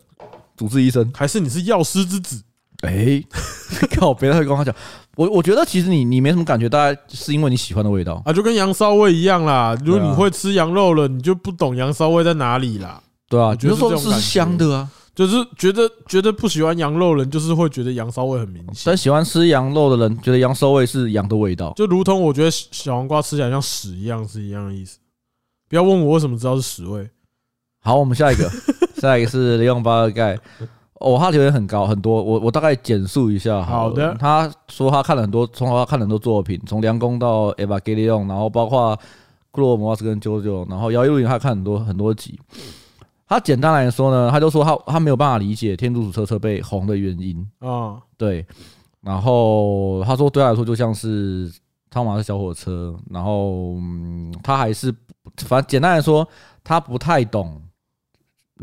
Speaker 2: 主治医生？
Speaker 1: 还是你是药师之子？
Speaker 2: 哎、 [laughs] 靠，别太跟他讲。我我觉得其实你你没什么感觉，大概是因为你喜欢的味道。
Speaker 1: 啊，就跟羊骚味一样啦。如果
Speaker 2: 对
Speaker 1: 你
Speaker 2: 啊
Speaker 1: 会吃羊肉了，你就不懂羊骚味在哪里啦。
Speaker 2: 对啊，
Speaker 1: 我觉得
Speaker 2: 你就是
Speaker 1: 这
Speaker 2: 说
Speaker 1: 种
Speaker 2: 是香的啊，
Speaker 1: 就是觉得觉得不喜欢羊肉人，就是会觉得羊骚味很明显。
Speaker 2: 但喜欢吃羊肉的人觉得羊骚味是羊的味道。
Speaker 1: 就如同我觉得小小黄瓜吃起来像屎一样是一样的意思。不要问我为什么知道是屎味，
Speaker 2: 好，我们下一个，下一个是雷用巴尔盖。哦，他留言很高很多，我我大概简述一下好了。
Speaker 1: 好的
Speaker 2: 他说他看了很多，从他看了很多作品，从《梁公》到《Evangelion》，然后包括《库洛魔法师》跟《啾啾》，然后《摇曳露营》，他看很多很多集。他简单来说呢，他就说他他没有办法理解《天竺鼠车车》被红的原因，
Speaker 1: 啊、
Speaker 2: 对。然后他说对他来说就像是汤马是小火车，然后、嗯、他还是反正简单来说，他不太懂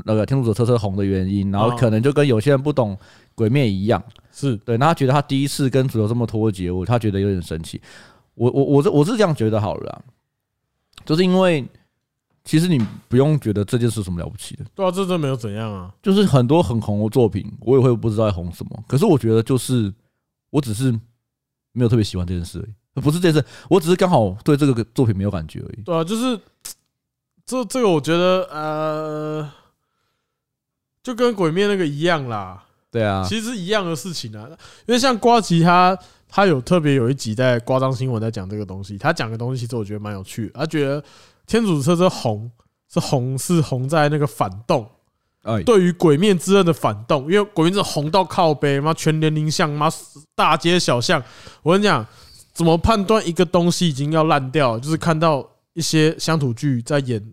Speaker 2: 那个天竺鼠车车红的原因，然后
Speaker 1: 哦
Speaker 2: 可能就跟有些人不懂鬼灭一样，
Speaker 1: 是
Speaker 2: 对，那他觉得他第一次跟主流这么脱节，我他觉得有点神奇。我我我是我是这样觉得好了啦，就是因为其实你不用觉得这件事有什么了不起的，
Speaker 1: 对啊，这真的没有怎样啊。
Speaker 2: 就是很多很红的作品，我也会不知道在红什么。可是我觉得就是我只是没有特别喜欢这件事而已，不是这件事，我只是刚好对这个作品没有感觉而已。
Speaker 1: 对啊，就是这这个，我觉得呃，就跟鬼灭那个一样啦，
Speaker 2: 对啊，
Speaker 1: 其实是一样的事情啊。因为像瓜吉他，他有特别有一集在瓜张新闻在讲这个东西，他讲的东西其实我觉得蛮有趣的，他觉得天主车车红是红是红在那个反动。
Speaker 2: 哎，
Speaker 1: 对于《鬼灭之刃》的反动，因为《鬼灭之刃》红到靠背，妈全年龄向，妈大街小巷。我跟你讲，怎么判断一个东西已经要烂掉，就是看到一些乡土剧在演《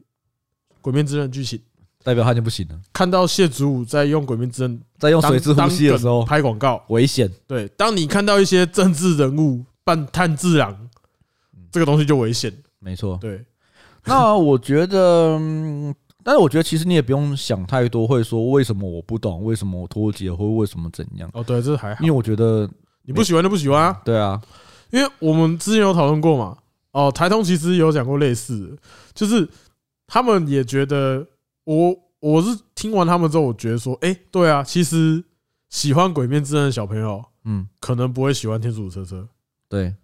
Speaker 1: 鬼灭之刃》剧情，
Speaker 2: 代表他就不行了，
Speaker 1: 看到谢祖武在用《鬼灭之刃
Speaker 2: 在用》
Speaker 1: 当
Speaker 2: 水之呼吸的时
Speaker 1: 当
Speaker 2: 候
Speaker 1: 梗拍广告。
Speaker 2: 危险。
Speaker 1: 对，当你看到一些政治人物扮炭治郎，
Speaker 2: 嗯
Speaker 1: 这个东西就危险。
Speaker 2: 没错，
Speaker 1: 对，
Speaker 2: 那我觉得，嗯但是我觉得其实你也不用想太多，会说为什么我不懂，为什么我脱节，或为什么怎样？
Speaker 1: 哦，对，这还好
Speaker 2: 因为，我觉得，
Speaker 1: 你不喜欢就不喜欢啊。
Speaker 2: 对啊，
Speaker 1: 因为我们之前有讨论过嘛，哦，台通其实有讲过类似的，就是他们也觉得我我是听完他们之后，我觉得说，哎、对啊，其实喜欢《鬼面之刃》的小朋友
Speaker 2: 嗯，
Speaker 1: 可能不会喜欢《天竺鼠车车》，
Speaker 2: 对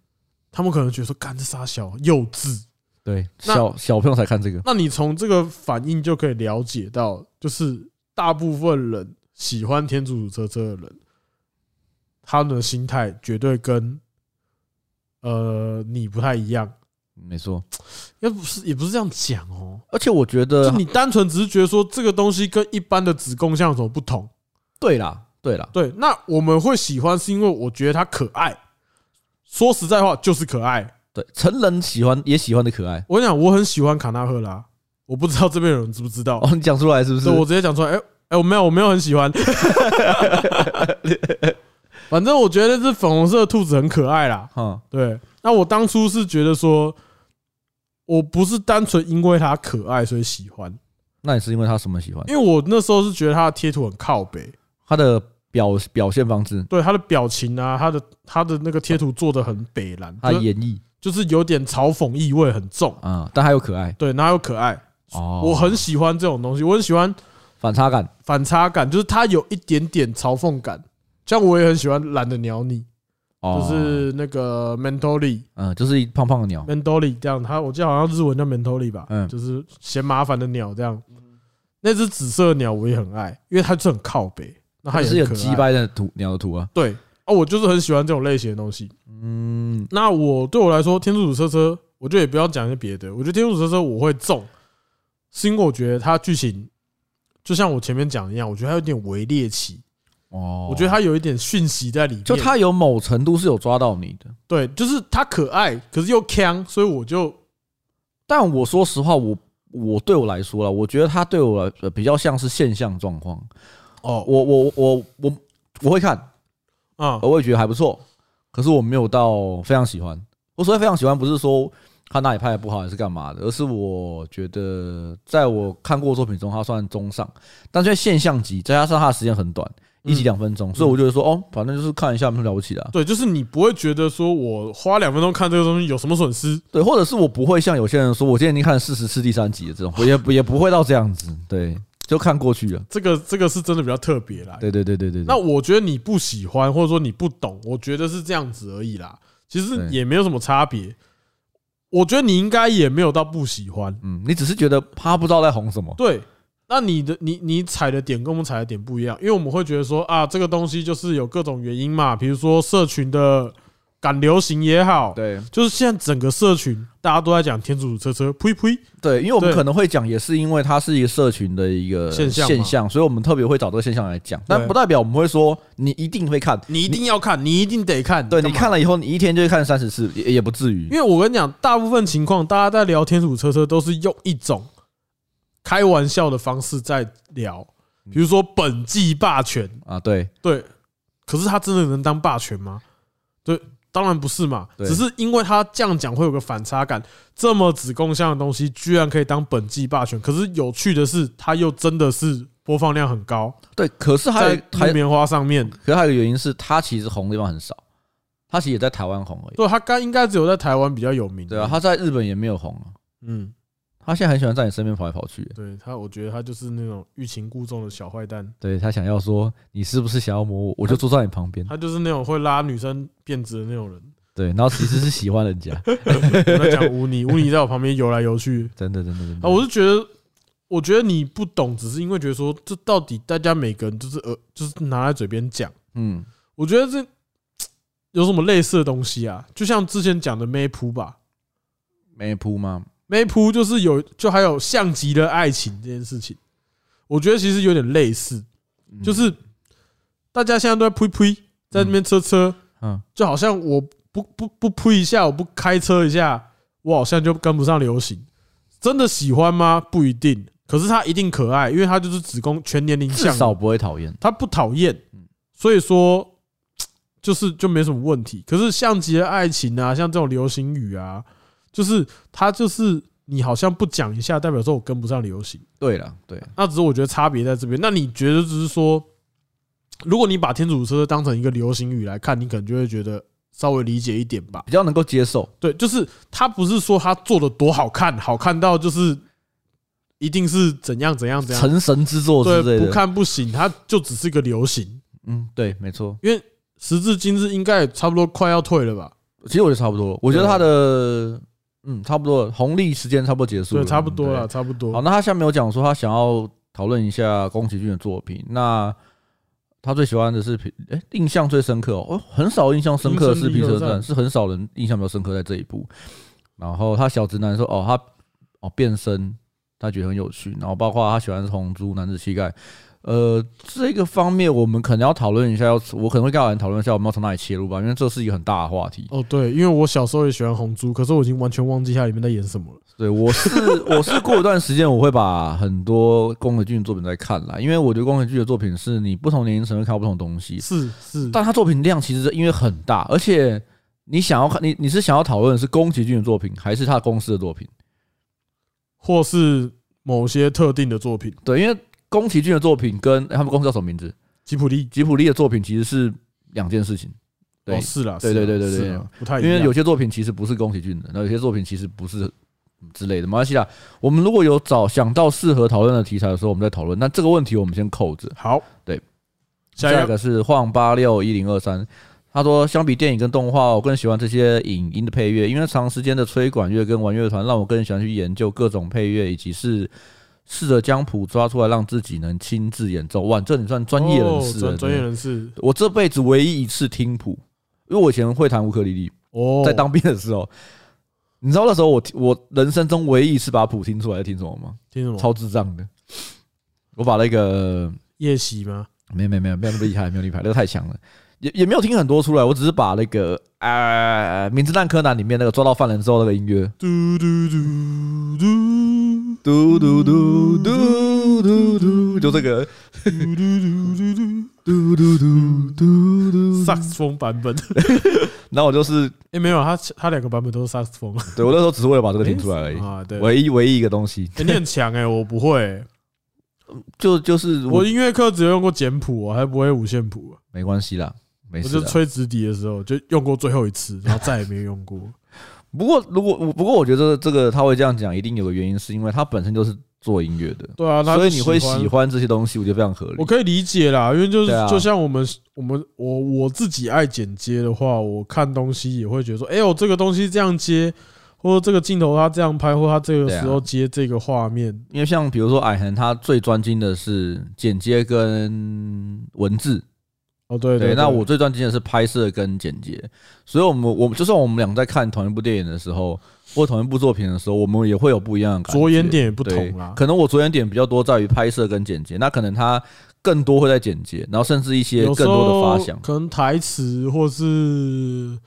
Speaker 1: 他们可能觉得说，干这傻小幼稚。
Speaker 2: 对，
Speaker 1: 那
Speaker 2: 小小朋友才看这个，
Speaker 1: 那你从这个反应就可以了解到，就是大部分人喜欢《天竺鼠车车》的人，他们的心态绝对跟呃你不太一样。
Speaker 2: 没错。
Speaker 1: 也不是也不是这样讲哦，
Speaker 2: 而且我觉
Speaker 1: 就
Speaker 2: 得，
Speaker 1: 你单纯只是觉得说这个东西跟一般的子宫像有什么不同？
Speaker 2: 对啦，对啦，
Speaker 1: 对，那我们会喜欢是因为我觉得它可爱。说实在话，就是可爱。
Speaker 2: 对，成人喜欢也喜欢的可爱。
Speaker 1: 我跟你讲，我很喜欢卡纳赫拉，我不知道这边有人知不知道，
Speaker 2: 哦， [laughs] 你讲出来是不是
Speaker 1: 所以？我直接讲出来。哎哎，我没有，我没有很喜
Speaker 2: [laughs]
Speaker 1: 欢。反正我觉得那只粉红色的兔子很可爱啦。
Speaker 2: 嗯，
Speaker 1: 对，那我当初是觉得说，我不是单纯因为它可爱所以喜欢，
Speaker 2: 那也是因为他什么喜欢？
Speaker 1: 因为我那时候是觉得他的贴图很靠北，
Speaker 2: 他的表表现方式，
Speaker 1: 对他的表情啊，他的他的那个贴图做的很北蓝，
Speaker 2: 他
Speaker 1: 就是
Speaker 2: 演绎
Speaker 1: 就是有点嘲讽意味很重，
Speaker 2: 啊，但他又可爱。
Speaker 1: 对，然后又可爱，
Speaker 2: 哦
Speaker 1: 我很喜欢这种东西，我很喜欢
Speaker 2: 反差感，
Speaker 1: 反差感，就是它有一点点嘲讽感。像我也很喜欢懒得鸟你，
Speaker 2: 哦
Speaker 1: 就是那个 Mentally
Speaker 2: 嗯，就是一胖胖的鸟，
Speaker 1: Mentally 这样，它我记得好像日文叫 Mentally 吧，
Speaker 2: 嗯
Speaker 1: 就是嫌麻烦的鸟这样。那只紫色的鸟我也很爱，因为它是很靠北，那它
Speaker 2: 它
Speaker 1: 也
Speaker 2: 是有
Speaker 1: 很可
Speaker 2: 鸡
Speaker 1: 爱。
Speaker 2: 掰的图鸟的图啊，
Speaker 1: 对啊，我就是很喜欢这种类型的东西。
Speaker 2: 嗯，
Speaker 1: 那我对我来说，天竺鼠车车，我觉得也不要讲一些别的。我觉得天竺鼠车车我会中，是因为我觉得它剧情就像我前面讲的一样，我觉得它有点微猎奇，
Speaker 2: 哦，
Speaker 1: 我觉得它有一点讯息在里面。
Speaker 2: 就它有某程度是有抓到你的，
Speaker 1: 对，就是它可爱，可是又强，所以我就
Speaker 2: 但我说实话，我我对我来说啦，我觉得它对我来呃比较像是现象状况，
Speaker 1: 哦
Speaker 2: 我我我我我会看，
Speaker 1: 啊
Speaker 2: 我会觉得还不错，可是我没有到非常喜欢。我所谓非常喜欢，不是说他哪里拍的不好还是干嘛的，而是我觉得在我看过的作品中，它算中上，但是因为现象级，再加上它的时间很短，一
Speaker 1: 嗯
Speaker 2: 集两分钟，所以我就会说，哦，反正就是看一下，有什么了不起的啊、
Speaker 1: 对，就是你不会觉得说我花两分钟看这个东西有什么损失，
Speaker 2: 对，或者是我不会像有些人说，我今天已经看了四十次第三集了，这种我也不也不会到这样子，对，就看过去了。
Speaker 1: 这个这个是真的比较特别啦。
Speaker 2: 对对对对对
Speaker 1: 那
Speaker 2: 对，
Speaker 1: 我觉得你不喜欢，或者说你不懂，我觉得是这样子而已啦。其实
Speaker 2: 对
Speaker 1: 也没有什么差别。我觉得你应该也没有到不喜欢。
Speaker 2: 嗯，你只是觉得他不知道在红什么，
Speaker 1: 对，那你的你你踩的点跟我们踩的点不一样，因为我们会觉得说啊，这个东西就是有各种原因嘛，比如说社群的赶流行也好，
Speaker 2: 对
Speaker 1: 就是现在整个社群大家都在讲天竺鼠车车，呸呸，
Speaker 2: 对，因为我们
Speaker 1: 对
Speaker 2: 可能会讲，也是因为它是一个社群的一个
Speaker 1: 现象嘛
Speaker 2: 现象，所以我们特别会找这个现象来讲，但
Speaker 1: 对
Speaker 2: 不代表我们会说你一定会看，
Speaker 1: 你一定要看，你一定得看，
Speaker 2: 对你
Speaker 1: 干嘛
Speaker 2: 看了以后，你一天就会看三十次，也也不至于
Speaker 1: 因。为我跟你讲，大部分情况，大家在聊天主车车都是用一种开玩笑的方式在聊，
Speaker 2: 嗯
Speaker 1: 比如说本季霸权，
Speaker 2: 啊，对，
Speaker 1: 对，可是他真的能当霸权吗？对，当然不是嘛，
Speaker 2: 对
Speaker 1: 只是因为他这样讲会有个反差感，这么子供向的东西居然可以当本季霸权，可是有趣的是，它又真的是播放量很高，
Speaker 2: 对，可是还有
Speaker 1: 在
Speaker 2: 还
Speaker 1: 木棉花上面，
Speaker 2: 可是还有一个原因是，它其实红的地方很少，它其实也在台湾红而已。
Speaker 1: 对，它该应该只有在台湾比较有名，
Speaker 2: 对啊，，他在日本也没有红啊，
Speaker 1: 嗯，
Speaker 2: 他现在很喜欢在你身边跑来跑去。
Speaker 1: 对他，我觉得他就是那种欲擒故纵的小坏蛋。
Speaker 2: 对他想要说你是不是想要摸我，我就坐在你旁边。
Speaker 1: 他就是那种会拉女生辫子的那种人。
Speaker 2: 对，然后其实是喜欢人家， [laughs]
Speaker 1: 我在讲污泥，污泥在我旁边游来游去
Speaker 2: 真的真的真
Speaker 1: 啊！
Speaker 2: 的。
Speaker 1: 我是觉得，我觉得你不懂，只是因为觉得说，这到底大家每个人就是呃，就是拿在嘴边讲。
Speaker 2: 嗯，
Speaker 1: 我觉得这有什么类似的东西啊？就像之前讲的 Map 吧
Speaker 2: 没铺吗？
Speaker 1: ，Map 就是有，就还有像极了爱情这件事情，我觉得其实有点类似，
Speaker 2: 嗯
Speaker 1: 就是大家现在都在呸呸，在那边车车，
Speaker 2: 嗯，
Speaker 1: 就好像我不不不扑一下，我不开车一下，我好像就跟不上流行。真的喜欢吗？不一定。可是他一定可爱，因为他就是子宫全年龄
Speaker 2: 至
Speaker 1: 向，
Speaker 2: 少不会讨厌。
Speaker 1: 他不讨厌
Speaker 2: 嗯，
Speaker 1: 所以说就是就没什么问题。可是像极了爱情啊，像这种流行语啊，就是他就是你好像不讲一下，代表说我跟不上流行。
Speaker 2: 对了，对，
Speaker 1: 那只是我觉得差别在这边。那你觉得只是说，如果你把天主车当成一个流行语来看，你可能就会觉得稍微理解一点吧。
Speaker 2: 比较能够接受。
Speaker 1: 对，就是他不是说他做的多好看，好看到就是一定是怎样怎样怎样，
Speaker 2: 成神之作之类
Speaker 1: 对，不
Speaker 2: 的。
Speaker 1: 看不行，它就只是个流行。
Speaker 2: 嗯，对，没错。
Speaker 1: 时至今日，应该也差不多快要退了吧？
Speaker 2: 其实我觉得差不多了，我觉得他的嗯差不多了，红利时间差不多结
Speaker 1: 啊
Speaker 2: 束
Speaker 1: 对，
Speaker 2: 了，
Speaker 1: 差不多
Speaker 2: 啊对
Speaker 1: 了，差不
Speaker 2: 好，
Speaker 1: 多。
Speaker 2: 那他下面有讲说他想要讨论一下宫崎骏的作品，那他最喜欢的是皮，哎、印象最深刻哦，哦很少印象深刻的是《皮
Speaker 1: 平
Speaker 2: 车
Speaker 1: 成第一
Speaker 2: 站》，
Speaker 1: 站
Speaker 2: 是很少人印象比较深刻在这一部。然后他小直男说，哦，他哦变身，他觉得很有趣。然后包括他喜欢红猪、男子气概，呃，这个方面我们可能要讨论一下，要我可能会跟老人讨论一下，我们要从哪里切入吧，因为这是一个很大的话题。
Speaker 1: 哦，对，因为我小时候也喜欢红猪，可是我已经完全忘记它里面在演什么了。
Speaker 2: 对，我是我是过一段时间我会把很多宫崎骏的作品再看啦，因为我觉得宫崎骏的作品是你不同年龄层会看到不同东西，
Speaker 1: 是是，
Speaker 2: 但他作品量其实因为很大，而且你想要看你你是想要讨论的是宫崎骏的作品还是他公司的作品？
Speaker 1: 或是某些特定的作品，
Speaker 2: 对，因为宫崎骏的作品跟哎他们公司叫什么名字？
Speaker 1: 吉普力。
Speaker 2: 吉普力的作品其实是两件事情。对
Speaker 1: 哦，是啦，
Speaker 2: 对
Speaker 1: 是啦
Speaker 2: 对对对
Speaker 1: 是
Speaker 2: 对
Speaker 1: 啦不太一
Speaker 2: 因
Speaker 1: 样。
Speaker 2: 为有些作品其实不是宫崎骏的，那有些作品其实不是之类的，没关系啦。我们如果有找想到适合讨论的题材的时候，我们再讨论。那这个问题我们先扣着。
Speaker 1: 好，
Speaker 2: 对，
Speaker 1: 下
Speaker 2: 下
Speaker 1: 一
Speaker 2: 一
Speaker 1: 个
Speaker 2: 个是晃八六一零二三，他说相比电影跟动画，我更喜欢这些影音的配乐，因为长时间的吹管乐跟玩乐团，让我更喜欢去研究各种配乐，以及是试着将谱抓出来，让自己能亲自演奏。哇，这你算专业人
Speaker 1: 哦
Speaker 2: 士了
Speaker 1: 专专业
Speaker 2: 真的
Speaker 1: 人士
Speaker 2: 我这辈子唯一一次听谱，因为我以前会弹乌克丽丽，
Speaker 1: 哦，
Speaker 2: 在当兵的时候。你知道那时候我我人生中唯一一次把谱听出来是听什么吗？
Speaker 1: 听什么
Speaker 2: 超智障的，我把那个
Speaker 1: 夜袭吗？
Speaker 2: 没有没有没有没有那么厉害，没有厉害，那个太强了，也也没有听很多出来，我只是把那个啊《名侦探柯南》里面那个抓到犯人之后那个音乐，
Speaker 1: 嘟嘟嘟嘟
Speaker 2: 嘟嘟嘟嘟嘟嘟，就这个
Speaker 1: 嘟嘟嘟嘟
Speaker 2: 嘟嘟嘟嘟
Speaker 1: 嘟，
Speaker 2: 嘟。
Speaker 1: 萨克斯风版本。
Speaker 2: 然后我就是
Speaker 1: 哎，没有，他他两个版本都是萨克斯风，
Speaker 2: 对我那时候只是为了把这个听出来而已，
Speaker 1: 啊。对，
Speaker 2: 唯一唯一一个东西，
Speaker 1: 诶你很强哎，我不会欸，
Speaker 2: 就就是
Speaker 1: 我
Speaker 2: 我
Speaker 1: 音乐课只有用过简谱，我还不会五线谱。
Speaker 2: 没关系啦，没
Speaker 1: 我
Speaker 2: 事
Speaker 1: 就
Speaker 2: 啦。
Speaker 1: 吹直笛的时候就用过最后一次，然后再也没有用过。
Speaker 2: 不过如果我不过我觉得这个他会这样讲，一定有个原因，是因为他本身就是做音乐的，
Speaker 1: 对啊，他就
Speaker 2: 所以你会喜
Speaker 1: 欢，
Speaker 2: 欢这些东西，我觉得非常合理
Speaker 1: 我。可以理解啦，因为就是
Speaker 2: 对啊
Speaker 1: 就像我们我们我我自己爱剪接的话，我看东西也会觉得说，哎呦，这个东西这样接，或者这个镜头他这样拍，或他这个时候接这个画面，
Speaker 2: 因为像比如说矮恒，他最专精的是剪接跟文字，
Speaker 1: 哦，对
Speaker 2: 对，
Speaker 1: 对，
Speaker 2: 那我最专精的是拍摄跟剪接，所以我们我们就算我们俩在看同一部电影的时候，或同一部作品的时候，我们也会有不一样的感觉
Speaker 1: 着眼点也不
Speaker 2: 对
Speaker 1: 同啦。
Speaker 2: 可能我着眼点比较多在于拍摄跟剪接，那可能他更多会在剪接，然后甚至一些
Speaker 1: 有
Speaker 2: 更
Speaker 1: 时
Speaker 2: 多的
Speaker 1: 候
Speaker 2: 发想。
Speaker 1: 可能台词或是。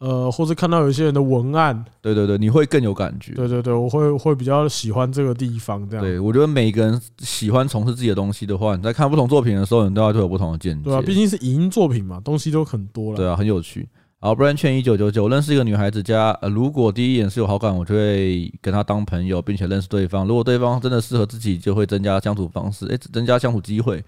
Speaker 1: 呃，或是看到有些人的文案，
Speaker 2: 对对对，你会更有感觉。
Speaker 1: 对对对，我会会比较喜欢这个地方这样。
Speaker 2: 对，我觉得每一个人喜欢从事自己的东西的话，你在看不同作品的时候，你都要会有不同的见解。
Speaker 1: 对啊，毕竟是影音作品嘛，东西都很多
Speaker 2: 对
Speaker 1: 了。
Speaker 2: 啊，很有趣。好，不然劝一九九九，认识一个女孩子家，呃，如果第一眼是有好感，我就会跟她当朋友，并且认识对方。如果对方真的适合自己，就会增加相处方式，诶、增加相处机会。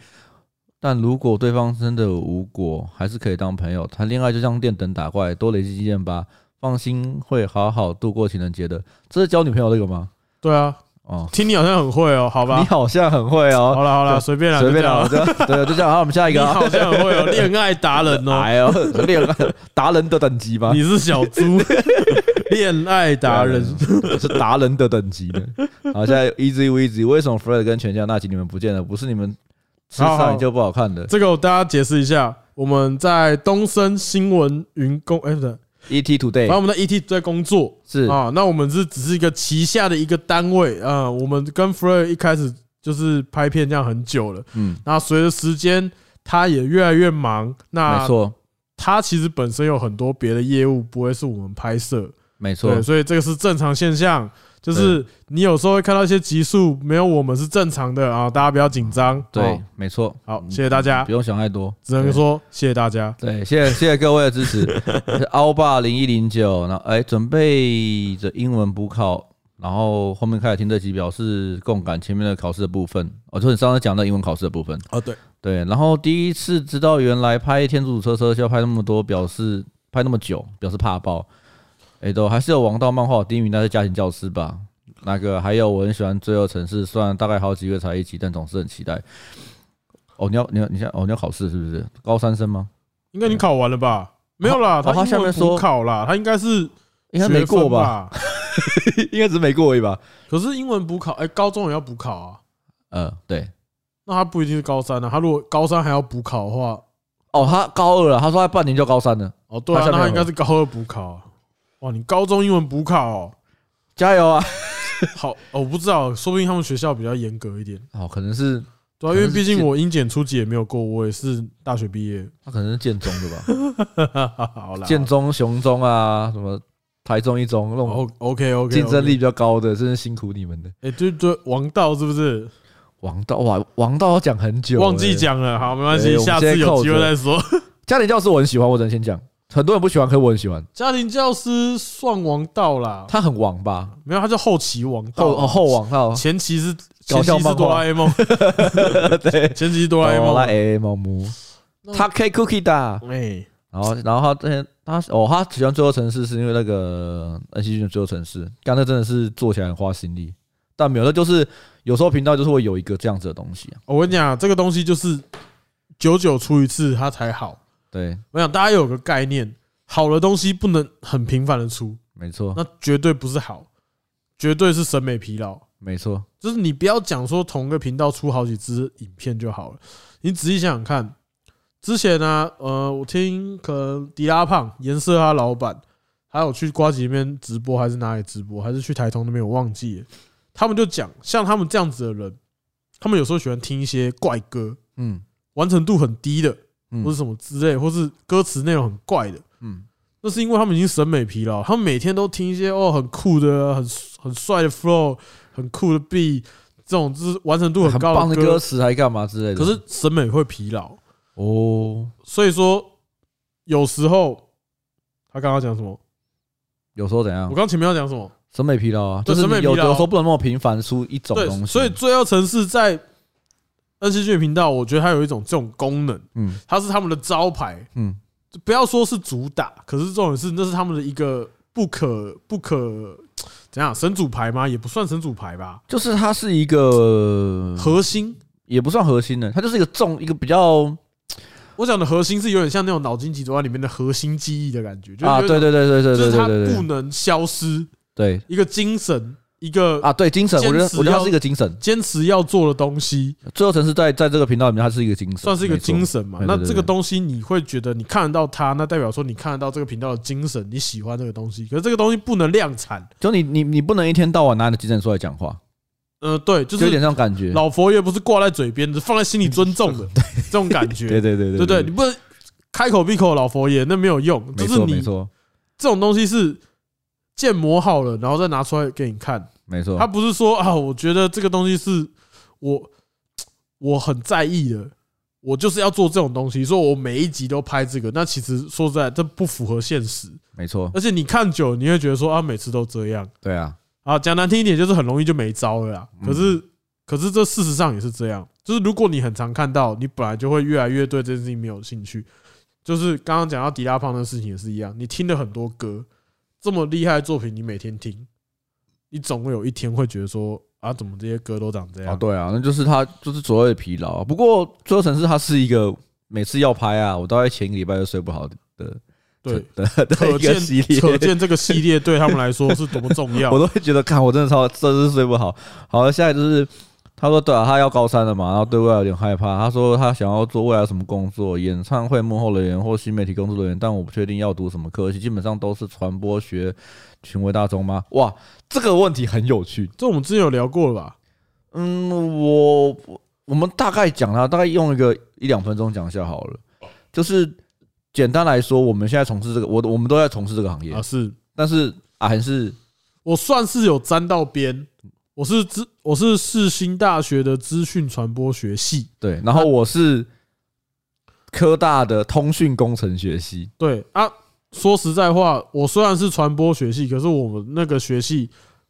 Speaker 2: 但如果对方真的无果，还是可以当朋友。谈恋爱就像电灯打怪，多累积经验吧。放心，会好好度过情人节的。这是交女朋友这个吗？
Speaker 1: 对啊，
Speaker 2: 哦，
Speaker 1: 听你好像很会哦，好
Speaker 2: 你
Speaker 1: 吧？
Speaker 2: 好像很会哦，
Speaker 1: 好了好了，
Speaker 2: 就
Speaker 1: 随便啦，
Speaker 2: 随便
Speaker 1: 就这样
Speaker 2: 啦，
Speaker 1: 啦
Speaker 2: 我。就对，就这样。好，我们下一
Speaker 1: 你
Speaker 2: 个啊。
Speaker 1: 好像很会哦，恋爱达人哦，
Speaker 2: [laughs] 哎呦，
Speaker 1: [laughs]
Speaker 2: 恋爱达人的等级吗？
Speaker 1: 你是小
Speaker 2: [laughs]
Speaker 1: 猪，恋爱达人。 [laughs]
Speaker 2: 是达人的等级的。好，现在 easy easy，为什么 Fred 跟全家那集你们不见了？不是你们吃
Speaker 1: 好
Speaker 2: 上
Speaker 1: 好
Speaker 2: 你就不好看的。
Speaker 1: 这个我大家解释一下，我们在东森新闻云工，哎，不对，
Speaker 2: ET
Speaker 1: 反正
Speaker 2: E Today
Speaker 1: 我们在 ET 在工作
Speaker 2: 是
Speaker 1: 啊。那我们是只是一个旗下的一个单位啊。我们跟 Fred 一开始就是拍片这样很久了，
Speaker 2: 嗯，
Speaker 1: 那随着时间他也越来越忙，那
Speaker 2: 没错
Speaker 1: 他其实本身有很多别的业务，不会是我们拍摄，
Speaker 2: 没错
Speaker 1: 对，，所以这个是正常现象。就是你有时候会看到一些集数没有我们是正常的啊，大家不要紧张。
Speaker 2: 对
Speaker 1: 哦，
Speaker 2: 没错。嗯
Speaker 1: 好，谢谢大家
Speaker 2: 不，用想太多，
Speaker 1: 只能说谢谢大家。
Speaker 2: 对，对谢谢谢谢各位的支
Speaker 1: [laughs]
Speaker 2: 持。是凹爸零一零九，然后哎，准备着英文补考。然后后面开始听这集，表示共感前面的考试的部分，哦，就是你上次讲的英文考试的部分。
Speaker 1: 哦，对，
Speaker 2: 对，然后第一次知道原来拍天竺鼠车车需要拍那么多，表示拍那么久，表示怕爆。哎、都还是有王道漫画第一名，那是家庭教师吧？那个还有我很喜欢《罪恶城市》，虽然大概好几个月才一集，但总是很期待。哦，你要你要你现在哦你要考试是不是？高三生吗？
Speaker 1: 应该你考完了吧？没有啦，
Speaker 2: 哦他
Speaker 1: 他
Speaker 2: 下
Speaker 1: 英
Speaker 2: 面
Speaker 1: 文
Speaker 2: 说
Speaker 1: 补考啦，他应该是
Speaker 2: 应该没过
Speaker 1: 学分
Speaker 2: 吧？
Speaker 1: 吧？
Speaker 2: [laughs] 应该只是没过而已吧？
Speaker 1: 可是英文补考，哎，高中也要补考啊。
Speaker 2: 呃，对。
Speaker 1: 那他不一定是高三啊，他如果高三还要补考的话，
Speaker 2: 哦，他高二了，他说他半年就高三了，
Speaker 1: 哦，对啊
Speaker 2: 他，下
Speaker 1: 那
Speaker 2: 面
Speaker 1: 他
Speaker 2: 有
Speaker 1: 应该是高二补考啊。哇，你高中英文补考哦，
Speaker 2: 加油啊！ [laughs]
Speaker 1: 好，哦我不知道，说不定他们学校比较严格一点。
Speaker 2: 哦，可能是
Speaker 1: 对啊，因
Speaker 2: 可能
Speaker 1: 为
Speaker 2: 是
Speaker 1: 毕竟
Speaker 2: 见
Speaker 1: 我英检初级也没有过，我也是大学毕业。 [laughs]
Speaker 2: 他可能是建中的吧？
Speaker 1: 好 [laughs] 啦，
Speaker 2: 建中、雄中啊，什么台中一中那种
Speaker 1: O OK OK，
Speaker 2: 竞争力比较高的，真是辛苦你们的。
Speaker 1: 哎，对对，王道是不是？
Speaker 2: 王道哇，王道要讲很久、
Speaker 1: 忘记。讲了，好，没关
Speaker 2: 哎
Speaker 1: 系，
Speaker 2: 我们
Speaker 1: 下次
Speaker 2: 先
Speaker 1: 有
Speaker 2: 扣
Speaker 1: 机会
Speaker 2: 着
Speaker 1: 再说。 [laughs]
Speaker 2: 家庭教师我很喜欢，我只能先讲。很多人不喜欢，可是我很喜欢。
Speaker 1: 家庭教师算王道啦，
Speaker 2: 他很王吧？
Speaker 1: 没有，他叫后期王
Speaker 2: 后
Speaker 1: 道，
Speaker 2: 哦后王道。
Speaker 1: 前期是前
Speaker 2: 搞
Speaker 1: 期
Speaker 2: 笑
Speaker 1: 是
Speaker 2: 漫画
Speaker 1: 哆啦 A 梦，
Speaker 2: 对，
Speaker 1: 前期是哆啦 A
Speaker 2: [laughs] 哆啦
Speaker 1: 梦，
Speaker 2: A 梦木。他 K Cookie 的
Speaker 1: 哎，
Speaker 2: 然后，然后他之前他哦，他喜欢《最后城市》是因为那个恩熙俊的《最后城市》，刚才真的是做起来很花心力，但没有，那就是有时候频道就是会有一个这样子的东西啊。
Speaker 1: 我跟你讲，这个东西就是久久出一次它才好。
Speaker 2: 对，
Speaker 1: 我想大家有个概念，好的东西不能很频繁的出，
Speaker 2: 没错，
Speaker 1: 那绝对不是好，绝对是审美疲劳。
Speaker 2: 没错，
Speaker 1: 就是你不要讲说同个频道出好几支影片就好了，你仔细想想看，之前呢、呃，我听可能迪拉胖、颜色他老板，还有去瓜吉那边直播，还是哪里直播，还是去台通那边，我忘记了，他们就讲像他们这样子的人，他们有时候喜欢听一些怪歌，
Speaker 2: 嗯
Speaker 1: 完成度很低的，
Speaker 2: 嗯
Speaker 1: 或是什么之类，或是歌词内容很怪的，
Speaker 2: 嗯，
Speaker 1: 那是因为他们已经审美疲劳，他们每天都听一些哦很酷的、很很帅的 flow、很酷的 B，这种就是完成度
Speaker 2: 很
Speaker 1: 高
Speaker 2: 棒的
Speaker 1: 歌
Speaker 2: 歌，词还干嘛之类的。
Speaker 1: 可是审美会疲劳，
Speaker 2: 哦，
Speaker 1: 所以说有时候他刚刚讲什么？
Speaker 2: 有时候怎样
Speaker 1: 我？刚前面要讲什么？
Speaker 2: 审美疲劳啊，
Speaker 1: 对
Speaker 2: 就是
Speaker 1: 审美疲
Speaker 2: 有
Speaker 1: 劳
Speaker 2: 有时候不能那么频繁出一种东
Speaker 1: 对，
Speaker 2: 西。
Speaker 1: 所以最后城市在恩熙俊频道，我觉得它有一种这种功能，
Speaker 2: 嗯
Speaker 1: 它是他们的招牌，
Speaker 2: 嗯，
Speaker 1: 就不要说是主打，可是重点是那是他们的一个不可不可怎样神主牌吗？也不算神主牌吧，
Speaker 2: 就是它是一个
Speaker 1: 核心。
Speaker 2: 也不算核心的，它就是一个重一个比较
Speaker 1: 我讲的核心是有点像那种脑筋急转弯里面的核心记忆的感觉，就是
Speaker 2: 啊，
Speaker 1: 有一
Speaker 2: 对
Speaker 1: 种
Speaker 2: 对对对
Speaker 1: 就
Speaker 2: 对对
Speaker 1: 是它
Speaker 2: 对对
Speaker 1: 不
Speaker 2: 对
Speaker 1: 能消失，
Speaker 2: 对
Speaker 1: 一个精神，一个
Speaker 2: 啊，对精神，我觉得
Speaker 1: 坚持
Speaker 2: 我觉得它
Speaker 1: 要
Speaker 2: 是一个精神。
Speaker 1: 坚持要做的东西，
Speaker 2: 最后城市在在这个频道里面，它是一个精神，
Speaker 1: 算是一个
Speaker 2: 没错
Speaker 1: 精。神嘛
Speaker 2: 没。错
Speaker 1: 那
Speaker 2: 对对
Speaker 1: 这个
Speaker 2: 对
Speaker 1: 东西你会觉得你看得到它，那代表说你看得到这个频道的精神，你喜欢这个东西。可是这个东西不能量产，
Speaker 2: 就你你你不能一天到晚拿你的精神出来讲话，
Speaker 1: 呃，对，就
Speaker 2: 就有点
Speaker 1: 是
Speaker 2: 这种感觉。
Speaker 1: 老佛爷不是挂在嘴边的，放在心里尊重的这种感
Speaker 2: [laughs] 对
Speaker 1: 觉，
Speaker 2: 对对
Speaker 1: 对不对？你不能开口闭口老佛爷，那没有用，
Speaker 2: 没
Speaker 1: 就是
Speaker 2: 错
Speaker 1: 你
Speaker 2: 没错
Speaker 1: 这种东西是建模好了，然后再拿出来给你看。
Speaker 2: 没错。
Speaker 1: 他不是说啊，我觉得这个东西是我我很在意的，我就是要做这种东西，说我每一集都拍这个。那其实说实在，这不符合现实，
Speaker 2: 没错，
Speaker 1: 而且你看久，了，你会觉得说啊，每次都这样
Speaker 2: 对啊，
Speaker 1: 啊。讲难听一点，就是很容易就没招了啦。
Speaker 2: 嗯
Speaker 1: 可是，可是这事实上也是这样，就是如果你很常看到，你本来就会越来越对这件事情没有兴趣。就是刚刚讲到迪拉胖的事情也是一样，你听了很多歌，这么厉害的作品，你每天听，你总会有一天会觉得说啊，怎么这些歌都长这
Speaker 2: 啊
Speaker 1: 样？
Speaker 2: 对啊，那就是他就是所谓的疲劳啊。不过最后城市它是一个每次要拍啊，我大概前一个礼拜就睡不好的的
Speaker 1: 对，
Speaker 2: [laughs] 的的
Speaker 1: 可
Speaker 2: 一个
Speaker 1: 见
Speaker 2: 系列，
Speaker 1: 可见这个系列对他们来说是多么重要
Speaker 2: [laughs] 我。都会觉得，看我真的超，真的是睡不好。好了，下来就是他说，对啊，他要高三了嘛，然后对未来有点害怕。他说他想要做未来什么工作，演唱会幕后人员或新媒体工作人员，但我不确定要读什么科系，基本上都是传播学、群为大众吗？哇，这个问题很有趣。
Speaker 1: 这我们之前有聊过了吧？
Speaker 2: 嗯，我我我们大概讲它，大概用一个一两分钟讲一下好了。就是简单来说，我们现在从事这个，我我们都在从事这个行业
Speaker 1: 啊，，是
Speaker 2: 但是啊，还是
Speaker 1: 我算是有沾到边。我是资，我是世新大学的资讯传播学系，
Speaker 2: 对，然后我是科大的通讯工程学系，
Speaker 1: 对啊，说实在话，我虽然是传播学系，可是我们那个学系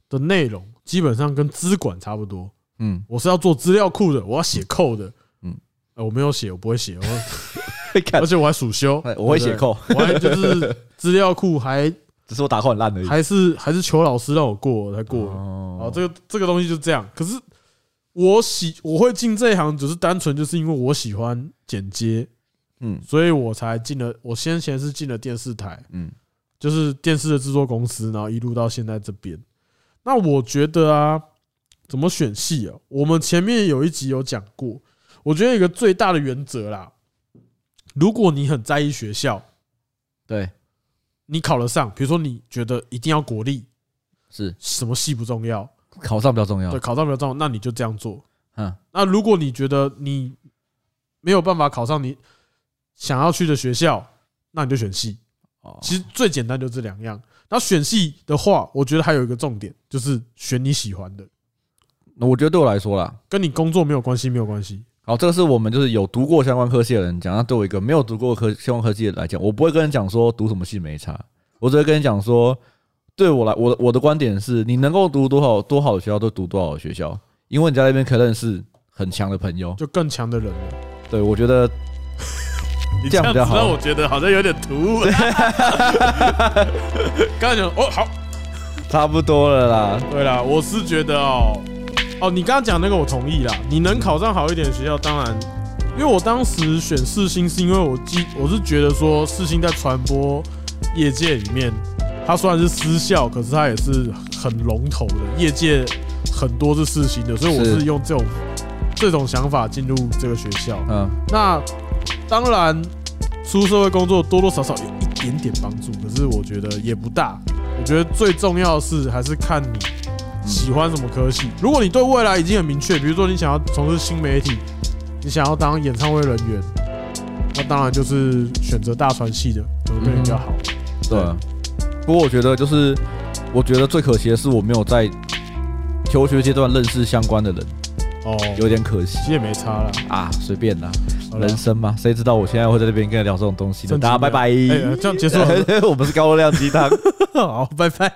Speaker 1: 的内容基本上跟资管差不多。
Speaker 2: 嗯，
Speaker 1: 我是要做资料库的，我要写扣的。嗯
Speaker 2: 嗯，
Speaker 1: 我没有写，我不会写，我
Speaker 2: 看
Speaker 1: 而，且我还暑修，
Speaker 2: 哎我会写扣，
Speaker 1: 对不对，我还就是资料库
Speaker 2: [laughs]
Speaker 1: 还
Speaker 2: 只是我打扣很烂而已。
Speaker 1: 还是还是求老师让我过我才过的。哦
Speaker 2: 哦，
Speaker 1: 这个这个东西就这样。可是我喜我会进这一行，只是单纯就是因为我喜欢剪接，
Speaker 2: 嗯
Speaker 1: 所以我才进了。我先前是进了电视台，
Speaker 2: 嗯
Speaker 1: 就是电视的制作公司，然后一路到现在这边。那我觉得啊，怎么选戏啊？我们前面有一集有讲过，我觉得有一个最大的原则啦，如果你很在意学校，
Speaker 2: 对，
Speaker 1: 你考得上，比如说你觉得一定要国立，
Speaker 2: 是
Speaker 1: 什么系不重要，
Speaker 2: 考上比较重要
Speaker 1: 对，。考上比较重要，那你就这样做。
Speaker 2: 嗯，
Speaker 1: 那如果你觉得你没有办法考上你想要去的学校，那你就选系。
Speaker 2: 哦
Speaker 1: 其实最简单就这两样。然后选系的话，我觉得还有一个重点，就是选你喜欢的，
Speaker 2: 我觉得对我来说啦，
Speaker 1: 跟你工作没有关系，没有关系。
Speaker 2: 好，这个是我们就是有读过相关科系的人讲，那对我一个没有读过科相关科系的来讲，我不会跟人讲说读什么系没差，我只会跟你讲说，对我来，我的我的观点是你能够读多少多好的学校就读多好的学校，因为你在那边可以认识很强的朋友。
Speaker 1: 就更强的人了。
Speaker 2: 对，我觉得
Speaker 1: 你
Speaker 2: 这样比较好
Speaker 1: 让我觉得好像有点突兀。
Speaker 2: [laughs]
Speaker 1: 刚才讲哦，好，
Speaker 2: 差不多了啦。
Speaker 1: 对啦，我是觉得哦，哦，你刚刚讲那个我同意啦。你能考上好一点的学校，当然，因为我当时选世新是因为我记，我是觉得说世新在传播业界里面，它虽然是私校，可是它也是很龙头的，业界很多是世新的，所以我
Speaker 2: 是
Speaker 1: 是用这种这种想法进入这个学校。
Speaker 2: 嗯，
Speaker 1: 那当然，出社会工作多多少少有一点点帮助，可是我觉得也不大。我觉得最重要的是还是看你喜欢什么科系。如果你对未来已经很明确，比如说你想要从事新媒体，你想要当演唱会人员，那当然就是选择大传系的，可能对你比较好。
Speaker 2: 对。不过我觉得就是，我觉得最可惜的是我没有在求学阶段认识相关的人，
Speaker 1: 哦，
Speaker 2: 有点可惜
Speaker 1: 其实也没差啦。
Speaker 2: 啊。随便啦，
Speaker 1: 好啦
Speaker 2: 人生嘛，谁知道我现在会在这边跟你聊这种东西呢？
Speaker 1: 正经
Speaker 2: 大家拜拜。 [laughs]
Speaker 1: 哎、这样结束了
Speaker 2: 我们是高热量鸡汤。
Speaker 1: 好，拜拜。